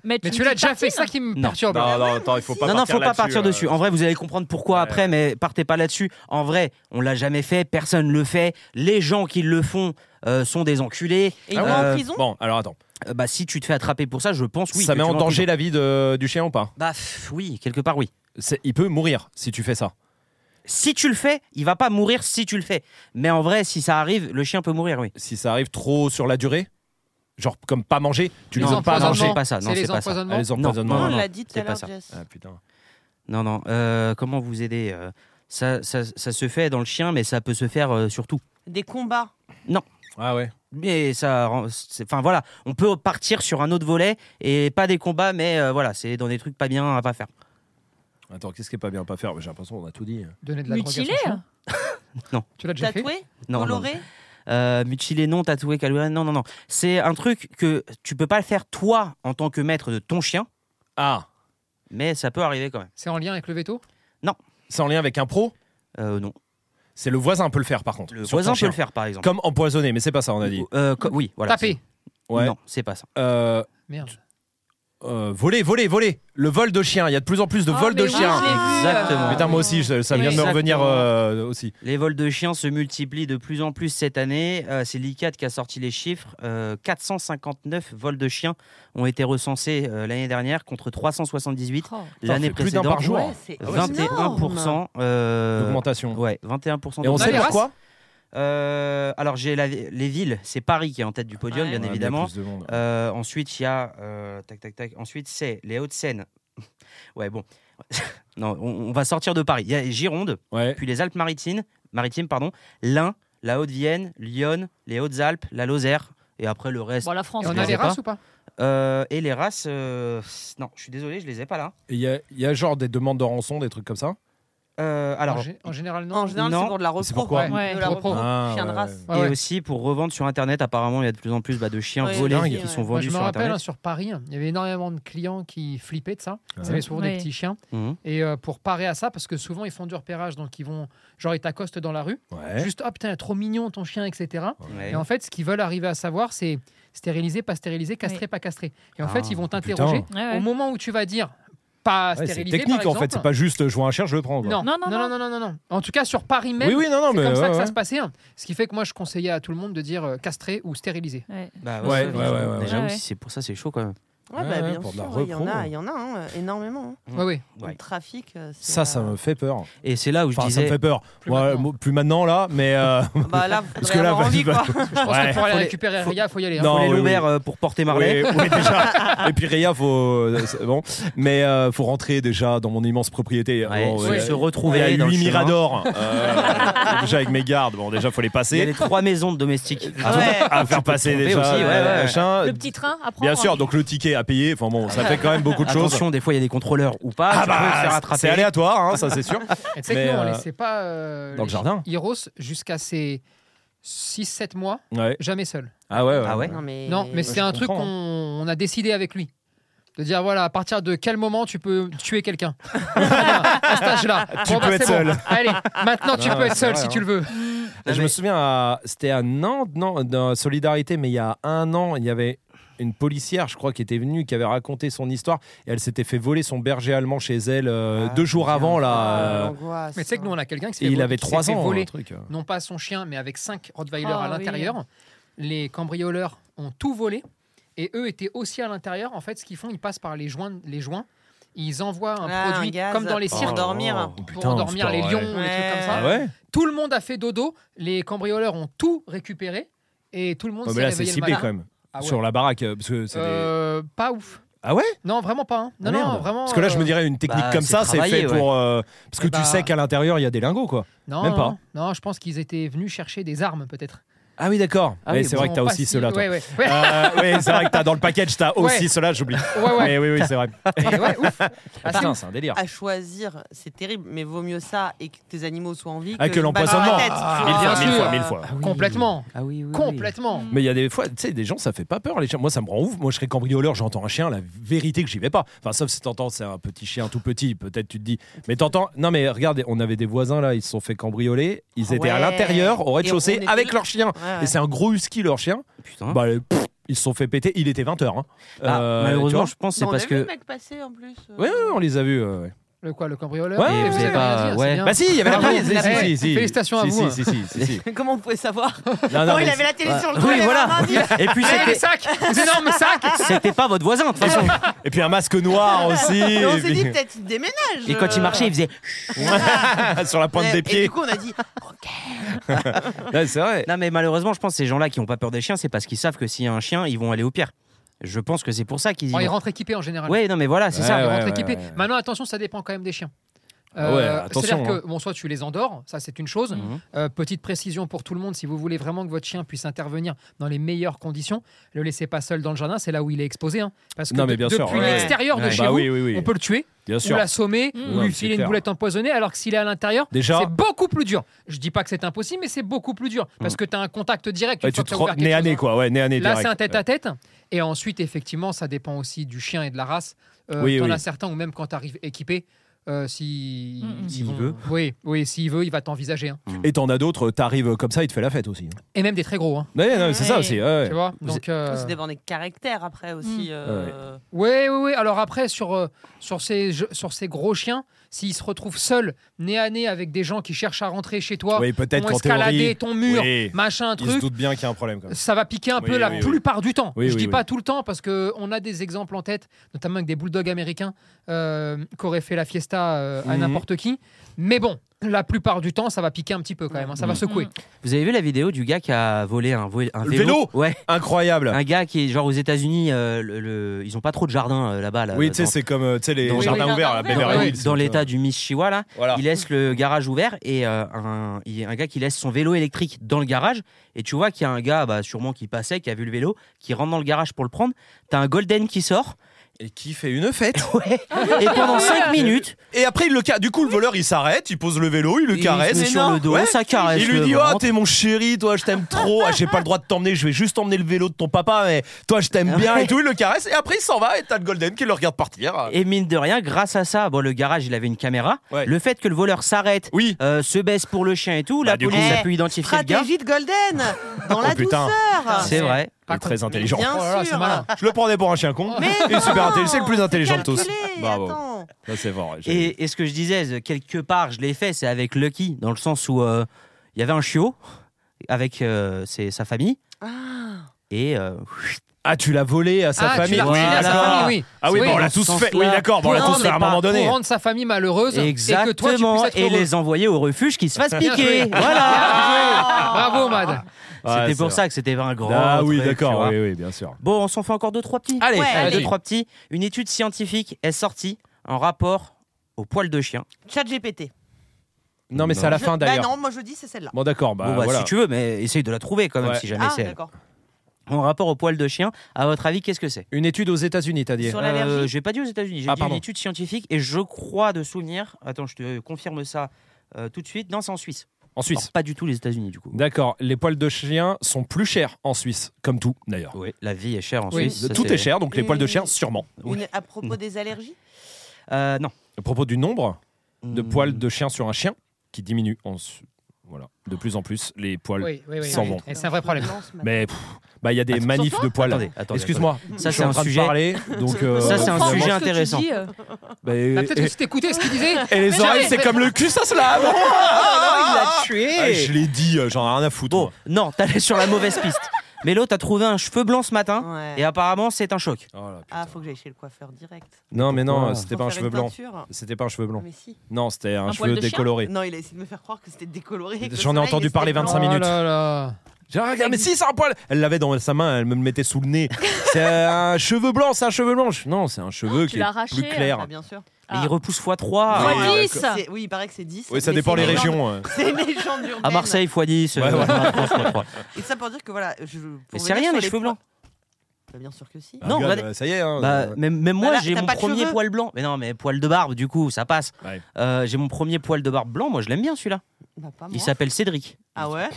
Speaker 8: Mais tu,
Speaker 3: Mais tu l'as déjà fait, ça qui me
Speaker 4: Non.
Speaker 3: perturbe.
Speaker 2: Non, non, attends, il faut pas
Speaker 4: <laughs> non, non,
Speaker 2: partir
Speaker 4: faut pas partir
Speaker 2: euh.
Speaker 4: dessus. En vrai, vous allez comprendre pourquoi
Speaker 2: Ouais.
Speaker 4: après, mais partez pas là-dessus. En vrai, on l'a jamais fait, personne le fait. Les gens qui le font euh, sont des enculés.
Speaker 1: Et il
Speaker 2: Ah
Speaker 1: va
Speaker 4: ouais.
Speaker 1: en prison
Speaker 2: Bon, alors attends.
Speaker 4: Euh, bah, si tu te fais attraper pour ça, je pense oui.
Speaker 2: ça
Speaker 4: que
Speaker 2: met
Speaker 4: tu
Speaker 2: en
Speaker 4: vas
Speaker 2: danger
Speaker 4: prison.
Speaker 2: la vie de- du chien ou pas
Speaker 4: Bah pff, oui, quelque part oui.
Speaker 2: C'est- Il peut mourir si tu fais ça.
Speaker 4: Si tu le fais, il va pas mourir si tu le fais. Mais en vrai, si ça arrive, le chien peut mourir, oui.
Speaker 2: Si ça arrive trop sur la durée, genre comme pas manger, tu
Speaker 3: Les
Speaker 2: ne veux pas
Speaker 3: empoisonnements.
Speaker 2: manger.
Speaker 4: c'est pas ça. Non,
Speaker 3: C'est les
Speaker 4: c'est pas ça.
Speaker 2: Ah,
Speaker 3: empoisonnements.
Speaker 2: les
Speaker 4: Non,
Speaker 2: empoisonnements.
Speaker 4: non,
Speaker 1: On
Speaker 4: non,
Speaker 1: l'a dit tout
Speaker 4: c'est
Speaker 1: à
Speaker 4: pas
Speaker 1: l'heure,
Speaker 4: ça.
Speaker 1: Jess.
Speaker 2: Ah putain.
Speaker 4: Non, non. euh, comment vous aider euh, ça, ça, ça se fait dans le chien, mais ça peut se faire euh, sur tout.
Speaker 1: Des combats.
Speaker 2: Ah ouais.
Speaker 4: Mais ça, rend- c'est- enfin voilà, on peut partir sur un autre volet et pas des combats, mais euh, voilà, c'est dans des trucs pas bien à pas faire.
Speaker 2: Attends, qu'est-ce qui est pas bien à pas faire J'ai l'impression qu'on a tout dit.
Speaker 3: Donner de la drogue à son
Speaker 8: Mutilé hein. Oh,
Speaker 3: chien.
Speaker 4: Non.
Speaker 3: Tu l'as déjà fait
Speaker 1: Tatoué
Speaker 4: Non, non,
Speaker 1: Coloré
Speaker 4: Euh, mutilé non tatoué Calvin non non non c'est un truc que tu peux pas le faire toi en tant que maître de ton chien
Speaker 2: Ah,
Speaker 4: mais ça peut arriver quand même
Speaker 3: C'est en lien avec le veto
Speaker 2: c'est en lien avec un pro
Speaker 4: Euh, non
Speaker 2: C'est le voisin peut le faire par contre.
Speaker 4: le
Speaker 2: sur ton
Speaker 4: voisin peut
Speaker 2: chien.
Speaker 4: le faire par exemple
Speaker 2: Comme empoisonné, mais c'est pas ça, on a dit.
Speaker 4: Euh, co- oui voilà
Speaker 3: Taper.
Speaker 4: c'est-
Speaker 2: Ouais.
Speaker 4: non c'est pas ça
Speaker 2: Euh,
Speaker 3: Merde.
Speaker 2: euh, voler, voler, voler. Le vol de chien. Il y a de plus en plus de
Speaker 3: Oh,
Speaker 8: Ah,
Speaker 2: vols de
Speaker 8: mais oui,
Speaker 2: chiens.
Speaker 8: je l'ai vu.
Speaker 4: Exactement.
Speaker 2: Putain, moi aussi, ça, ça vient de me
Speaker 4: Exactement.
Speaker 2: revenir euh, aussi.
Speaker 4: les vols de chiens se multiplient de plus en plus cette année Euh, c'est l'ICAT qui a sorti les chiffres Euh, 459 vols de chiens ont été recensés euh, l'année dernière contre 378
Speaker 8: Oh.
Speaker 4: l'année
Speaker 2: fait plus d'un par
Speaker 4: précédente
Speaker 2: jour.
Speaker 1: Ah Ouais, c'est énorme.
Speaker 4: 21% euh,
Speaker 2: Augmentation.
Speaker 4: ouais 21%
Speaker 2: Et on
Speaker 3: Dans
Speaker 2: sait
Speaker 3: les races.
Speaker 2: pourquoi
Speaker 4: Euh, alors, j'ai la- les villes, c'est Paris qui est en tête du podium,
Speaker 1: Ouais.
Speaker 4: bien
Speaker 2: Ouais, mais
Speaker 4: évidemment.
Speaker 2: plus de monde.
Speaker 4: Euh, ensuite, il y a. euh, tac, tac, tac. Ensuite, c'est les Hauts-de-Seine. <laughs> ouais, bon. <laughs> non, on, on va sortir de Paris. Il y a Gironde,
Speaker 2: Ouais.
Speaker 4: puis les Alpes-Maritimes, maritimes, pardon, l'Ain, la Haute-Vienne, Lyon, les Hautes-Alpes, la Lozère. Et après le reste.
Speaker 8: Bon, la France. hein.
Speaker 3: Et on
Speaker 4: je
Speaker 3: a
Speaker 4: sais
Speaker 3: les
Speaker 4: pas.
Speaker 3: races ou pas
Speaker 4: Euh, et les races. euh, non, je suis désolé, je les ai pas là.
Speaker 2: Il y, a- il y a genre des demandes de rançon, des trucs comme ça.
Speaker 4: Euh, alors,
Speaker 3: en, gé- en général, non.
Speaker 1: En général,
Speaker 4: Non.
Speaker 1: c'est pour de la repro.
Speaker 2: C'est pourquoi
Speaker 1: quoi.
Speaker 8: Ouais.
Speaker 1: De la
Speaker 3: Repro.
Speaker 1: repro.
Speaker 2: Ah,
Speaker 1: Chien de
Speaker 2: ouais,
Speaker 1: race.
Speaker 2: ouais.
Speaker 3: Ouais,
Speaker 4: et
Speaker 3: ouais.
Speaker 4: aussi pour revendre sur Internet, apparemment, il y a de plus en plus bah, de chiens
Speaker 1: Ouais,
Speaker 4: volés
Speaker 2: dingue.
Speaker 4: qui sont
Speaker 3: Moi,
Speaker 4: vendus
Speaker 3: je me
Speaker 4: sur
Speaker 3: rappelle hein,
Speaker 4: Internet.
Speaker 3: sur Paris, hein, il y avait énormément de clients qui flippaient de ça.
Speaker 2: Ouais.
Speaker 3: Ils avaient souvent
Speaker 8: Oui.
Speaker 3: des petits chiens.
Speaker 4: Mhm.
Speaker 3: Et euh, pour parer à ça, parce que souvent ils font du repérage, donc ils vont, genre ils t'accostent dans la rue,
Speaker 2: Ouais.
Speaker 3: juste oh putain, trop mignon ton chien, etc.
Speaker 4: Ouais.
Speaker 3: Et en fait, ce qu'ils veulent arriver à savoir, c'est stérilisé, pas stérilisé, castré, pas castré. Et en
Speaker 4: Ah,
Speaker 3: fait, ils vont t'interroger
Speaker 8: Ouais, ouais.
Speaker 3: au moment où tu vas dire pas
Speaker 2: oh, Ouais, c'est
Speaker 3: stérilisé.
Speaker 2: technique
Speaker 3: par
Speaker 2: en fait,
Speaker 3: exemple.
Speaker 2: c'est pas juste euh, je vois un chien, je le prends. quoi.
Speaker 3: Non. Non, non, non, non, non, non. En tout cas, sur Paris même,
Speaker 2: oui, oui, non, non,
Speaker 3: c'est
Speaker 2: mais.
Speaker 3: comme ça
Speaker 2: ouais,
Speaker 3: que ça
Speaker 2: ouais.
Speaker 3: se passait. hein. Ce qui fait que moi, je conseillais à tout le monde de dire euh, castré ou stérilisé.
Speaker 8: Ouais.
Speaker 4: Bah
Speaker 2: Ouais,
Speaker 4: c'est-
Speaker 2: ouais, ouais, ouais,
Speaker 4: Déjà,
Speaker 8: ouais.
Speaker 4: si c'est pour ça, c'est chaud quand même.
Speaker 1: Ouais,
Speaker 2: Ouais,
Speaker 1: bah, bien
Speaker 2: pour de la
Speaker 1: sûr, ouais, il y en
Speaker 2: repro.
Speaker 1: a, il y en a hein, énormément. hein.
Speaker 4: Mm.
Speaker 3: Ouais, ouais.
Speaker 4: Ouais.
Speaker 1: Le trafic. euh, c'est,
Speaker 2: Ça, ça
Speaker 1: euh,
Speaker 2: me fait peur.
Speaker 4: Et c'est là où je
Speaker 2: Enfin, ça me
Speaker 4: disais.
Speaker 2: fait peur.
Speaker 3: Plus
Speaker 2: Moi,
Speaker 3: maintenant.
Speaker 2: moi, plus maintenant, là, mais. euh,
Speaker 1: <laughs> Bah là,
Speaker 2: Parce
Speaker 1: faudrait
Speaker 2: que là,
Speaker 1: avoir
Speaker 2: bah,
Speaker 1: envie,
Speaker 2: il va-
Speaker 1: quoi.
Speaker 3: <laughs> Je pense
Speaker 2: Ouais.
Speaker 3: que pour aller
Speaker 4: Faut les-
Speaker 3: récupérer Ria, faut y aller. hein.
Speaker 2: Non,
Speaker 4: Faut les
Speaker 2: oui,
Speaker 4: lombaires, euh, pour porter Marley.
Speaker 2: Oui, oui,
Speaker 4: <laughs>
Speaker 2: déjà. Et puis Ria, faut. euh, c'est Bon. Mais euh, faut rentrer déjà dans mon immense propriété.
Speaker 4: Ouais,
Speaker 2: Bon,
Speaker 4: se-
Speaker 2: euh,
Speaker 4: Se
Speaker 2: Il y
Speaker 4: retrouver
Speaker 2: a
Speaker 4: dans le
Speaker 2: 8
Speaker 4: chemin. <laughs>
Speaker 2: miradors. euh, déjà avec mes gardes, bon, déjà faut les
Speaker 4: Il y a
Speaker 2: passer.
Speaker 4: les trois maisons de domestiques.
Speaker 2: À-
Speaker 1: Ouais.
Speaker 2: À faire passer
Speaker 4: tromper
Speaker 2: déjà.
Speaker 4: aussi, ouais,
Speaker 2: euh,
Speaker 4: ouais.
Speaker 2: machin.
Speaker 8: Le petit train à prendre.
Speaker 2: Bien sûr, donc le ticket à payer. Enfin bon, ça fait quand même beaucoup de choses.
Speaker 4: hein. Attention, des fois il y a des contrôleurs ou pas.
Speaker 2: Ah
Speaker 4: tu peux te faire
Speaker 2: bah,
Speaker 4: attraper.
Speaker 2: c'est aléatoire, hein, ça c'est sûr.
Speaker 3: Et tu sais que
Speaker 2: Mais,
Speaker 3: nous, on
Speaker 2: euh,
Speaker 3: laissait pas euh,
Speaker 2: dans le
Speaker 3: les
Speaker 2: jardin.
Speaker 3: Hiros jusqu'à ses 6-7 mois,
Speaker 2: Ouais.
Speaker 3: jamais seul.
Speaker 2: Ah ouais, ouais.
Speaker 4: Ah ouais
Speaker 1: Non, mais,
Speaker 3: non, mais
Speaker 2: je
Speaker 3: c'est un truc qu'on
Speaker 2: comprends, hein.
Speaker 3: on a décidé avec lui. De dire, voilà, à partir de quel moment tu peux
Speaker 2: <laughs>
Speaker 3: tuer quelqu'un À cet âge-là. bah,
Speaker 2: Tu peux
Speaker 3: c'est
Speaker 2: être seul.
Speaker 3: Allez, maintenant tu
Speaker 2: Ah,
Speaker 3: peux être
Speaker 2: c'est
Speaker 3: seul
Speaker 2: vrai,
Speaker 3: si
Speaker 2: hein.
Speaker 3: tu le veux.
Speaker 2: Je me souviens, à- c'était à Nantes, non, dans Solidarité, mais il y a un an, il y avait une policière, je crois, qui était venue, qui avait raconté son histoire, et elle s'était fait voler son berger allemand chez elle euh,
Speaker 4: Ah,
Speaker 2: deux jours
Speaker 4: putain.
Speaker 2: avant,
Speaker 1: Ah,
Speaker 2: là. euh,
Speaker 1: l'angoisse,
Speaker 3: Mais tu sais que nous,
Speaker 1: hein.
Speaker 3: on a quelqu'un qui s'est
Speaker 2: et
Speaker 3: fait
Speaker 2: il
Speaker 3: voler-
Speaker 2: avait
Speaker 3: qui s'est
Speaker 2: trois
Speaker 3: fait
Speaker 2: ans,
Speaker 3: voler,
Speaker 2: un truc. euh.
Speaker 3: non pas son chien, mais avec cinq Rottweiler à
Speaker 8: Ah, oui.
Speaker 3: l'intérieur. Les cambrioleurs ont tout volé et eux étaient aussi à l'intérieur. En fait, ce qu'ils font, ils passent par les joints. Les joints ils envoient un
Speaker 1: Ah,
Speaker 3: produit
Speaker 1: gaz
Speaker 3: comme dans les
Speaker 1: pour
Speaker 3: cirques.
Speaker 1: endormir.
Speaker 2: Oh,
Speaker 3: pour
Speaker 2: putain,
Speaker 3: endormir
Speaker 2: c'est
Speaker 3: les
Speaker 2: pas
Speaker 3: lions,
Speaker 2: vrai.
Speaker 3: les trucs comme ça.
Speaker 2: Ah ouais
Speaker 3: Tout le monde a fait dodo. Les cambrioleurs ont tout récupéré et tout le monde
Speaker 2: Ouais,
Speaker 3: s'est
Speaker 2: Mais là, c'est
Speaker 3: réveillé le
Speaker 2: ciblé
Speaker 3: matin.
Speaker 2: quand même.
Speaker 3: Ah ouais.
Speaker 2: Sur la baraque, euh, parce que c'est des-
Speaker 3: Euh, Pas ouf.
Speaker 2: Ah ouais
Speaker 3: Non, vraiment pas. hein. Non,
Speaker 2: Merde.
Speaker 3: non, vraiment.
Speaker 2: Parce que là, je me
Speaker 3: euh,
Speaker 2: dirais, une technique
Speaker 4: bah,
Speaker 2: comme
Speaker 4: c'est
Speaker 2: ça, c'est
Speaker 4: travaillé,
Speaker 2: fait
Speaker 4: ouais.
Speaker 2: pour. euh, parce que
Speaker 3: Eh
Speaker 2: tu
Speaker 3: bah-
Speaker 2: sais qu'à l'intérieur, il y a des lingots, quoi.
Speaker 3: non,
Speaker 2: même pas.
Speaker 3: Non, non, je pense qu'ils étaient venus chercher des armes peut-être.
Speaker 2: Ah oui, d'accord.
Speaker 4: Ah
Speaker 2: Ouais,
Speaker 4: oui,
Speaker 2: c'est
Speaker 4: bon,
Speaker 2: vrai
Speaker 3: Ils
Speaker 2: que t'as
Speaker 3: ont pas
Speaker 2: aussi
Speaker 3: si-
Speaker 2: cela, toi.
Speaker 3: Ouais, ouais.
Speaker 2: <laughs>
Speaker 3: Ouais,
Speaker 2: Euh, oui, c'est vrai que t'as dans le package, t'as aussi
Speaker 3: Ouais.
Speaker 2: cela, j'oublie.
Speaker 3: ouais, ouais.
Speaker 2: Mais oui, oui, c'est vrai.
Speaker 3: Et ouais, ouf. Ah,
Speaker 2: Putain, c'est un délire.
Speaker 1: à choisir, c'est terrible, mais vaut mieux ça et que tes animaux soient en vie
Speaker 2: Ah, que
Speaker 1: une balle dans la
Speaker 2: l'empoisonnement.
Speaker 1: tête.
Speaker 3: Ah,
Speaker 2: Mille
Speaker 1: Tu
Speaker 2: fois,
Speaker 1: vois,
Speaker 2: mille
Speaker 3: bien
Speaker 1: euh,
Speaker 3: sûr.
Speaker 2: fois, mille fois.
Speaker 4: Ah oui.
Speaker 3: Complètement.
Speaker 4: Ah oui, oui, oui.
Speaker 3: Complètement.
Speaker 2: Mais il y a des fois, tu sais, des gens, ça fait pas peur, les chiens. Moi, ça me rend ouf. Moi, je serais cambrioleur, j'entends un chien, la vérité que j'y vais pas. Enfin, sauf si t'entends, c'est un petit chien tout petit, peut-être tu te dis. Mais t'entends, non, mais regarde, on avait des voisins là, ils se sont fait cambrioler, ils étaient à
Speaker 1: Ouais.
Speaker 2: l'intérieur, au
Speaker 1: Et on
Speaker 2: rez-de-chaussée,
Speaker 1: était
Speaker 2: avec
Speaker 1: là.
Speaker 2: leur chien.
Speaker 1: Ouais, ouais.
Speaker 2: Et c'est un gros husky, leur chien.
Speaker 4: Putain.
Speaker 2: Bah, les- pff, ils se sont fait péter, il était 20h. Hein.
Speaker 4: Bah,
Speaker 2: Euh, tu
Speaker 4: malheureusement,
Speaker 2: vois
Speaker 4: je pense
Speaker 1: Mais
Speaker 4: que c'est
Speaker 1: on a
Speaker 4: parce
Speaker 1: vu le
Speaker 4: que.
Speaker 1: mec passer en plus. euh.
Speaker 2: Ouais, ouais, ouais, on les a vus. euh, ouais.
Speaker 3: Le quoi, le cambrioleur
Speaker 2: Ouais,
Speaker 3: Et
Speaker 2: vous avez
Speaker 3: avez
Speaker 4: pas-
Speaker 3: rien dit, hein,
Speaker 4: ouais.
Speaker 3: c'est bien.
Speaker 2: Bah si, il y avait la
Speaker 3: Bravo.
Speaker 2: prise. Si,
Speaker 3: Eh,
Speaker 2: si, si.
Speaker 3: Félicitations à
Speaker 2: Si,
Speaker 3: vous.
Speaker 2: Si, si, si, si.
Speaker 1: <laughs> Comment on pouvait savoir
Speaker 2: Ah, Non,
Speaker 1: Non,
Speaker 3: Oh,
Speaker 2: non,
Speaker 1: il
Speaker 2: mais
Speaker 1: avait la télé
Speaker 4: Ouais.
Speaker 1: sur le
Speaker 4: Oui,
Speaker 1: dos. il avait
Speaker 4: voilà.
Speaker 1: un indice.
Speaker 2: <laughs>
Speaker 4: Et puis
Speaker 3: Eh, les
Speaker 4: c'était-
Speaker 3: sacs Les énormes sacs
Speaker 4: c'était pas votre voisin de toute façon.
Speaker 2: Et puis un masque
Speaker 3: <laughs>
Speaker 2: noir aussi.
Speaker 1: Et on
Speaker 2: et <laughs>
Speaker 1: s'est dit peut-être il déménage.
Speaker 4: Et quand il
Speaker 1: euh,
Speaker 4: marchait, il faisait.
Speaker 2: puis- sur la pointe
Speaker 1: et-
Speaker 2: des
Speaker 1: Et
Speaker 2: pieds.
Speaker 1: du coup, on a
Speaker 3: <laughs>
Speaker 1: dit
Speaker 2: Ouais, c'est vrai.
Speaker 4: Non, mais malheureusement, je pense que ces gens-là qui ont pas peur des chiens, c'est parce qu'ils savent que s'il y a un chien, ils vont aller au pire. Je pense que c'est pour ça qu'ils y
Speaker 3: Bon, Ils
Speaker 4: vont.
Speaker 3: rentrent équipés en hein. général.
Speaker 4: Ouais, non, mais voilà, c'est
Speaker 2: Ouais,
Speaker 4: ça.
Speaker 3: Ils
Speaker 2: ouais.
Speaker 3: rentrent équipés.
Speaker 2: ouais.
Speaker 3: Maintenant, attention, ça dépend quand même des chiens. Euh,
Speaker 2: Ah ouais, attention,
Speaker 3: C'est-à-dire que, bon, soit tu les endors, ça c'est une chose.
Speaker 4: Mhm.
Speaker 3: Euh, petite précision pour tout le monde, si vous voulez vraiment que votre chien puisse intervenir dans les meilleures conditions, le laissez pas seul dans le jardin, c'est là où il est exposé. hein. parce que
Speaker 2: Non, mais
Speaker 3: de-
Speaker 2: bien sûr,
Speaker 3: depuis
Speaker 1: ouais.
Speaker 3: l'extérieur de
Speaker 4: Ouais.
Speaker 3: chez
Speaker 2: Bah
Speaker 3: vous,
Speaker 2: oui, oui,
Speaker 3: on
Speaker 2: oui.
Speaker 3: peut le tuer,
Speaker 2: Bien
Speaker 3: ou
Speaker 2: sûr.
Speaker 3: l'assommer,
Speaker 8: Mm.
Speaker 3: ou
Speaker 2: Non,
Speaker 3: lui
Speaker 2: c'est
Speaker 3: filer une
Speaker 2: clair.
Speaker 3: boulette empoisonnée, alors que s'il est à l'intérieur,
Speaker 2: Déjà,
Speaker 3: c'est beaucoup plus dur. Je dis pas que c'est impossible, mais c'est beaucoup plus dur parce que tu as un contact direct.
Speaker 2: Mm.
Speaker 3: une
Speaker 2: ouais, tu
Speaker 3: fois
Speaker 2: te
Speaker 3: que t'as
Speaker 2: re-
Speaker 3: ouvert
Speaker 2: nez
Speaker 3: quelque
Speaker 2: à
Speaker 3: chose,
Speaker 2: nez,
Speaker 3: hein.
Speaker 2: quoi. Ouais, nez à nez.
Speaker 3: Là,
Speaker 2: direct.
Speaker 3: c'est un tête à tête. Et ensuite, effectivement, ça dépend aussi du chien et de la race. Euh,
Speaker 2: Oui,
Speaker 3: T'en
Speaker 2: oui.
Speaker 3: as certains ou même quand tu arrives équipé, euh, si
Speaker 8: Mm, mm.
Speaker 3: ils
Speaker 4: S'il
Speaker 3: vont-
Speaker 4: veut.
Speaker 3: Oui, oui, s'il veut, il va t'envisager. hein.
Speaker 2: Et t'en as d'autres, t'arrives comme ça, il te fait la fête aussi.
Speaker 3: Et même des très gros. hein,
Speaker 2: Ouais, non, mais c'est ça
Speaker 1: Ouais.
Speaker 2: aussi. ouais.
Speaker 3: Tu vois. Donc, euh,
Speaker 1: Ça dépend des caractères après aussi.
Speaker 3: Mm.
Speaker 1: euh,
Speaker 3: ouais, ouais, ouais. Alors après, sur euh, sur ces jeux- sur ces gros chiens, s'ils se retrouvent seuls, nez à nez avec des gens qui cherchent à rentrer chez toi,
Speaker 2: Oui, peut-être
Speaker 3: ont
Speaker 2: qu'en
Speaker 3: escaladé
Speaker 2: théorie,
Speaker 3: ton mur,
Speaker 2: oui,
Speaker 3: machin,
Speaker 2: il se
Speaker 3: truc.
Speaker 2: doute bien qu'il y a un problème. Quand même.
Speaker 3: ça va piquer un
Speaker 2: Oui,
Speaker 3: peu la
Speaker 2: oui, oui.
Speaker 3: plupart du temps.
Speaker 2: Oui,
Speaker 3: je
Speaker 2: oui,
Speaker 3: dis
Speaker 2: oui.
Speaker 3: pas tout le temps parce que on a des exemples en tête, notamment avec des bulldogs américains euh, qui auraient fait la fiesta euh, à
Speaker 2: Mhm.
Speaker 3: n'importe qui. Mais bon, la plupart du temps, ça va piquer un petit peu quand même. hein, ça va
Speaker 4: Mhm.
Speaker 3: secouer.
Speaker 4: Vous avez vu la vidéo du gars qui a volé un, vo- un
Speaker 2: Le
Speaker 4: vélo,
Speaker 2: vélo
Speaker 4: Ouais.
Speaker 2: Incroyable.
Speaker 4: Un gars qui est genre aux États-Unis, euh, le- le- ils ont pas trop de jardin euh, là-bas. Là,
Speaker 2: Oui, tu sais,
Speaker 4: dans-
Speaker 2: c'est comme euh, tu sais, les
Speaker 4: dans- Oui,
Speaker 2: jardins
Speaker 8: les
Speaker 2: ouverts, la
Speaker 8: jardins
Speaker 2: Beverly
Speaker 3: ouverts.
Speaker 2: Hills,
Speaker 4: dans
Speaker 2: tu
Speaker 4: l'état du Mischiwa là.
Speaker 2: vois. Voilà.
Speaker 4: Il laisse le garage ouvert et euh, un, il y a un gars qui laisse son vélo électrique dans le garage. Et tu vois qu'il y a un gars, bah, sûrement qui passait, qui a vu le vélo, qui rentre dans le garage pour le prendre. T'as un Golden qui sort. <laughs>
Speaker 2: Et qui fait une fête.
Speaker 4: Ouais. Et pendant 5 minutes,
Speaker 2: Et après, il le ca- du coup, le voleur, il s'arrête, il pose le vélo, il le
Speaker 4: il
Speaker 2: caresse.
Speaker 4: se met sur le dos,
Speaker 2: Ouais.
Speaker 4: ça caresse.
Speaker 2: Il lui
Speaker 4: le
Speaker 2: dit Oh,
Speaker 4: ventre.
Speaker 2: t'es mon chéri, toi, je t'aime trop. Ah, j'ai pas le droit de t'emmener, je vais juste emmener le vélo de ton papa, mais toi, je t'aime bien et tout. Il le caresse et après, il s'en va et t'as le Golden qui le regarde partir.
Speaker 4: Ah. Et mine de rien, grâce à ça, bon, le garage, il avait une caméra.
Speaker 2: Ouais.
Speaker 4: Le fait que le voleur s'arrête,
Speaker 2: Oui.
Speaker 4: euh, se baisse pour le chien et tout,
Speaker 2: Bah,
Speaker 4: la
Speaker 2: du coup,
Speaker 4: police
Speaker 1: Eh,
Speaker 4: a pu identifier le gars. Ah,
Speaker 1: Stratégie de Golden dans la
Speaker 2: Oh, putain.
Speaker 1: douceur.
Speaker 4: C'est vrai.
Speaker 2: Il est très intelligent.
Speaker 1: Bien
Speaker 3: Oh là là,
Speaker 1: sûr.
Speaker 3: c'est malin.
Speaker 2: Je le prenais pour un chien con.
Speaker 1: Mais
Speaker 2: il est super
Speaker 1: non,
Speaker 2: intelligent, c'est le plus intelligent de tous.
Speaker 1: calculé,
Speaker 2: Bravo.
Speaker 1: attends.
Speaker 2: Ça, c'est fort. j'ai-
Speaker 4: Et, et ce que je disais, euh, quelque part, je l'ai fait, c'est avec Lucky, dans le sens où euh, il y avait un chiot avec euh, ses- sa famille.
Speaker 3: Ah.
Speaker 4: Et euh,
Speaker 2: Ah, tu l'as volé à sa
Speaker 3: Ah, tu
Speaker 2: famille.
Speaker 3: l'as retiré à sa
Speaker 4: Voilà.
Speaker 3: famille, oui.
Speaker 2: Ah oui,
Speaker 3: Oui,
Speaker 2: bon, on l'a
Speaker 4: dans
Speaker 2: tous
Speaker 4: ce
Speaker 2: fait. Oui,
Speaker 4: sens-là,
Speaker 2: d'accord, bon, on l'a
Speaker 4: pour
Speaker 2: tous fait à un
Speaker 4: rendre-
Speaker 2: moment donné.
Speaker 3: Pour rendre sa famille malheureuse et que toi tu
Speaker 4: exactement.
Speaker 3: puisses
Speaker 4: Et,
Speaker 3: être heureux.
Speaker 4: les envoyer au refuge qui se
Speaker 3: <laughs>
Speaker 4: fassent
Speaker 3: Ah, Bien
Speaker 4: piquer.
Speaker 3: joué.
Speaker 4: voilà.
Speaker 2: Ah.
Speaker 3: Bravo, Mad.
Speaker 2: <laughs> Ouais,
Speaker 4: c'était
Speaker 2: c'est
Speaker 4: pour
Speaker 2: vrai.
Speaker 4: ça que c'était pas un grand.
Speaker 2: Ah oui,
Speaker 4: truc, tu
Speaker 2: d'accord,
Speaker 4: vois.
Speaker 2: oui, oui, bien sûr.
Speaker 4: Bon, on s'en fait encore deux, trois petits.
Speaker 2: ah, Allez,
Speaker 1: Ouais,
Speaker 4: Euh,
Speaker 1: allez.
Speaker 4: deux, trois petits. Une étude scientifique est sortie en rapport au poil de chien.
Speaker 1: Chat GPT.
Speaker 2: Non, mais c'est à la
Speaker 1: Je-
Speaker 2: fin
Speaker 1: Bah
Speaker 2: d'ailleurs.
Speaker 1: non, moi je dis c'est celle-là.
Speaker 2: Bon, d'accord, bah
Speaker 4: bon, bah,
Speaker 2: voilà.
Speaker 4: si tu veux, mais essaye de la trouver quand même,
Speaker 2: Ouais.
Speaker 4: si jamais
Speaker 1: Ah,
Speaker 4: c'est.
Speaker 1: d'accord.
Speaker 4: En rapport au poil de chien, à votre avis, qu'est-ce que c'est
Speaker 2: Une étude aux États-Unis, t'as dit
Speaker 1: Sur l'allergie
Speaker 4: Euh, J'ai pas dit aux États-Unis, j'ai
Speaker 2: Ah,
Speaker 4: dit
Speaker 2: pardon.
Speaker 4: une étude scientifique et je crois de souvenir. Attends, je te confirme ça euh, tout de suite. Non, c'est en Suisse.
Speaker 2: Euh, En
Speaker 4: Alors,
Speaker 2: Suisse.
Speaker 4: pas du tout les États-Unis du coup.
Speaker 2: D'accord, les poils de chien sont plus chers en Suisse, comme tout d'ailleurs.
Speaker 4: Oui, la vie est chère en
Speaker 3: Oui.
Speaker 4: Suisse. ça,
Speaker 2: Tout
Speaker 4: c'est-
Speaker 2: est cher, donc les poils de chien,
Speaker 1: Et-
Speaker 2: sûrement.
Speaker 1: Une- à propos des allergies
Speaker 4: Euh, non.
Speaker 2: À propos du nombre de
Speaker 4: Hmm.
Speaker 2: poils de chien sur un chien, qui diminue en Su- voilà, de plus en plus, les poils.
Speaker 3: Oui, oui, oui.
Speaker 2: S'en vont.
Speaker 3: Et c'est un vrai problème.
Speaker 2: Mais pff, bah il y a des
Speaker 4: Attends,
Speaker 2: manifs de poils.
Speaker 4: Attendez, attendez.
Speaker 2: Excuse-moi,
Speaker 4: Ça,
Speaker 2: je suis
Speaker 4: c'est
Speaker 2: en
Speaker 4: un
Speaker 2: train de
Speaker 4: sujet-
Speaker 2: parler, donc euh,
Speaker 4: Ça, c'est un
Speaker 2: vraiment,
Speaker 4: sujet
Speaker 2: je-
Speaker 4: intéressant.
Speaker 2: bah,
Speaker 3: Ah,
Speaker 2: et,
Speaker 3: Peut-être que si t'écoutais ce qu'il disait,
Speaker 2: et les oreilles, c'est comme le cul, ça se lave.
Speaker 4: Ah, non, il l'a
Speaker 2: Ah,
Speaker 4: tué.
Speaker 2: je l'ai dit, euh, j'en ai rien à foutre.
Speaker 4: Bon,
Speaker 2: moi.
Speaker 4: non, t'allais sur la mauvaise
Speaker 2: <laughs>
Speaker 4: piste. Mais l'autre a trouvé un cheveu blanc ce matin
Speaker 1: Ouais.
Speaker 4: et apparemment c'est un choc.
Speaker 1: Ah, faut que j'aille chez le coiffeur direct.
Speaker 2: Non, mais non,
Speaker 4: Oh Pourquoi
Speaker 2: c'était
Speaker 1: Faut
Speaker 2: pas un
Speaker 1: faire
Speaker 2: cheveu
Speaker 1: une
Speaker 2: blanc.
Speaker 1: teinture.
Speaker 2: C'était pas un cheveu
Speaker 1: Ah,
Speaker 2: blanc.
Speaker 1: mais si.
Speaker 2: Non, c'était un,
Speaker 8: Un poil
Speaker 2: cheveu
Speaker 8: de chien
Speaker 2: décoloré.
Speaker 1: Non, il a essayé de me faire croire que c'était décoloré. et que le
Speaker 2: J'en ai
Speaker 1: soleil,
Speaker 2: entendu
Speaker 1: c'était
Speaker 2: parler
Speaker 1: blanc.
Speaker 2: 25 minutes.
Speaker 3: Oh là là.
Speaker 2: J'ai rien regardé, mais si, c'est un poil Elle l'avait dans sa main, elle me le mettait sous le
Speaker 3: <laughs>
Speaker 2: nez. C'est un cheveu blanc, c'est un cheveu blanc. Je- Non, c'est un cheveu
Speaker 8: tu
Speaker 2: qui est
Speaker 8: l'as arraché,
Speaker 3: hein,
Speaker 2: plus
Speaker 1: Ah,
Speaker 2: clair.
Speaker 1: bien sûr.
Speaker 4: Mais il repousse x3.
Speaker 2: Ah,
Speaker 8: Fois
Speaker 2: oui,
Speaker 8: dix.
Speaker 1: C'est- Oui, il paraît que c'est 10.
Speaker 2: Oui, ça
Speaker 1: mais
Speaker 2: dépend
Speaker 1: c'est une
Speaker 2: les
Speaker 1: légende-
Speaker 2: régions. hein.
Speaker 1: <laughs> C'est une légende urbaine.
Speaker 4: À Marseille euh, x10.
Speaker 2: Ouais, ouais. <laughs>
Speaker 1: Et ça pour dire que voilà. Je, pour
Speaker 4: Mais c'est
Speaker 1: venir
Speaker 4: rien
Speaker 1: sur
Speaker 4: les cheveux blancs.
Speaker 1: Bah, bien sûr que si.
Speaker 2: Ah,
Speaker 4: Non,
Speaker 2: regarde,
Speaker 4: regardez.
Speaker 2: euh, ça y est. hein,
Speaker 4: Bah,
Speaker 2: euh,
Speaker 4: même, même moi,
Speaker 1: Voilà,
Speaker 4: j'ai
Speaker 1: t'as
Speaker 4: mon
Speaker 1: pas de
Speaker 4: premier
Speaker 1: cheveux.
Speaker 4: poil blanc. Mais non, mais poil de barbe, du coup, ça passe.
Speaker 2: Ouais.
Speaker 4: Euh, j'ai mon premier poil de barbe blanc. Moi, je l'aime bien celui-là.
Speaker 1: Bah, pas moi.
Speaker 4: Il s'appelle Cédric.
Speaker 1: Ah ouais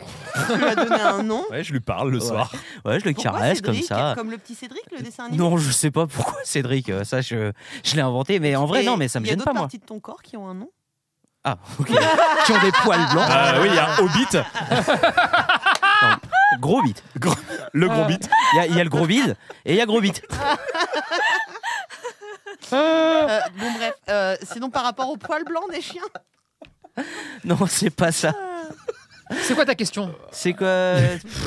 Speaker 1: Tu lui as donné un nom
Speaker 2: Ouais, je lui parle le
Speaker 4: Ouais.
Speaker 2: soir.
Speaker 3: <laughs>
Speaker 4: Ouais, je le
Speaker 1: Pourquoi
Speaker 4: caresse
Speaker 1: Cédric,
Speaker 4: comme ça. Euh,
Speaker 1: Comme le petit Cédric, le dessin animé
Speaker 4: Non, je sais pas pourquoi Cédric. euh, Ça, je, je l'ai inventé. Mais en vrai,
Speaker 1: Et
Speaker 4: non, mais ça me
Speaker 1: il y a
Speaker 4: gêne
Speaker 1: d'autres
Speaker 4: pas, moi.
Speaker 1: parties de ton corps qui ont un nom
Speaker 4: Ah, ok.
Speaker 2: <laughs>
Speaker 4: Ah, qui ont des poils blancs.
Speaker 3: Ah
Speaker 2: Euh, oui, il y a Hobbit,
Speaker 4: Gros bite.
Speaker 1: Ah.
Speaker 2: le <laughs> gros bit.
Speaker 4: Il y, a- il y a le gros bide et il y a gros bite.
Speaker 1: Euh, bon, bref. euh, sinon, par rapport au poil blanc des chiens.
Speaker 4: Non, c'est pas ça.
Speaker 3: C'est quoi ta question
Speaker 4: C'est quoi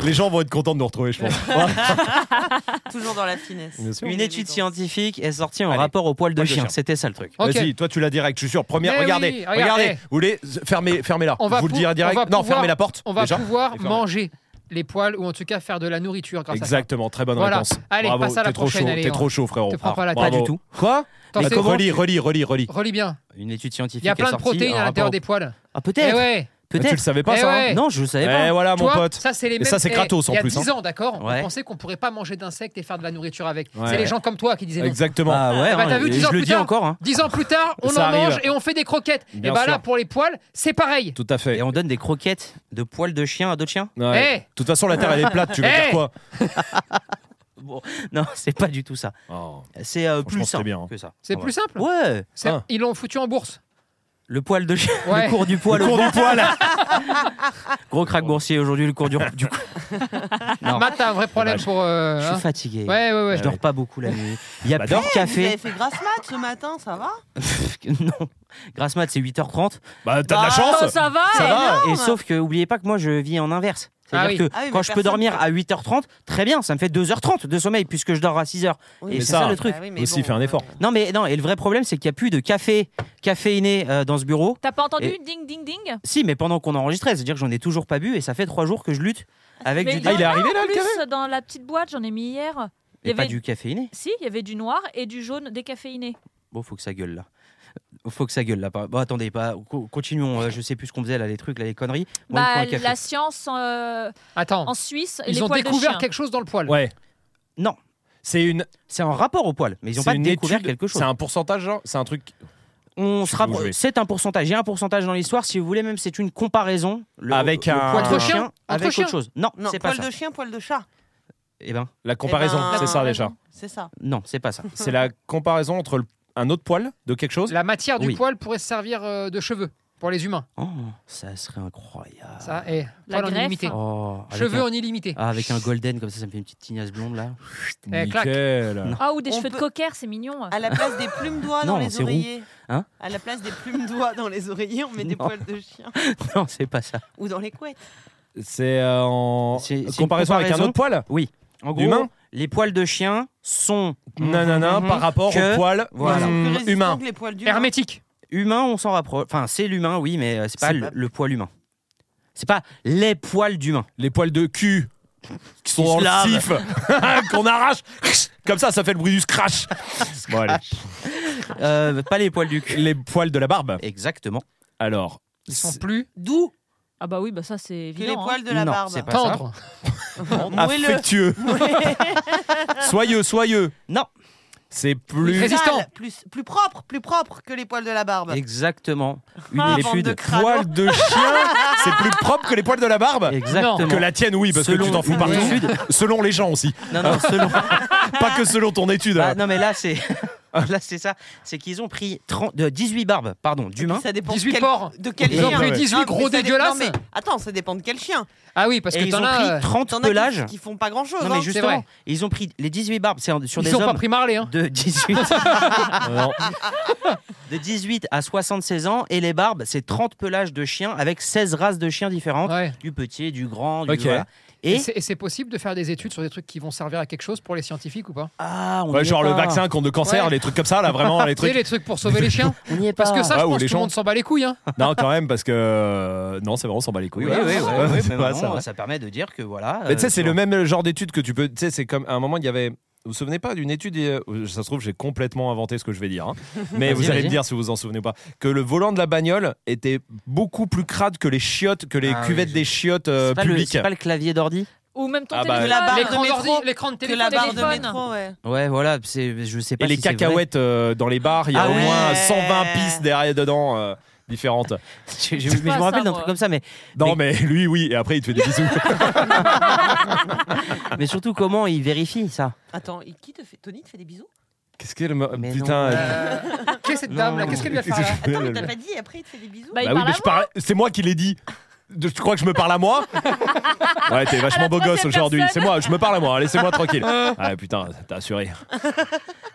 Speaker 2: Les gens vont être contents de nous retrouver, je pense.
Speaker 1: <laughs> Toujours dans la finesse.
Speaker 2: Bien sûr.
Speaker 4: Une étude scientifique est sortie en
Speaker 2: Allez.
Speaker 4: rapport au poil de
Speaker 2: Poil de
Speaker 4: chien.
Speaker 2: chien.
Speaker 4: C'était ça le truc.
Speaker 3: Ok.
Speaker 2: Vas-y, toi tu la direct, je suis sûr. Première,
Speaker 3: Mais
Speaker 2: regardez,
Speaker 3: oui,
Speaker 2: regardez.
Speaker 3: regardez.
Speaker 2: Vous voulez fermez, fermez la.
Speaker 3: On va
Speaker 2: vous le
Speaker 3: pou-
Speaker 2: direz
Speaker 3: on va
Speaker 2: direct. Non,
Speaker 3: pouvoir-
Speaker 2: fermez la porte.
Speaker 3: On va
Speaker 2: déjà.
Speaker 3: pouvoir
Speaker 2: Et fermez.
Speaker 3: manger les poils ou en tout cas faire de la nourriture grâce à ça.
Speaker 2: Exactement, très bonne
Speaker 3: Voilà.
Speaker 2: réponse.
Speaker 3: Allez,
Speaker 2: Bravo,
Speaker 3: passe à la
Speaker 2: t'es trop
Speaker 3: prochaine,
Speaker 2: chaud,
Speaker 3: allez,
Speaker 2: t'es
Speaker 3: on-
Speaker 2: trop chaud, frérot. Ah,
Speaker 3: te prends pas la
Speaker 2: Bravo.
Speaker 4: tête. Pas du tout.
Speaker 2: Quoi
Speaker 3: Attends,
Speaker 2: Mais
Speaker 3: c'est-
Speaker 2: comment Relis, relis, relis, relis.
Speaker 3: Relis bien.
Speaker 4: Une étude scientifique
Speaker 3: Il y a
Speaker 4: est
Speaker 3: plein de
Speaker 4: sortie
Speaker 3: protéines
Speaker 4: en
Speaker 3: à l'intérieur
Speaker 4: rapport-
Speaker 3: des poils.
Speaker 4: Ah
Speaker 3: Eh
Speaker 4: peut-être,
Speaker 3: ouais.
Speaker 2: Ah, Tu le
Speaker 4: peut-être.
Speaker 2: savais pas
Speaker 3: Eh
Speaker 2: ça
Speaker 3: ouais.
Speaker 2: hein
Speaker 4: Non, je le savais
Speaker 2: Eh
Speaker 4: pas.
Speaker 2: voilà, mon
Speaker 3: Toi,
Speaker 2: pote.
Speaker 3: Ça, c'est les
Speaker 2: Et
Speaker 3: mêmes.
Speaker 2: ça, c'est
Speaker 3: eh,
Speaker 2: Kratos, en
Speaker 3: Il y a
Speaker 2: plus, hein.
Speaker 3: 10 ans, d'accord
Speaker 4: Ouais.
Speaker 3: On pensait qu'on pourrait pas manger d'insectes et faire de la nourriture avec.
Speaker 2: Ouais.
Speaker 3: C'est les gens comme toi qui disaient non.
Speaker 2: Exactement.
Speaker 4: Bah ouais,
Speaker 3: Eh ben,
Speaker 4: hein,
Speaker 3: t'as vu,
Speaker 4: et
Speaker 3: dix ans
Speaker 4: je le
Speaker 3: plus
Speaker 4: dis
Speaker 3: tard.
Speaker 4: encore. hein.
Speaker 3: 10 ans plus tard, on
Speaker 2: Ça
Speaker 3: en
Speaker 2: arrive.
Speaker 3: mange et on fait des croquettes.
Speaker 2: Bien
Speaker 3: et bah là,
Speaker 2: sûr.
Speaker 3: pour les poils, c'est pareil.
Speaker 2: Tout à fait.
Speaker 4: Et on donne des croquettes de poils de chien à d'autres chiens
Speaker 2: Ouais.
Speaker 3: Eh.
Speaker 2: De toute façon, la terre elle est plate. Tu veux
Speaker 3: Eh.
Speaker 2: dire quoi
Speaker 4: Bon, non, c'est pas du tout ça.
Speaker 2: Oh.
Speaker 4: C'est euh,
Speaker 2: Franchement,
Speaker 4: plus
Speaker 2: c'était
Speaker 4: simple
Speaker 2: bien, hein.
Speaker 4: que ça.
Speaker 3: C'est
Speaker 4: Ouais.
Speaker 3: plus simple.
Speaker 4: Ouais,
Speaker 3: C'est-
Speaker 2: Ah.
Speaker 3: Ils l'ont foutu en bourse.
Speaker 4: le poil de chien,
Speaker 3: Ouais.
Speaker 4: le cours du poil,
Speaker 2: Le
Speaker 4: au
Speaker 2: cours du
Speaker 4: <laughs>
Speaker 2: poil.
Speaker 4: Gros crack boursier aujourd'hui, le cours du, du coup. Non,
Speaker 3: Matt, t'as un vrai problème
Speaker 2: Dommage.
Speaker 3: pour. euh,
Speaker 4: je
Speaker 3: hein.
Speaker 4: suis fatigué.
Speaker 3: Ouais, ouais, ouais.
Speaker 4: Je dors pas beaucoup la nuit. Il y a
Speaker 2: Bah,
Speaker 4: plus
Speaker 2: dors.
Speaker 4: de
Speaker 1: Vous avez
Speaker 4: café. <laughs>
Speaker 1: fait grasse mat ce matin, ça va
Speaker 4: non. Grasse mat, c'est 8h30.
Speaker 2: Bah, t'as de la
Speaker 1: Bah,
Speaker 2: chance.
Speaker 8: Oh, ça va
Speaker 2: Ça va.
Speaker 4: Et sauf que, oubliez pas que moi, je vis en inverse.
Speaker 3: Ah oui.
Speaker 4: C'est-à-dire que
Speaker 1: Ah oui, mais
Speaker 4: quand je peux
Speaker 1: personne
Speaker 4: dormir à 8h30, très bien, ça me fait 2h30 de sommeil puisque je dors à 6h.
Speaker 1: Oui,
Speaker 4: Et
Speaker 1: mais
Speaker 4: c'est ça,
Speaker 2: ça,
Speaker 4: le truc.
Speaker 1: Bah oui, mais
Speaker 2: Aussi,
Speaker 1: bon,
Speaker 2: fais un effort.
Speaker 1: euh,
Speaker 4: Non, mais non, et le vrai problème, c'est qu'il n'y a plus de café caféiné euh, dans ce bureau.
Speaker 8: T'as pas entendu
Speaker 4: Et-
Speaker 8: ding ding ding
Speaker 4: Si, mais pendant qu'on enregistrait, c'est-à-dire que j'en ai toujours pas bu et ça fait trois jours que je lutte avec
Speaker 8: Mais
Speaker 4: du
Speaker 8: y en
Speaker 2: Ah, il est
Speaker 8: a
Speaker 2: arrivé, là,
Speaker 8: en
Speaker 2: le
Speaker 8: plus dans la petite boîte, j'en ai mis hier. il y
Speaker 4: et pas
Speaker 8: avait-
Speaker 4: du caféiné.
Speaker 8: Si, il y avait du noir et du jaune décaféiné.
Speaker 4: Bon, faut que ça gueule là. Faut que ça gueule là. Bon, attendez, pas. co- Continuons. euh, je sais plus ce qu'on faisait là, les trucs, là, les conneries. Moi, il me faut
Speaker 8: bah,
Speaker 4: un café.
Speaker 8: la science euh,
Speaker 3: Attends.
Speaker 8: en Suisse, les
Speaker 3: Ils ont
Speaker 8: poils de
Speaker 3: découvert
Speaker 8: chien.
Speaker 3: quelque chose dans le poil.
Speaker 2: Ouais.
Speaker 4: Non.
Speaker 2: C'est une.
Speaker 4: C'est en rapport au poil, mais ils ont
Speaker 2: c'est
Speaker 4: pas
Speaker 2: une
Speaker 4: découvert
Speaker 2: étude,
Speaker 4: quelque chose.
Speaker 2: C'est un pourcentage, genre C'est un truc.
Speaker 4: On se
Speaker 2: où
Speaker 4: rappro-
Speaker 2: je vais.
Speaker 4: C'est un pourcentage. Il y a un pourcentage dans l'histoire, si vous voulez, même c'est une comparaison. Le-
Speaker 2: Avec
Speaker 4: le
Speaker 2: un-
Speaker 4: poil de
Speaker 3: Entre chiens Entre
Speaker 4: avec
Speaker 3: chiens
Speaker 4: autre chose. Non,
Speaker 1: Non,
Speaker 4: c'est pas
Speaker 1: poil
Speaker 4: ça.
Speaker 1: de chien, poil de chat.
Speaker 4: Eh ben,
Speaker 2: La comparaison,
Speaker 1: ben,
Speaker 2: c'est ça déjà.
Speaker 1: C'est ça.
Speaker 4: non, c'est pas ça.
Speaker 2: C'est la comparaison entre le- un autre poil de quelque chose.
Speaker 3: La matière du
Speaker 4: Oui.
Speaker 3: poil pourrait servir euh, de cheveux pour les humains.
Speaker 4: Oh, ça serait incroyable.
Speaker 3: Ça, eh,
Speaker 8: La
Speaker 3: poil en
Speaker 8: greffe.
Speaker 3: illimité.
Speaker 2: Ah.
Speaker 4: Oh, avec
Speaker 3: Cheveux
Speaker 4: un-
Speaker 3: en illimité.
Speaker 4: Ah, avec un golden comme ça, ça me fait une petite tignasse blonde là.
Speaker 3: Eh, claque.
Speaker 2: Nickel.
Speaker 8: Ah, ou des
Speaker 1: On
Speaker 8: cheveux
Speaker 1: peut-
Speaker 8: de cocker, c'est mignon.
Speaker 1: À la place des plumes d'oies dans
Speaker 4: Non,
Speaker 1: les
Speaker 4: c'est roux.
Speaker 1: oreillers.
Speaker 4: Hein
Speaker 1: à la place des plumes d'oies dans les oreillers, on met des
Speaker 4: Non.
Speaker 1: poils de chien.
Speaker 4: non, c'est pas ça.
Speaker 1: Ou dans les couettes.
Speaker 2: C'est euh, en
Speaker 4: C'est- c'est une
Speaker 2: comparaison avec un
Speaker 4: comparaison.
Speaker 2: autre poil
Speaker 4: En gros,
Speaker 2: Humain
Speaker 4: les poils de chien sont
Speaker 2: Nanana,
Speaker 4: Mhm.
Speaker 2: par rapport
Speaker 4: Que-
Speaker 2: au poil
Speaker 4: Voilà.
Speaker 1: Ils sont plus
Speaker 2: hum,
Speaker 1: résistants
Speaker 2: humain.
Speaker 1: que les poils d'humain.
Speaker 3: Hermétique.
Speaker 4: humains, on s'en rapproche. Enfin, c'est l'humain, oui, mais euh, c'est pas,
Speaker 1: C'est
Speaker 4: le,
Speaker 1: pas-
Speaker 4: le poil humain. C'est pas les poils d'humain.
Speaker 2: Les poils de cul qui sont
Speaker 4: Qui se
Speaker 2: dans
Speaker 4: lavent.
Speaker 2: le sif, <laughs> qu'on arrache. Comme ça, ça fait le bruit du scratch. <laughs> Bon, allez.
Speaker 4: Euh, pas les poils du <laughs> cul.
Speaker 2: Les poils de la barbe.
Speaker 4: Exactement.
Speaker 2: Alors,
Speaker 3: Ils sont plus
Speaker 1: D'où
Speaker 8: Ah bah oui, bah ça c'est
Speaker 1: que les
Speaker 8: évident. hein.
Speaker 1: poils de la
Speaker 4: Non,
Speaker 1: barbe.
Speaker 4: c'est pas-
Speaker 3: tendres.
Speaker 1: Moelleux.
Speaker 4: <laughs>
Speaker 2: affectueux. soyeux, soyeux.
Speaker 4: Non,
Speaker 2: C'est
Speaker 1: Plus
Speaker 2: plus.
Speaker 3: Résist- Résistant.
Speaker 1: sale, Plus, plus propre, plus propre que les poils de la barbe. <laughs>
Speaker 4: exactement. Une
Speaker 1: Bah. Ah, bande de
Speaker 4: étude.
Speaker 1: crânes. <laughs>
Speaker 2: Poils de chien, c'est plus propre que les poils de la barbe.
Speaker 4: Exactement.
Speaker 2: Que la tienne, oui, parce que
Speaker 4: Selon
Speaker 2: tu t'en fous
Speaker 4: une
Speaker 2: partout.
Speaker 4: étude.
Speaker 2: Selon les gens aussi.
Speaker 4: Non, non,
Speaker 1: <laughs>
Speaker 4: selon.
Speaker 2: Pas que selon ton étude.
Speaker 4: Ah, non, mais là, c'est. <laughs> Là, c'est ça. C'est qu'ils ont pris 30, euh, 18 barbes, pardon,
Speaker 1: Et puis,
Speaker 4: d'humains.
Speaker 1: Ça dépend
Speaker 3: 18
Speaker 1: de quel,
Speaker 3: porcs.
Speaker 1: De quel
Speaker 2: Ils ont
Speaker 1: chien.
Speaker 2: pris
Speaker 3: 18
Speaker 1: Non, mais
Speaker 3: gros
Speaker 1: ça dé- non,
Speaker 3: dégueulasses.
Speaker 1: mais attends, ça dépend de quel chien.
Speaker 3: Ah oui, parce
Speaker 4: Et
Speaker 3: que
Speaker 4: ils ont
Speaker 3: t'en as.
Speaker 4: pris
Speaker 3: euh,
Speaker 4: 30
Speaker 1: T'en as
Speaker 4: pelages.
Speaker 1: qui, qui font pas hein. grand chose.
Speaker 4: Non, mais
Speaker 3: c'est
Speaker 4: justement,
Speaker 3: vrai.
Speaker 4: ils ont pris les 18 barbes c'est en- sur
Speaker 3: Ils
Speaker 4: des
Speaker 3: ont pas
Speaker 4: hommes
Speaker 3: pris Marley. Hein.
Speaker 4: de
Speaker 1: <laughs>
Speaker 4: 18
Speaker 2: Non.
Speaker 4: de 18 à 76 ans et les barbes, c'est 30 pelages de chiens avec 16 races de chiens différentes,
Speaker 3: Ouais.
Speaker 4: du petit, du grand, du
Speaker 2: Ok.
Speaker 4: voilà.
Speaker 3: Et,
Speaker 4: Et,
Speaker 3: c'est- et c'est possible de faire des études sur des trucs qui vont servir à quelque chose pour les scientifiques ou pas
Speaker 4: ah, on
Speaker 2: Ouais,
Speaker 4: y est
Speaker 2: genre le
Speaker 4: pas.
Speaker 2: vaccin contre le cancer,
Speaker 3: Ouais.
Speaker 2: les trucs comme ça, là, vraiment, les
Speaker 3: Tu sais,
Speaker 4: <laughs>
Speaker 2: trucs.
Speaker 3: les trucs pour sauver
Speaker 2: <laughs>
Speaker 3: les chiens
Speaker 4: on y est
Speaker 3: Parce
Speaker 4: pas.
Speaker 3: que ça,
Speaker 2: Ah,
Speaker 3: je
Speaker 2: ou
Speaker 3: pense que
Speaker 2: les
Speaker 3: tout le
Speaker 2: gens.
Speaker 3: monde s'en bat les couilles. Hein.
Speaker 2: Non, quand même, parce que. euh, Non, c'est vrai, on s'en bat les couilles.
Speaker 4: oui, oui, oui, oui,
Speaker 2: <laughs> Ouais,
Speaker 4: oui,
Speaker 2: c'est
Speaker 4: mais
Speaker 2: vrai,
Speaker 4: non,
Speaker 2: c'est vrai.
Speaker 4: ça permet de dire que voilà.
Speaker 2: Mais tu
Speaker 4: euh,
Speaker 2: sais, c'est
Speaker 4: genre-
Speaker 2: le même genre d'étude que tu peux. Tu sais, c'est comme à un moment, il y avait. Vous vous souvenez pas d'une étude et, euh, Ça se trouve, j'ai complètement inventé ce que je vais
Speaker 4: <laughs>
Speaker 2: dire. hein. Mais
Speaker 4: Vas-y,
Speaker 2: vous allez
Speaker 4: vas-y.
Speaker 2: me dire si vous vous en souvenez ou pas. Que le volant de la bagnole était beaucoup plus crade que les chiottes, que les
Speaker 4: Ah oui,
Speaker 2: cuvettes
Speaker 4: je-
Speaker 2: des chiottes euh,
Speaker 4: c'est pas, le,
Speaker 2: publiques.
Speaker 4: c'est pas le clavier d'ordi.
Speaker 8: Ou même ton
Speaker 2: Ah bah,
Speaker 8: téléphone.
Speaker 1: la barbe
Speaker 3: L'écran
Speaker 1: de métro,
Speaker 3: d'ordi, l'écran de
Speaker 1: Que
Speaker 3: téléphone.
Speaker 1: la barre de
Speaker 8: téléphone.
Speaker 1: métro, ouais.
Speaker 4: Ouais, voilà, c'est, je sais pas.
Speaker 2: Et les
Speaker 4: si c'est vrai.
Speaker 2: cacahuètes euh, dans les bars, il y a
Speaker 4: Ah
Speaker 2: au
Speaker 4: ouais.
Speaker 2: moins 120 pistes derrière dedans. euh, différentes.
Speaker 4: <laughs> Je- je- mais je me
Speaker 8: pas
Speaker 4: rappelle
Speaker 8: ça,
Speaker 4: d'un
Speaker 8: moi.
Speaker 4: truc comme ça, mais,
Speaker 2: Non mais lui oui et après il te fait des bisous.
Speaker 4: <laughs> mais surtout comment ils vérifient ça
Speaker 1: Attends, et qui te fait... Tony te fait des bisous
Speaker 2: Qu'est-ce que le mo-
Speaker 4: Mais
Speaker 2: putain
Speaker 4: non.
Speaker 2: elle-
Speaker 3: Euh,
Speaker 2: <laughs>
Speaker 3: Qu'est-ce que cette dame là Qu'est-ce qu'elle lui a fait là
Speaker 1: Attends, mais t'as pas dit, et après il te fait des bisous
Speaker 8: Bah, il
Speaker 2: Bah oui
Speaker 8: parle
Speaker 2: mais
Speaker 8: à
Speaker 2: je parlais- c'est moi qui l'ai dit. Tu crois que je me parle à
Speaker 4: <laughs>
Speaker 2: moi Ouais, t'es vachement beau gosse
Speaker 8: troisième
Speaker 2: aujourd'hui. C'est
Speaker 8: personne.
Speaker 2: moi, je me parle à moi. Laissez-moi
Speaker 4: <laughs>
Speaker 2: tranquille. Ah putain, t'as assuré.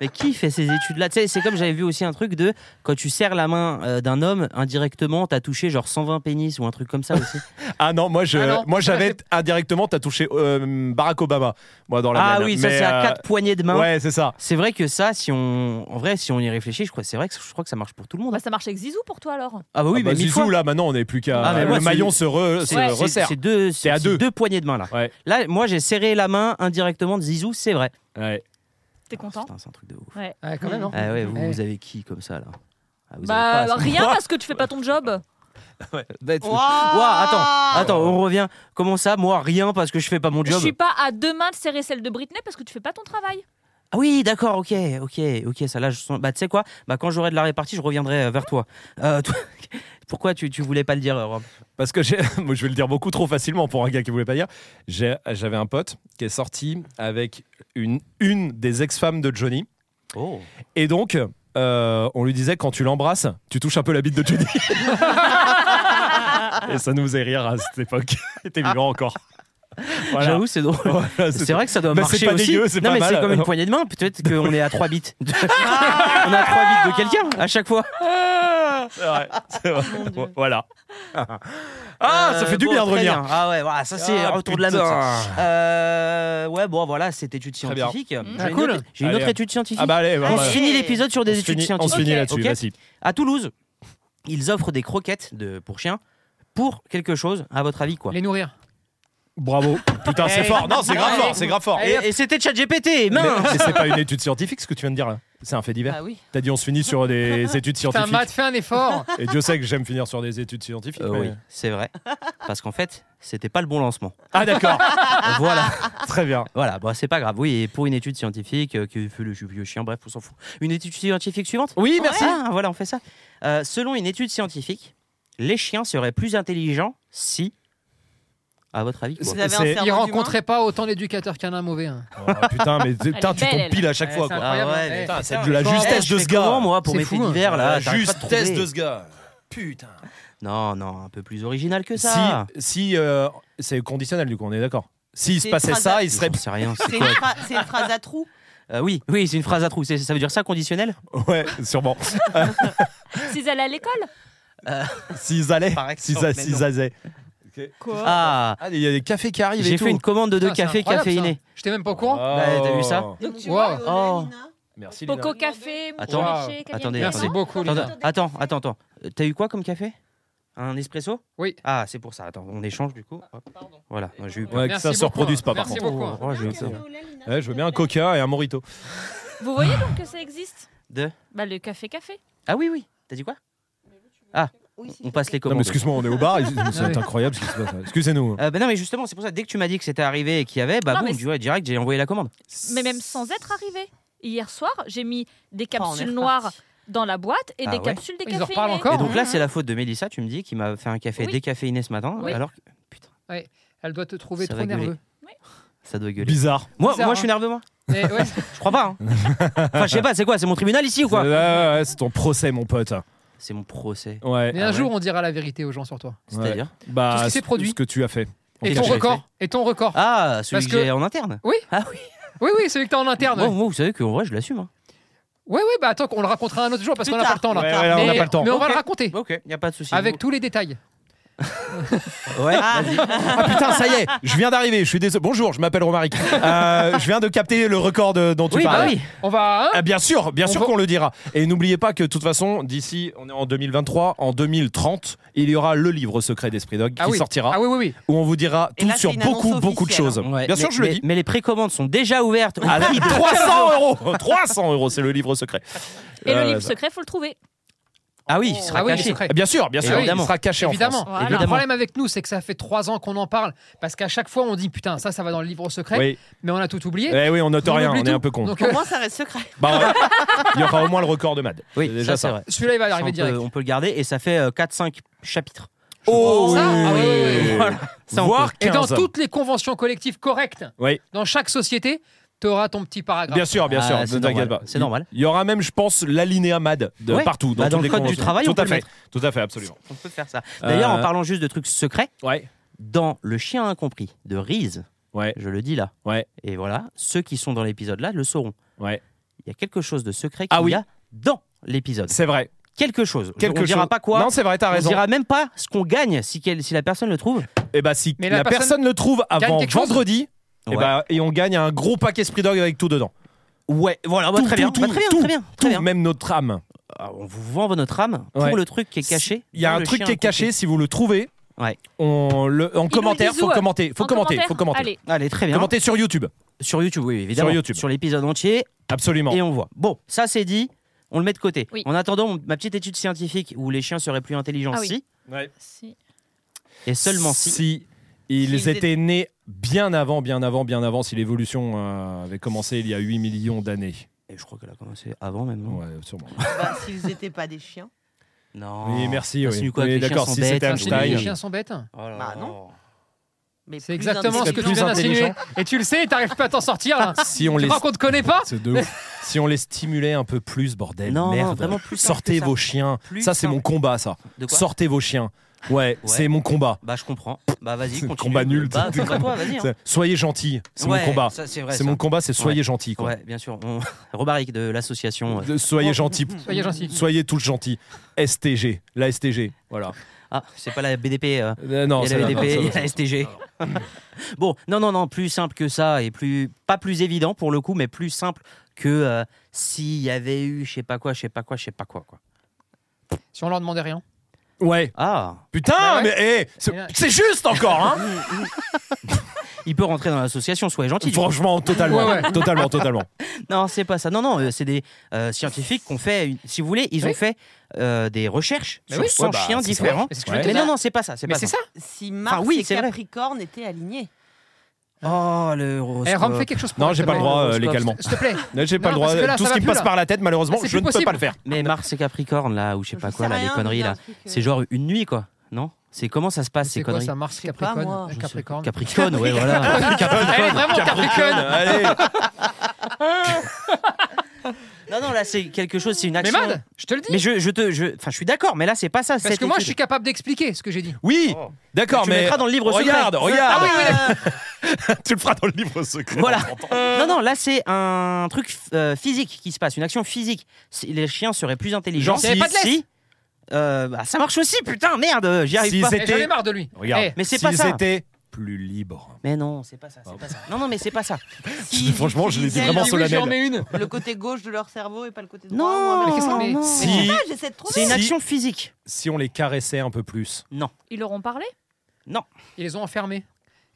Speaker 4: Mais qui fait ces études-là Tu sais, c'est comme j'avais vu aussi un truc de quand tu serres la main euh, d'un homme indirectement, t'as touché genre 120 pénis ou un truc comme
Speaker 2: <laughs>
Speaker 4: ça aussi.
Speaker 2: Ah non, moi je,
Speaker 3: Ah non,
Speaker 2: moi
Speaker 3: ça,
Speaker 4: <laughs>
Speaker 2: j'avais indirectement, t'as touché euh, Barack Obama. Moi dans la
Speaker 4: ah
Speaker 2: mienne.
Speaker 4: oui, ça
Speaker 2: Mais,
Speaker 4: c'est
Speaker 2: euh,
Speaker 4: à quatre poignées de main.
Speaker 2: Ouais, c'est ça.
Speaker 4: C'est vrai que ça, si on, en vrai, si on y réfléchit, je crois, c'est vrai que je crois que ça marche pour tout le monde. hein.
Speaker 8: Bah, ça marche avec Zizou pour toi alors.
Speaker 4: Ah bah oui,
Speaker 2: Ah bah,
Speaker 4: mais mille
Speaker 2: Zizou,
Speaker 4: fois.
Speaker 2: là maintenant on n'est plus qu'à
Speaker 4: Ah, mais moi,
Speaker 2: le
Speaker 4: c'est-
Speaker 2: maillon se, <laughs> re- se
Speaker 4: C'est- c'est-
Speaker 2: euh, resserre.
Speaker 4: C'est deux,
Speaker 2: C'est à
Speaker 4: c'est
Speaker 2: deux.
Speaker 4: deux poignées de main là.
Speaker 2: Ouais.
Speaker 4: Là, moi j'ai serré la main indirectement de Zizou, c'est vrai.
Speaker 2: Ouais.
Speaker 8: T'es content
Speaker 4: Putain, c'est un truc de ouf.
Speaker 3: Ouais, quand même, hein.
Speaker 4: Ah ouais, vous,
Speaker 3: Ouais.
Speaker 4: vous avez qui comme ça là Ah, vous
Speaker 8: Bah
Speaker 4: avez pas, ça.
Speaker 8: rien parce que tu fais pas ton job.
Speaker 4: Bête,
Speaker 1: Waouh
Speaker 4: Ouah, attends, attends, on revient. Comment ça, moi, rien parce que je fais pas mon
Speaker 8: Je
Speaker 4: job
Speaker 8: suis pas à deux mains de serrer celle de Britney parce que tu fais pas ton travail.
Speaker 4: Ah oui, d'accord, ok, ok, ok, ça là, je sens. Bah, tu sais quoi Bah, quand j'aurai de la répartie, je reviendrai euh, vers toi. Euh, toi- <laughs> Pourquoi tu, tu voulais pas le dire, euh, Rob
Speaker 2: Parce que j'ai- <laughs> moi, je vais le dire beaucoup trop facilement pour un gars qui voulait pas dire. J'ai- J'avais un pote qui est sorti avec une, une des ex-femmes de Johnny.
Speaker 4: Oh
Speaker 2: Et donc, euh, on lui disait quand tu l'embrasses, tu touches un peu la bite de
Speaker 4: <laughs>
Speaker 2: Johnny. Et ça nous faisait rire à cette époque. <laughs> T'es vivant encore. Voilà.
Speaker 4: J'avoue, c'est drôle.
Speaker 2: <laughs> Voilà,
Speaker 4: C'est
Speaker 2: tout.
Speaker 4: vrai que ça doit
Speaker 2: Bah, c'est
Speaker 4: marcher
Speaker 2: pas
Speaker 4: aussi.
Speaker 2: dégueu, c'est
Speaker 4: non,
Speaker 2: pas
Speaker 4: mais
Speaker 2: mal.
Speaker 4: c'est comme une poignée de main. Peut-être qu'on est à 3 bits. De- <laughs> on est à 3 bits de quelqu'un à chaque fois.
Speaker 2: C'est vrai, c'est
Speaker 4: <laughs>
Speaker 2: vrai. Voilà. Ah, ça
Speaker 4: Euh,
Speaker 2: fait du
Speaker 4: bon,
Speaker 2: bien de
Speaker 4: très
Speaker 2: revenir.
Speaker 4: Ah ouais, voilà, ça c'est
Speaker 2: Ah,
Speaker 4: retour de la
Speaker 2: putain.
Speaker 4: note. ça. Euh, ouais, bon, voilà, cette étude
Speaker 2: Très bien.
Speaker 4: scientifique. J'ai
Speaker 3: Ah,
Speaker 4: une
Speaker 3: cool.
Speaker 4: autre- J'ai une
Speaker 2: Allez.
Speaker 4: autre étude scientifique.
Speaker 2: Ah bah allez, bah,
Speaker 4: on
Speaker 2: bah,
Speaker 4: finit l'épisode sur des
Speaker 2: on se
Speaker 4: études
Speaker 2: finit- on se
Speaker 4: scientifiques.
Speaker 2: finit là-dessus,
Speaker 4: Ok.
Speaker 2: vas-y.
Speaker 4: À Toulouse, ils offrent des croquettes de, pour chiens pour quelque chose, à votre avis quoi
Speaker 3: Les nourrir.
Speaker 2: Bravo. Putain, c'est
Speaker 4: Hey.
Speaker 2: fort. Non, c'est grave
Speaker 4: Hey.
Speaker 2: fort, c'est grave fort.
Speaker 4: Et, et c'était ChatGPT,
Speaker 2: Mais,
Speaker 4: mince Ah.
Speaker 2: mais c'est pas une étude scientifique ce que tu viens de dire là. C'est un fait divers.
Speaker 1: Bah oui.
Speaker 2: T'as dit on se finit sur
Speaker 4: <laughs>
Speaker 2: des études
Speaker 3: Putain,
Speaker 2: scientifiques.
Speaker 3: Matt, fais
Speaker 2: <laughs>
Speaker 3: un effort.
Speaker 2: Et Dieu sait que j'aime finir sur des études scientifiques.
Speaker 4: Euh,
Speaker 2: mais-
Speaker 4: oui, c'est vrai. Parce qu'en fait, c'était pas le
Speaker 2: <laughs>
Speaker 4: bon lancement.
Speaker 2: Ah
Speaker 4: <laughs>
Speaker 2: d'accord.
Speaker 4: voilà,
Speaker 2: Très bien.
Speaker 4: voilà, bon, c'est pas grave. Oui, et pour une étude scientifique, euh, que fait le vieux chien, bref, on s'en fout. Une étude scientifique suivante
Speaker 2: Oui,
Speaker 4: Ah, voilà, on fait ça. Euh, selon une étude scientifique, les chiens seraient plus intelligents si. À votre avis quoi
Speaker 1: Vous avez un
Speaker 2: C'est-
Speaker 1: cerveau
Speaker 3: Ils
Speaker 1: d'humain
Speaker 3: rencontraient pas autant d'éducateurs qu'un mauvais. hein.
Speaker 2: Oh, putain, mais putain,
Speaker 8: est
Speaker 2: tu
Speaker 8: belle,
Speaker 2: tombes
Speaker 8: elle.
Speaker 2: pile à chaque
Speaker 3: Ouais,
Speaker 2: fois.
Speaker 3: c'est
Speaker 2: Quoi.
Speaker 3: un-
Speaker 4: Ah ouais,
Speaker 3: Incroyable.
Speaker 4: mais
Speaker 3: Eh,
Speaker 2: Putain, c'est
Speaker 4: putain,
Speaker 2: de la
Speaker 4: je
Speaker 2: justesse
Speaker 4: fais
Speaker 2: de ce gars.
Speaker 4: comment, moi, pour
Speaker 3: C'est
Speaker 4: mes
Speaker 3: fou,
Speaker 4: faits
Speaker 3: hein.
Speaker 4: divers, là
Speaker 2: La
Speaker 4: J'arrive pas à
Speaker 2: justesse
Speaker 4: trouver.
Speaker 2: de ce gars. Putain.
Speaker 4: Non, non, un peu plus original que ça.
Speaker 2: Si, si euh, c'est conditionnel du coup, on est d'accord. S'il se
Speaker 1: C'est
Speaker 2: passait
Speaker 1: phrase
Speaker 2: ça,
Speaker 1: à-
Speaker 2: il serait.
Speaker 4: J'en sais rien. c'est
Speaker 1: C'est une,
Speaker 4: quoi
Speaker 1: phra- c'est une phrase à trous.
Speaker 4: Euh, oui, oui, c'est une phrase à trous. C'est- Ça veut dire ça conditionnel
Speaker 2: <laughs> Ouais, sûrement.
Speaker 8: S'ils allaient à l'école,
Speaker 2: S'ils allaient.
Speaker 4: Par exemple,
Speaker 2: S'ils a-
Speaker 4: mais
Speaker 2: s'ils
Speaker 4: non.
Speaker 2: allaient.
Speaker 4: Ah,
Speaker 2: Ah, il y a des cafés qui arrivent et
Speaker 4: j'ai
Speaker 2: tout.
Speaker 4: fait une commande de deux
Speaker 3: Putain, c'est
Speaker 4: cafés
Speaker 3: incroyable,
Speaker 4: caféinés.
Speaker 3: ça. J'étais même pas au
Speaker 2: Ah,
Speaker 3: courant.
Speaker 4: Bah, t'as vu ça
Speaker 1: Donc tu
Speaker 3: Wow.
Speaker 1: vois,
Speaker 4: Oh.
Speaker 1: Lina,
Speaker 2: Oh. Merci. Lina.
Speaker 8: Poco Café,
Speaker 4: Attends,
Speaker 8: Mouchin Léché,
Speaker 3: wow.
Speaker 8: Camille
Speaker 4: attendez,
Speaker 8: Clément.
Speaker 3: Merci beaucoup,
Speaker 4: Attends,
Speaker 3: Lina.
Speaker 4: attends, attends, attends. Euh, T'as eu quoi comme café Un espresso
Speaker 3: Oui.
Speaker 4: Ah, c'est pour ça. Attends, on échange du coup. Hop. Voilà, moi, j'ai eu peur.
Speaker 2: Ouais, que
Speaker 3: Merci
Speaker 2: ça se
Speaker 3: beaucoup,
Speaker 2: reproduise
Speaker 3: hein.
Speaker 2: pas par
Speaker 3: Merci
Speaker 2: contre.
Speaker 3: beaucoup. hein.
Speaker 4: Oh, j'ai eu peur.
Speaker 2: Ouais, je veux bien un coca et un morito.
Speaker 8: Vous voyez donc que ça existe
Speaker 4: Deux.
Speaker 8: Bah le café café.
Speaker 4: Ah oui, oui. T'as dit quoi Ah, on passe les
Speaker 2: Non, mais
Speaker 4: commandes.
Speaker 2: excuse-moi, on est au bar. et C'est
Speaker 3: Ouais.
Speaker 2: incroyable ce qui se passe. Excusez-nous.
Speaker 4: Euh, bah non, mais justement, c'est pour ça, dès que tu m'as dit que c'était arrivé et qu'il y avait, bah
Speaker 8: Non,
Speaker 4: boum,
Speaker 8: Ah, mais
Speaker 4: tu vois, direct, j'ai envoyé la commande.
Speaker 8: Mais même sans être arrivé. Hier soir, j'ai mis des
Speaker 1: Oh, on est
Speaker 8: capsules
Speaker 1: reparti.
Speaker 8: noires dans la boîte et
Speaker 4: Ah
Speaker 8: des
Speaker 4: ouais
Speaker 8: capsules
Speaker 3: Ils en
Speaker 8: décaféinées.
Speaker 3: reparlent encore
Speaker 4: Et donc là, c'est la faute de Mélissa, tu me dis, qui m'a fait un café
Speaker 8: Oui.
Speaker 4: décaféiné ce matin,
Speaker 3: Oui.
Speaker 4: alors que
Speaker 3: Elle doit te trouver
Speaker 4: Ça
Speaker 3: trop
Speaker 4: va gueuler.
Speaker 3: nerveux.
Speaker 4: ça doit gueuler.
Speaker 2: Bizarre.
Speaker 4: Moi,
Speaker 3: Bizarre,
Speaker 4: moi je suis nerveux, moi.
Speaker 3: Mais
Speaker 4: <laughs>
Speaker 3: ouais,
Speaker 4: Je
Speaker 2: <laughs>
Speaker 4: crois pas. hein. enfin, je sais pas, c'est quoi C'est mon tribunal ici ou
Speaker 2: Ouais,
Speaker 4: quoi
Speaker 2: ouais, ouais, c'est ton procès, mon pote.
Speaker 4: C'est mon procès.
Speaker 2: Ouais.
Speaker 3: mais
Speaker 4: Ah
Speaker 3: un
Speaker 4: ouais.
Speaker 3: jour, on dira la vérité aux gens sur toi.
Speaker 4: C'est-à-dire
Speaker 2: Bah,
Speaker 3: Tout ce qui s'est
Speaker 2: c-
Speaker 3: produit.
Speaker 2: Ce que tu as fait.
Speaker 3: Et
Speaker 2: Ok,
Speaker 3: ton
Speaker 2: j'ai
Speaker 3: record Et ton record
Speaker 4: Ah, celui
Speaker 3: Parce
Speaker 4: que,
Speaker 3: que-
Speaker 4: j'ai en interne.
Speaker 3: Oui.
Speaker 4: Ah oui.
Speaker 3: Oui, oui, celui que t'as en interne.
Speaker 4: Moi,
Speaker 3: ouais.
Speaker 4: moi, vous savez qu'en vrai, je l'assume. hein.
Speaker 3: Oui, oui, bah attends, on le racontera un autre jour parce
Speaker 1: Plus
Speaker 3: qu'on n'a pas
Speaker 1: tard.
Speaker 3: le temps là.
Speaker 2: Ouais, ouais, là, on n'a
Speaker 3: Mais-
Speaker 2: pas le temps.
Speaker 3: Mais on va
Speaker 4: Ok.
Speaker 3: le raconter
Speaker 4: Ok, y a pas de souci.
Speaker 3: avec tous les détails.
Speaker 4: Vous- Ouais, vas-y.
Speaker 2: Ah putain, ça y est, je viens d'arriver, je suis désolé. Bonjour, je m'appelle Romaric. Euh, je viens de capter le record de- dont tu
Speaker 4: Oui, bah
Speaker 2: parlais.
Speaker 4: oui.
Speaker 3: On va. hein
Speaker 2: Ah, bien sûr, bien
Speaker 3: On
Speaker 2: sûr
Speaker 3: va-
Speaker 2: qu'on le dira. Et n'oubliez pas que de toute façon, d'ici, on est en 2023, en 2030, il y aura le livre secret d'Esprit Dog qui
Speaker 3: oui.
Speaker 2: sortira,
Speaker 3: Ah oui, oui, oui.
Speaker 2: où on vous dira
Speaker 1: Et
Speaker 2: tout
Speaker 1: là, c'est
Speaker 2: sur
Speaker 1: une
Speaker 2: beaucoup,
Speaker 1: annonce
Speaker 2: beaucoup de choses.
Speaker 1: officielle,
Speaker 4: hein. Ouais,
Speaker 2: bien sûr,
Speaker 4: mais-
Speaker 2: je le
Speaker 4: mais-
Speaker 2: dis. Ah,
Speaker 4: Mais les précommandes sont déjà ouvertes. <laughs>
Speaker 2: À la- 300 euros 300 euros, c'est le livre secret.
Speaker 8: Et
Speaker 2: Euh,
Speaker 8: le livre
Speaker 2: ça-
Speaker 8: secret, faut le trouver.
Speaker 4: Ah oui, il sera
Speaker 3: Ah oui,
Speaker 4: caché.
Speaker 3: secret.
Speaker 2: Bien sûr, bien sûr,
Speaker 4: Évidemment.
Speaker 2: il sera caché en
Speaker 3: Évidemment.
Speaker 2: France.
Speaker 8: Voilà.
Speaker 3: Le problème avec nous, c'est que ça fait trois ans qu'on en parle parce qu'à chaque fois, on dit putain, ça, ça va dans le livre secret,
Speaker 2: Oui,
Speaker 3: mais on a tout oublié.
Speaker 2: eh oui, on note
Speaker 3: On
Speaker 2: rien, on
Speaker 3: oublie
Speaker 2: est
Speaker 3: tout.
Speaker 2: un peu con.
Speaker 3: Donc, euh,
Speaker 1: Pour moi, ça reste secret.
Speaker 2: Bah, ouais. il y aura au moins le record de Mad.
Speaker 4: Oui,
Speaker 2: C'est
Speaker 4: déjà ça, c'est vrai.
Speaker 3: celui-là, il va
Speaker 4: Ça, on,
Speaker 3: arriver
Speaker 4: peut,
Speaker 3: direct.
Speaker 4: on peut le garder et ça fait euh, 4-5 chapitres.
Speaker 2: Oh,
Speaker 3: Ça, ah oui, oui,
Speaker 4: oui. <laughs> Voilà. Ça, on
Speaker 2: Voir
Speaker 3: Et dans
Speaker 2: 15.
Speaker 3: toutes les conventions collectives correctes,
Speaker 2: Oui.
Speaker 3: dans chaque société, t'auras ton petit paragraphe.
Speaker 2: Bien sûr, bien
Speaker 4: Ah,
Speaker 2: sûr,
Speaker 4: c'est
Speaker 2: ne t'inquiète
Speaker 4: normal,
Speaker 2: pas.
Speaker 4: c'est normal.
Speaker 2: Il y aura même, je pense, l'alinéa MAD de
Speaker 4: Ouais.
Speaker 2: partout.
Speaker 4: Bah, dans
Speaker 2: toutes
Speaker 4: le
Speaker 2: les
Speaker 4: code du
Speaker 2: conventions.
Speaker 4: travail,
Speaker 2: tout
Speaker 4: on peut
Speaker 2: à
Speaker 4: le
Speaker 2: fait.
Speaker 4: mettre.
Speaker 2: Tout à fait, absolument.
Speaker 4: On peut faire ça. D'ailleurs,
Speaker 2: Euh,
Speaker 4: en parlant juste de trucs secrets,
Speaker 2: Ouais,
Speaker 4: dans Le Chien Incompris de Reese,
Speaker 2: ouais,
Speaker 4: je le dis là,
Speaker 2: ouais,
Speaker 4: et voilà, ceux qui sont dans l'épisode là le sauront.
Speaker 2: ouais.
Speaker 4: Il y a quelque chose de secret qu'il
Speaker 2: Ah oui.
Speaker 4: y a dans l'épisode.
Speaker 2: C'est vrai.
Speaker 4: Quelque chose.
Speaker 2: Quelque
Speaker 4: on dira
Speaker 2: chose-
Speaker 4: pas quoi.
Speaker 2: Non, c'est vrai, t'as
Speaker 4: on
Speaker 2: raison.
Speaker 4: dira même pas ce qu'on gagne si, quel- si la personne le trouve.
Speaker 2: Et bah, si
Speaker 3: Mais
Speaker 2: la,
Speaker 3: la
Speaker 2: personne,
Speaker 3: personne
Speaker 2: le trouve avant
Speaker 3: quelque chose
Speaker 2: vendredi, et,
Speaker 4: Ouais.
Speaker 2: bah, et on gagne un gros paquet Spree Dog avec tout dedans.
Speaker 4: Ouais, voilà, bah,
Speaker 2: Tout,
Speaker 4: très,
Speaker 2: tout,
Speaker 4: bien.
Speaker 2: tout,
Speaker 4: Bah, très bien,
Speaker 2: tout,
Speaker 4: très bien, très
Speaker 2: Tout,
Speaker 4: bien.
Speaker 2: même notre âme.
Speaker 4: Ah, on vous vend notre âme pour
Speaker 2: Ouais.
Speaker 4: le truc qui est caché.
Speaker 2: Il y a
Speaker 4: dans
Speaker 2: un
Speaker 4: Le
Speaker 2: truc
Speaker 4: Chien
Speaker 2: qui est caché, si vous le trouvez,
Speaker 4: Ouais.
Speaker 2: on le, en
Speaker 8: nous
Speaker 2: commentaire,
Speaker 8: disent
Speaker 2: faut
Speaker 8: où, euh,
Speaker 2: commenter, faut
Speaker 8: En
Speaker 2: commenter, faut
Speaker 8: commentaire,
Speaker 2: commenter.
Speaker 8: Allez,
Speaker 4: Incompris. Allez, très bien.
Speaker 2: Commenter sur YouTube,
Speaker 4: Sur YouTube, oui, évidemment.
Speaker 2: Sur YouTube.
Speaker 4: l'épisode entier
Speaker 2: absolument.
Speaker 4: et on voit. Bon, ça c'est dit, on le met de côté.
Speaker 8: Oui.
Speaker 4: En attendant, mon- ma petite étude scientifique où les chiens seraient plus intelligents
Speaker 8: Ah oui.
Speaker 4: si,
Speaker 2: Ouais.
Speaker 8: si.
Speaker 4: et seulement si.
Speaker 2: ils
Speaker 1: S'ils
Speaker 2: étaient nés bien avant, bien avant, bien avant, si l'évolution euh, avait commencé il y a 8 millions d'années.
Speaker 4: Et je crois qu'elle a commencé avant même. non
Speaker 2: Ouais, sûrement.
Speaker 1: Bah, S'ils n'étaient pas des chiens.
Speaker 4: Non.
Speaker 2: Oui, merci.
Speaker 4: Parce que
Speaker 2: Oui,
Speaker 4: du coup, avec
Speaker 2: Oui,
Speaker 4: les chiens
Speaker 2: d'accord,
Speaker 4: sont
Speaker 2: si
Speaker 4: bêtes,
Speaker 2: c'était
Speaker 4: hein,
Speaker 3: Parce que Les
Speaker 2: Einstein.
Speaker 3: chiens sont bêtes.
Speaker 4: Oh là
Speaker 1: Bah
Speaker 4: là.
Speaker 1: non. mais
Speaker 3: C'est
Speaker 1: plus
Speaker 3: exactement ce que tu
Speaker 2: Plus
Speaker 1: intelligents.
Speaker 3: viens d'insinuer.
Speaker 2: intelligent.
Speaker 3: Et tu le sais, t'arrives pas à t'en sortir là.
Speaker 2: Si <laughs> on
Speaker 3: Ah. Tu
Speaker 2: les
Speaker 3: crois qu'on te connaît pas
Speaker 2: C'est de ouf. si on les stimulait un peu plus, bordel,
Speaker 4: Non, non,
Speaker 2: merde.
Speaker 4: vraiment plus simple
Speaker 2: Sortez
Speaker 4: que ça.
Speaker 2: vos chiens.
Speaker 4: Plus
Speaker 2: ça, c'est
Speaker 4: simple.
Speaker 2: mon combat, ça.
Speaker 4: De quoi
Speaker 2: Sortez vos chiens. Ouais, c'est mon combat.
Speaker 4: Bah je comprends. Bah vas-y,
Speaker 2: C'est un
Speaker 4: continue.
Speaker 2: combat nul.
Speaker 4: Bah, combat toi, vas-y. hein.
Speaker 2: C'est- Soyez gentils. C'est
Speaker 4: Ouais,
Speaker 2: mon combat.
Speaker 4: ça, <laughs> C'est vrai.
Speaker 2: C'est
Speaker 4: ça.
Speaker 2: mon combat, c'est soyez gentils. Quoi.
Speaker 4: Ouais, bien sûr. On... <laughs> Robaric de l'association. euh.
Speaker 2: De- Soyez gentils.
Speaker 3: Soyez gentils.
Speaker 2: Soyez tous gentils. STG, la STG, voilà.
Speaker 4: Ah, c'est pas la BDP. euh.
Speaker 2: Euh, non,
Speaker 4: Il y
Speaker 2: c'est
Speaker 4: a la
Speaker 2: non,
Speaker 4: BDP,
Speaker 2: ça-
Speaker 4: il y a la STG. <laughs> bon, non, non, non, plus simple que ça et plus pas plus évident pour le coup, mais plus simple que euh, s'il y avait eu, je sais pas quoi, je sais pas quoi, je sais pas quoi, quoi.
Speaker 3: Si on leur demandait rien.
Speaker 2: Ouais.
Speaker 4: Ah,
Speaker 2: Putain,
Speaker 3: Bah Ouais, ouais.
Speaker 2: mais eh, c'est c'est juste encore, hein
Speaker 3: <laughs>
Speaker 4: il peut rentrer dans l'association, soyez gentil.
Speaker 2: Franchement, totalement,
Speaker 3: Ouais, ouais.
Speaker 2: totalement, totalement.
Speaker 4: Non, c'est pas ça. Non, non, euh, c'est des euh, scientifiques qu'on fait. une- Si vous voulez, ils ont
Speaker 3: Oui.
Speaker 4: fait euh, des recherches
Speaker 3: Mais
Speaker 4: sur
Speaker 3: oui.
Speaker 4: 100
Speaker 2: Ouais, bah,
Speaker 4: chiens
Speaker 2: c'est ça.
Speaker 4: différents.
Speaker 3: Mais c'est ce que
Speaker 2: Ouais.
Speaker 3: je te
Speaker 4: Mais
Speaker 3: dis.
Speaker 4: non, non, c'est pas ça. C'est
Speaker 3: Mais
Speaker 4: pas
Speaker 3: c'est
Speaker 4: ça.
Speaker 3: ça.
Speaker 1: Si Mars
Speaker 4: oui,
Speaker 1: et
Speaker 4: c'est vrai.
Speaker 1: Capricorne étaient alignés.
Speaker 4: Oh, le
Speaker 3: Eh, Rome,
Speaker 4: horoscope.
Speaker 3: fais quelque chose. pour
Speaker 2: Non,
Speaker 3: moi,
Speaker 2: j'ai
Speaker 3: s'il
Speaker 2: pas le
Speaker 3: te plaît.
Speaker 2: droit euh,
Speaker 4: horoscope.
Speaker 2: légalement.
Speaker 3: S'il te plaît.
Speaker 2: Là, J'ai pas le
Speaker 3: Non,
Speaker 2: droit.
Speaker 3: parce que là,
Speaker 2: Tout ce
Speaker 3: ça va
Speaker 2: qui me
Speaker 3: plus,
Speaker 2: passe
Speaker 3: là.
Speaker 2: par la tête, malheureusement,
Speaker 3: c'est
Speaker 2: je
Speaker 3: plus
Speaker 2: ne peux pas
Speaker 3: possible.
Speaker 2: le faire.
Speaker 4: Mais Mars et Capricorne, là, ou je sais pas quoi, là, les conneries, là. C'est genre une nuit, quoi. Non C'est comment ça se passe, ces
Speaker 3: euh, C'est quoi
Speaker 4: conneries
Speaker 3: ça, Mars,
Speaker 1: Je sais pas, moi.
Speaker 3: Capricorne
Speaker 4: Je sais-
Speaker 3: Capricorne.
Speaker 2: <laughs>
Speaker 4: Capricorne,
Speaker 3: <laughs>
Speaker 4: ouais, voilà.
Speaker 3: Elle est vraiment <laughs> Capricorne.
Speaker 2: Allez,
Speaker 4: Non, non, là, c'est quelque chose, c'est une
Speaker 3: Mais
Speaker 4: action.
Speaker 3: Mad, je te le dis.
Speaker 4: Mais je, je te. je- Enfin, je suis d'accord, mais là, c'est pas ça.
Speaker 3: Parce que moi, je suis capable d'expliquer ce que j'ai dit. Eh,
Speaker 2: oui,
Speaker 4: Oh.
Speaker 2: d'accord,
Speaker 4: Tu
Speaker 2: mais
Speaker 4: mettras dans le livre secret.
Speaker 2: regarde, regarde,
Speaker 3: Ah oui, oui,
Speaker 2: <laughs> tu le feras dans le livre secret.
Speaker 4: <laughs> Voilà.
Speaker 2: on t'entend.
Speaker 4: Non, non, là, c'est un truc euh, physique qui se passe, une action physique. Si- Les chiens seraient plus intelligents.
Speaker 2: Genre S'il y avait si- pas de
Speaker 3: laisse.
Speaker 4: si- euh, bah, ça marche aussi, putain, merde, j'y arrive
Speaker 2: S'ils
Speaker 4: pas.
Speaker 2: étaient-
Speaker 3: Eh, J'en ai marre de lui.
Speaker 2: Regarde,
Speaker 3: Eh,
Speaker 4: mais c'est
Speaker 2: s'ils
Speaker 4: pas ça.
Speaker 2: étaient plus libres.
Speaker 4: Mais non, c'est pas ça, c'est pas ça. Non, non, mais c'est
Speaker 3: <laughs>
Speaker 4: pas ça.
Speaker 2: <laughs> Franchement, je l'ai dit
Speaker 1: C'est
Speaker 2: vraiment
Speaker 3: oui, oui,
Speaker 2: solennel.
Speaker 3: j'en mets une.
Speaker 1: Le côté gauche de leur cerveau et pas le côté droit. Ah, ou
Speaker 4: Non,
Speaker 1: un
Speaker 3: Mais
Speaker 1: mec-
Speaker 3: qu'est-ce qu'on est-
Speaker 4: non.
Speaker 1: Je sais
Speaker 2: Si,
Speaker 1: pas, Ah, j'essaie de trouver.
Speaker 4: C'est une
Speaker 2: Si-
Speaker 4: action physique.
Speaker 2: si on les caressait un peu plus.
Speaker 8: Ils leur ont parlé
Speaker 3: Ils les ont enfermés.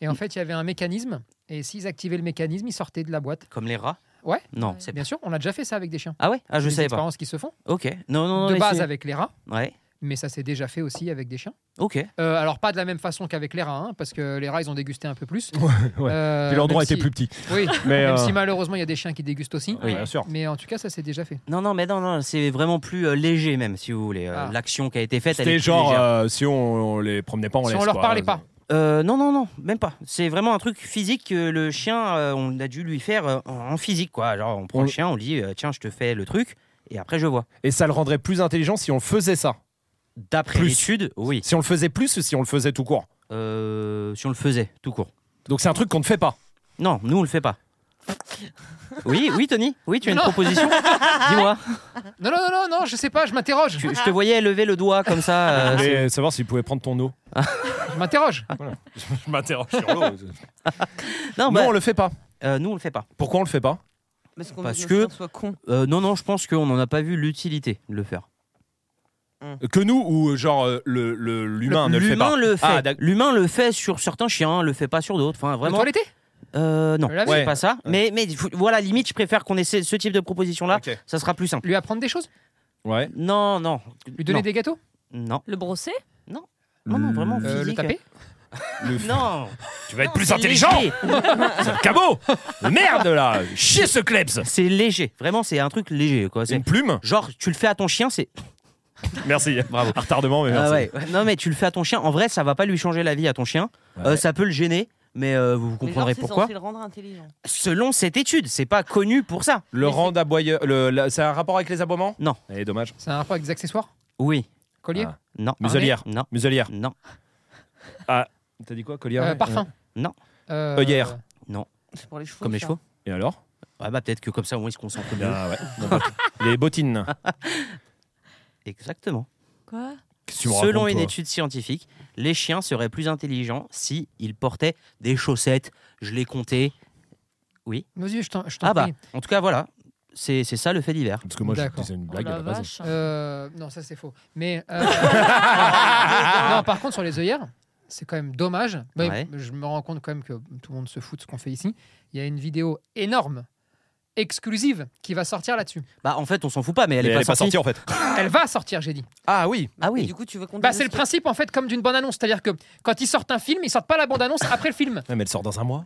Speaker 3: Et en fait, il y avait un mécanisme. Et s'ils activaient le mécanisme, ils sortaient de la boîte.
Speaker 4: Comme les rats
Speaker 3: Ouais.
Speaker 4: Non, c'est
Speaker 3: Bien sûr, on a déjà fait ça avec des chiens.
Speaker 4: Ah ouais Ah, je
Speaker 3: Des
Speaker 4: savais pas.
Speaker 3: expériences qui se font.
Speaker 4: Ok. Non, non, non.
Speaker 3: de
Speaker 4: mais
Speaker 3: base
Speaker 4: c'est-
Speaker 3: avec les rats,
Speaker 4: Ouais.
Speaker 3: mais ça s'est déjà fait aussi avec des chiens.
Speaker 4: Ok.
Speaker 3: Euh, alors pas de la même façon qu'avec les rats, hein, parce que les rats ils ont dégusté un peu plus.
Speaker 2: <laughs> ouais.
Speaker 3: Euh,
Speaker 2: Puis l'endroit
Speaker 3: même
Speaker 2: était
Speaker 3: si-
Speaker 2: plus petit.
Speaker 3: Oui,
Speaker 2: <laughs> Mais, euh,
Speaker 3: même si malheureusement il y a des chiens qui dégustent aussi.
Speaker 2: Oui, bien sûr.
Speaker 3: Mais en tout cas, ça s'est déjà fait.
Speaker 4: Non, non, mais non, non, c'est vraiment plus euh, léger même, si vous voulez. Euh,
Speaker 3: Ah.
Speaker 4: L'action qui a été faite, elle est
Speaker 2: C'était
Speaker 4: plus
Speaker 2: genre,
Speaker 4: légère.
Speaker 2: euh, si on, on les promenait pas, on
Speaker 3: si
Speaker 2: laisse,
Speaker 3: on leur
Speaker 2: quoi.
Speaker 3: parlait pas.
Speaker 4: Euh, non, non, non, même pas. C'est vraiment un truc physique que le chien, euh, on a dû lui faire euh, en physique, quoi. Genre, on prend
Speaker 2: On-
Speaker 4: le chien, on lui dit, euh, tiens, je te fais le truc, et après je vois.
Speaker 2: Et ça le rendrait plus intelligent si on le faisait ça.
Speaker 4: D'après
Speaker 2: Plus.
Speaker 4: l'étude, oui.
Speaker 2: Si on le faisait plus ou si on le faisait tout court.
Speaker 4: Euh, si on le faisait, tout court.
Speaker 2: Donc c'est un truc qu'on ne fait pas.
Speaker 4: Non, nous, on le
Speaker 2: <laughs>
Speaker 4: fait pas. Oui, oui, Tony, oui, tu as une
Speaker 2: <laughs>
Speaker 3: Non.
Speaker 4: proposition. Dis-moi,
Speaker 3: Non, non, non, non, non, je sais pas, je m'interroge.
Speaker 4: Tu- je te voyais lever le doigt comme ça. euh,
Speaker 2: Je
Speaker 4: c'est-
Speaker 2: voulais savoir s'il pouvait prendre ton eau.
Speaker 3: Je m'interroge.
Speaker 2: <laughs>
Speaker 4: Ah,
Speaker 2: Je m'interroge sur l'eau.
Speaker 4: Non,
Speaker 2: <laughs> Non,
Speaker 4: bah,
Speaker 2: on le fait pas.
Speaker 4: euh, nous, on le fait pas.
Speaker 2: Pourquoi on le fait pas
Speaker 1: Parce qu'on
Speaker 4: Parce
Speaker 1: veut
Speaker 4: que-
Speaker 1: que soit con.
Speaker 4: Euh, non, non, je pense qu'on n'en a pas vu l'utilité de le faire.
Speaker 2: Que nous ou euh, genre euh, le- le- l'humain ne le fait
Speaker 4: Hum. L'humain
Speaker 2: pas
Speaker 4: le fait.
Speaker 2: Ah, d'ac-
Speaker 4: L'humain le fait sur certains chiens, le fait pas sur d'autres. Enfin,
Speaker 3: Vraiment
Speaker 4: vraiment.
Speaker 3: l'été
Speaker 4: Euh, non,
Speaker 3: Le laver
Speaker 2: Ouais.
Speaker 4: c'est pas ça. Mais, mais faut- voilà, limite, je préfère qu'on essaie ce type de proposition-là.
Speaker 2: Ok.
Speaker 4: Ça sera plus simple.
Speaker 3: Lui apprendre des choses
Speaker 2: Ouais.
Speaker 4: Non, non.
Speaker 3: Lui donner
Speaker 4: non.
Speaker 3: des gâteaux
Speaker 4: Non.
Speaker 8: Le brosser
Speaker 4: Non, non, vraiment.
Speaker 3: Euh, Le
Speaker 4: physique.
Speaker 3: taper
Speaker 2: Le-
Speaker 4: Non.
Speaker 2: Tu vas être
Speaker 4: Non,
Speaker 2: plus
Speaker 4: c'est
Speaker 2: intelligent
Speaker 4: léger.
Speaker 2: C'est un cabot <laughs> Merde là Chier ce klebs
Speaker 4: C'est léger. Vraiment, c'est un truc léger. Quoi. C'est-
Speaker 2: Une plume
Speaker 4: Genre, tu le fais à ton chien, c'est.
Speaker 2: Merci. Bravo. Retardement, mais
Speaker 4: Ah <laughs>
Speaker 2: merci.
Speaker 4: ouais. Non, mais tu le fais à ton chien. En vrai, ça va pas lui changer la vie à ton chien.
Speaker 2: Ouais.
Speaker 4: Euh, ça peut le gêner. mais euh, vous vous
Speaker 1: Mais genre,
Speaker 4: comprendrez
Speaker 1: c'est
Speaker 4: pourquoi.
Speaker 1: censé le rendre intelligent.
Speaker 4: Selon cette étude, c'est pas connu pour ça.
Speaker 2: Le rang d'aboyeur. le- la- C'est un rapport avec les aboiements
Speaker 4: Non.
Speaker 2: Eh, dommage.
Speaker 3: C'est un rapport avec des accessoires
Speaker 4: Oui,
Speaker 3: Collier
Speaker 2: Ah.
Speaker 4: non,
Speaker 2: Muselière.
Speaker 4: non,
Speaker 2: Muselière.
Speaker 4: non.
Speaker 2: T'as dit quoi, collier
Speaker 3: Euh,
Speaker 2: ouais.
Speaker 3: Parfum
Speaker 4: Ah. Non.
Speaker 3: Euh,
Speaker 2: Œillère.
Speaker 1: C'est pour les chevaux.
Speaker 4: Comme les
Speaker 1: ça.
Speaker 4: chevaux.
Speaker 2: Et alors
Speaker 4: Ah bah peut-être que comme ça au moins ils se concentrent mieux.
Speaker 2: Ah ouais. Bon, bah, <laughs> Les bottines.
Speaker 4: Exactement.
Speaker 8: Quoi
Speaker 2: Qu'est-ce que tu me
Speaker 4: Selon
Speaker 2: racontes,
Speaker 4: une
Speaker 2: toi
Speaker 4: étude scientifique, les chiens seraient plus intelligents si ils portaient des chaussettes. Je l'ai compté.
Speaker 3: Vas-y, je t'en je t'en
Speaker 4: Ah bah,
Speaker 3: prie.
Speaker 4: en tout cas voilà, c'est c'est ça le fait divers.
Speaker 2: Parce que moi, je
Speaker 3: D'accord.
Speaker 2: disais une
Speaker 8: Oh
Speaker 2: blague à
Speaker 8: la
Speaker 2: la base.
Speaker 8: vache.
Speaker 3: Euh, non, ça c'est faux. Mais euh, non, par contre sur les œillères, c'est quand même dommage. Mais
Speaker 4: Ouais.
Speaker 3: Je me rends compte quand même que tout le monde se fout de ce qu'on fait ici. Il y a une vidéo énorme, exclusive, qui va sortir là-dessus.
Speaker 4: Bah en fait on s'en fout pas mais elle
Speaker 2: Mais
Speaker 4: est pas sortie.
Speaker 2: en fait.
Speaker 3: Elle va sortir, j'ai dit.
Speaker 2: Ah oui.
Speaker 4: Ah
Speaker 1: Et
Speaker 4: oui.
Speaker 1: du coup, tu veux qu'on
Speaker 3: Bah
Speaker 1: dise
Speaker 3: c'est le
Speaker 1: ce qui-
Speaker 3: principe en fait comme d'une bonne annonce, c'est-à-dire que quand ils sortent un film, ils sortent pas la bande-annonce après le film.
Speaker 2: mais elle sort dans un mois.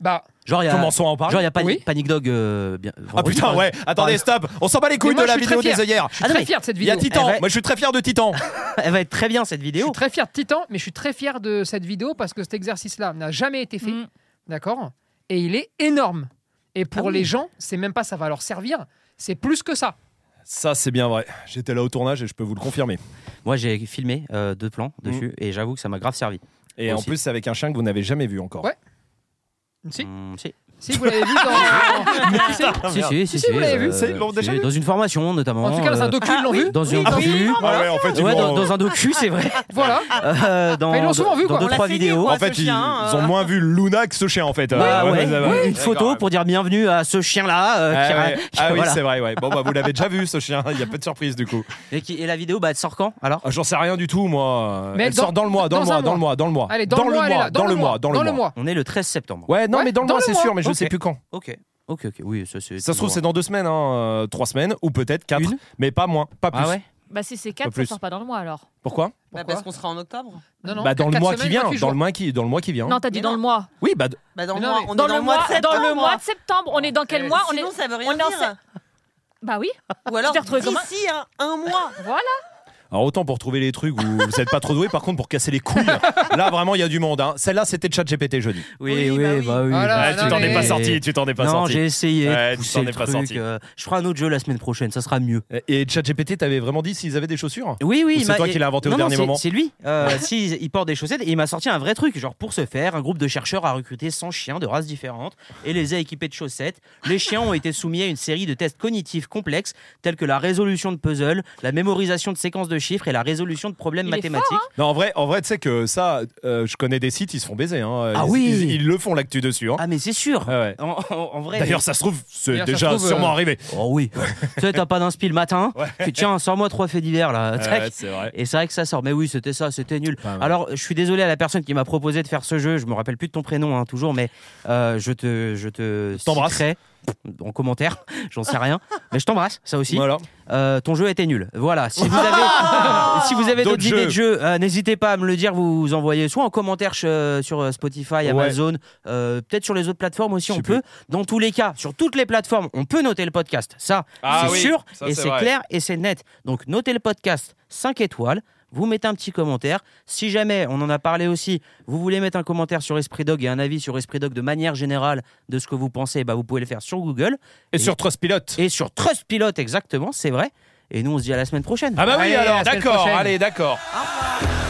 Speaker 3: Bah
Speaker 4: Genre il y a
Speaker 2: Commençons à en parler.
Speaker 4: genre il Euh, y a Pani-
Speaker 3: Oui.
Speaker 4: Panic Dog euh, bien-
Speaker 2: Ah
Speaker 4: vendredi,
Speaker 2: putain,
Speaker 4: par
Speaker 2: ouais. Attendez,
Speaker 4: Pardon.
Speaker 2: stop. On s'en bat les couilles
Speaker 3: Mais moi,
Speaker 2: de la
Speaker 3: je suis
Speaker 2: vidéo
Speaker 3: très fier.
Speaker 2: des œillères.
Speaker 3: je suis
Speaker 4: Ah non,
Speaker 3: très
Speaker 4: mais
Speaker 3: fier de cette
Speaker 2: Il y a
Speaker 3: vidéo.
Speaker 2: Titan.
Speaker 4: Eh ouais.
Speaker 2: Moi, je suis très fier de Titan.
Speaker 4: exemple. <laughs> Elle va être très bien cette
Speaker 3: Je
Speaker 4: vidéo.
Speaker 3: suis très fier de Titan, mais je suis très fier de cette vidéo parce que cet exercice-là n'a jamais été fait.
Speaker 8: Mm.
Speaker 3: D'accord Et il est énorme. Et pour
Speaker 4: Ah oui.
Speaker 3: les gens, c'est même pas ça va leur servir, c'est plus que ça.
Speaker 2: Ça, c'est bien vrai. J'étais là au tournage et je peux vous le confirmer.
Speaker 4: Moi j'ai filmé euh, deux plans
Speaker 2: Mm.
Speaker 4: dessus et j'avoue que ça m'a grave servi.
Speaker 2: Et
Speaker 4: Moi
Speaker 2: en
Speaker 4: aussi.
Speaker 2: plus, c'est avec un chien que vous n'avez jamais vu encore.
Speaker 3: Ouais. Si,
Speaker 4: Hum, si.
Speaker 3: si vous l'avez
Speaker 2: <laughs>
Speaker 3: vu
Speaker 2: Ah,
Speaker 3: dans. Si, si.
Speaker 4: si, si, si, euh,
Speaker 3: si, vous l'avez vu.
Speaker 2: Ça, ils l'ont
Speaker 4: si,
Speaker 2: déjà vu.
Speaker 4: Dans une formation, notamment.
Speaker 3: En tout cas, dans un
Speaker 4: euh,
Speaker 3: docu, ils l'ont vu.
Speaker 4: dans une
Speaker 1: Oui, dans
Speaker 4: docu.
Speaker 1: une-
Speaker 2: Ah ouais, en fait, ils
Speaker 4: Ouais,
Speaker 2: l'ont-
Speaker 4: dans, dans un docu,
Speaker 3: <laughs>
Speaker 4: c'est vrai.
Speaker 3: Voilà.
Speaker 4: Euh, dans,
Speaker 3: Enfin, ils l'ont souvent vu,
Speaker 4: dans
Speaker 3: quoi.
Speaker 4: deux,
Speaker 1: On l'a
Speaker 4: trois
Speaker 1: saigné,
Speaker 4: vidéos.
Speaker 1: quoi.
Speaker 2: En
Speaker 1: ce
Speaker 2: fait, ils,
Speaker 1: chien,
Speaker 2: ils ont
Speaker 1: euh.
Speaker 2: moins vu Luna que ce chien, en fait. Euh,
Speaker 4: Ouais, ouais,
Speaker 2: ça va.
Speaker 4: ouais, Une
Speaker 2: D'accord,
Speaker 4: photo
Speaker 2: ouais.
Speaker 4: pour dire bienvenue à ce chien-là. euh,
Speaker 2: Ah,
Speaker 4: qui-
Speaker 2: ouais.
Speaker 4: qui-
Speaker 2: Ah oui,
Speaker 4: voilà.
Speaker 2: c'est vrai. Ouais. Bon, bah, vous l'avez déjà vu, ce chien. Il n'y a pas de surprise, du coup.
Speaker 4: et, qui- et la vidéo, bah, elle sort quand alors
Speaker 2: Ah, J'en sais rien du tout, moi.
Speaker 3: Mais
Speaker 2: elle
Speaker 3: dans-
Speaker 2: sort dans le mois, dans,
Speaker 3: dans
Speaker 2: le
Speaker 3: un
Speaker 2: mois, dans le
Speaker 3: mois.
Speaker 2: mois, dans le mois.
Speaker 3: Allez, dans, le mois, elle est là.
Speaker 2: dans le mois, dans le mois.
Speaker 4: On est le 13 septembre.
Speaker 2: Ouais, non,
Speaker 3: Ouais,
Speaker 2: mais dans le
Speaker 3: dans
Speaker 2: mois,
Speaker 3: le
Speaker 2: c'est
Speaker 3: mois.
Speaker 2: sûr, mais je
Speaker 4: Ok.
Speaker 2: sais plus quand.
Speaker 4: Ok, ok, ok. Oui, ça c'est.
Speaker 2: Ça se trouve, c'est dans deux semaines, hein, euh, trois semaines, ou peut-être quatre,
Speaker 4: Une
Speaker 2: mais pas moins, pas plus.
Speaker 4: Ah ouais
Speaker 8: Bah si c'est
Speaker 2: Pas
Speaker 8: 4, ça
Speaker 2: plus.
Speaker 8: sort pas dans le mois alors.
Speaker 2: Pourquoi
Speaker 1: Bah,
Speaker 3: Pourquoi
Speaker 1: parce qu'on sera en octobre.
Speaker 3: Non, non,
Speaker 2: Bah, dans le
Speaker 3: quatre
Speaker 2: mois
Speaker 3: semaines,
Speaker 2: qui vient,
Speaker 3: 28
Speaker 2: dans
Speaker 3: jours.
Speaker 2: le mois qui, dans le mois qui vient.
Speaker 8: Non, t'as dit
Speaker 1: Mais
Speaker 8: dans
Speaker 1: non.
Speaker 8: le mois.
Speaker 2: Oui, bah, d-
Speaker 1: Bah, dans
Speaker 3: Mais
Speaker 1: le
Speaker 3: non,
Speaker 1: mois.
Speaker 3: mais-
Speaker 1: On
Speaker 8: Dans
Speaker 1: est
Speaker 8: le mois,
Speaker 1: de septembre,
Speaker 8: dans le mois
Speaker 1: moi.
Speaker 8: de septembre. Eh, On est dans quel
Speaker 3: Euh,
Speaker 8: mois On
Speaker 1: Sinon,
Speaker 8: est
Speaker 1: ça veut rien
Speaker 8: on est en
Speaker 1: dire.
Speaker 8: Bah oui.
Speaker 1: Ou alors,
Speaker 8: t'es retrouvé comment
Speaker 1: d'ici un, un mois.
Speaker 8: Voilà.
Speaker 2: alors autant pour trouver les trucs où vous n'êtes pas trop doué, par contre pour casser les
Speaker 3: <laughs>
Speaker 2: couilles, là vraiment il y a du monde. hein. Celle-là c'était ChatGPT jeudi.
Speaker 4: Oui, oui,
Speaker 1: Oui, bah oui.
Speaker 4: bah oui.
Speaker 3: Voilà, Ah,
Speaker 2: Ouais, tu t'en
Speaker 3: mais-
Speaker 2: es pas sorti, tu t'en es pas
Speaker 4: Non,
Speaker 2: sorti.
Speaker 4: j'ai essayé. de
Speaker 2: Ouais, tu
Speaker 4: pousser
Speaker 2: t'en
Speaker 4: le
Speaker 2: es pas
Speaker 4: truc,
Speaker 2: sorti.
Speaker 4: euh, je ferai un autre jeu la semaine prochaine, ça sera mieux.
Speaker 2: Et ChatGPT t'avais vraiment dit s'ils avaient des chaussures
Speaker 4: Oui, oui.
Speaker 2: Ou
Speaker 4: il
Speaker 2: c'est
Speaker 4: m'a-
Speaker 2: toi qui l'as inventé au
Speaker 4: Non, non,
Speaker 2: dernier
Speaker 4: c'est-
Speaker 2: moment
Speaker 4: C'est lui. Euh, <laughs> si, il porte des chaussettes et il m'a sorti un vrai truc. Genre, pour ce faire, un groupe de chercheurs a recruté 100 chiens de races différentes et les a équipés de chaussettes. Les chiens ont été soumis à une série de tests cognitifs complexes tels que la résolution de puzzles, la mémorisation de séquences de chiffres et la résolution de problèmes
Speaker 8: Il est fort, hein
Speaker 4: mathématiques.
Speaker 2: Non, en vrai, en vrai, tu sais que ça, euh, je connais des sites, ils se font baiser. hein.
Speaker 4: Ah
Speaker 2: Ils-
Speaker 4: oui.
Speaker 2: ils, ils le font l'actu dessus. hein.
Speaker 4: Ah, mais c'est sûr.
Speaker 2: Ah ouais.
Speaker 4: En, en- en vrai.
Speaker 2: D'ailleurs, ça se trouve, c'est
Speaker 3: D'ailleurs, ça
Speaker 2: déjà
Speaker 3: se trouve,
Speaker 2: sûrement
Speaker 3: euh,
Speaker 2: arrivé.
Speaker 4: Oh oui. tu sais, t'as pas d'inspi le matin. Tu tiens, sors-moi trois faits divers là. Tac.
Speaker 2: Ouais, c'est vrai.
Speaker 4: Et c'est vrai que ça sort. Mais oui, c'était ça, c'était nul.
Speaker 2: Pas mal.
Speaker 4: Alors, je suis désolé à la personne qui m'a proposé de faire ce jeu. Je me rappelle plus de ton prénom, hein, toujours, mais euh, je te, je te
Speaker 2: T'embrasse.
Speaker 4: citerai en commentaire. <laughs> J'en sais rien, mais je t'embrasse. Ça aussi.
Speaker 2: Voilà.
Speaker 4: Euh, ton jeu était nul. Voilà. Si vous avez, si vous avez
Speaker 2: D'autres
Speaker 4: d'autres idées
Speaker 2: jeux.
Speaker 4: de jeux, euh, n'hésitez pas à me le dire. Vous, vous envoyez soit en commentaire che- sur euh, Spotify,
Speaker 2: Ouais.
Speaker 4: Amazon, euh, peut-être sur les autres plateformes aussi.
Speaker 2: Je sais
Speaker 4: On peut. Dans tous les cas, sur toutes les plateformes, on peut noter le podcast. Ça,
Speaker 2: Ah
Speaker 4: c'est
Speaker 2: oui,
Speaker 4: sûr
Speaker 2: ça,
Speaker 4: et
Speaker 2: c'est
Speaker 4: c'est
Speaker 2: vrai.
Speaker 4: clair et c'est net. Donc notez le podcast 5 étoiles. Vous mettez un petit commentaire. Si jamais, on en a parlé aussi, vous voulez mettre un commentaire sur Esprit Dog et un avis sur Esprit Dog de manière générale de ce que vous pensez, bah vous pouvez le faire sur Google
Speaker 2: Et sur Trustpilot.
Speaker 4: et sur Trustpilot, exactement, c'est vrai. Et nous, on se dit à la semaine prochaine.
Speaker 2: Ah bah oui,
Speaker 3: Allez, à
Speaker 2: alors,
Speaker 3: la semaine
Speaker 2: d'accord,
Speaker 3: prochaine.
Speaker 2: allez, d'accord.
Speaker 1: Au revoir.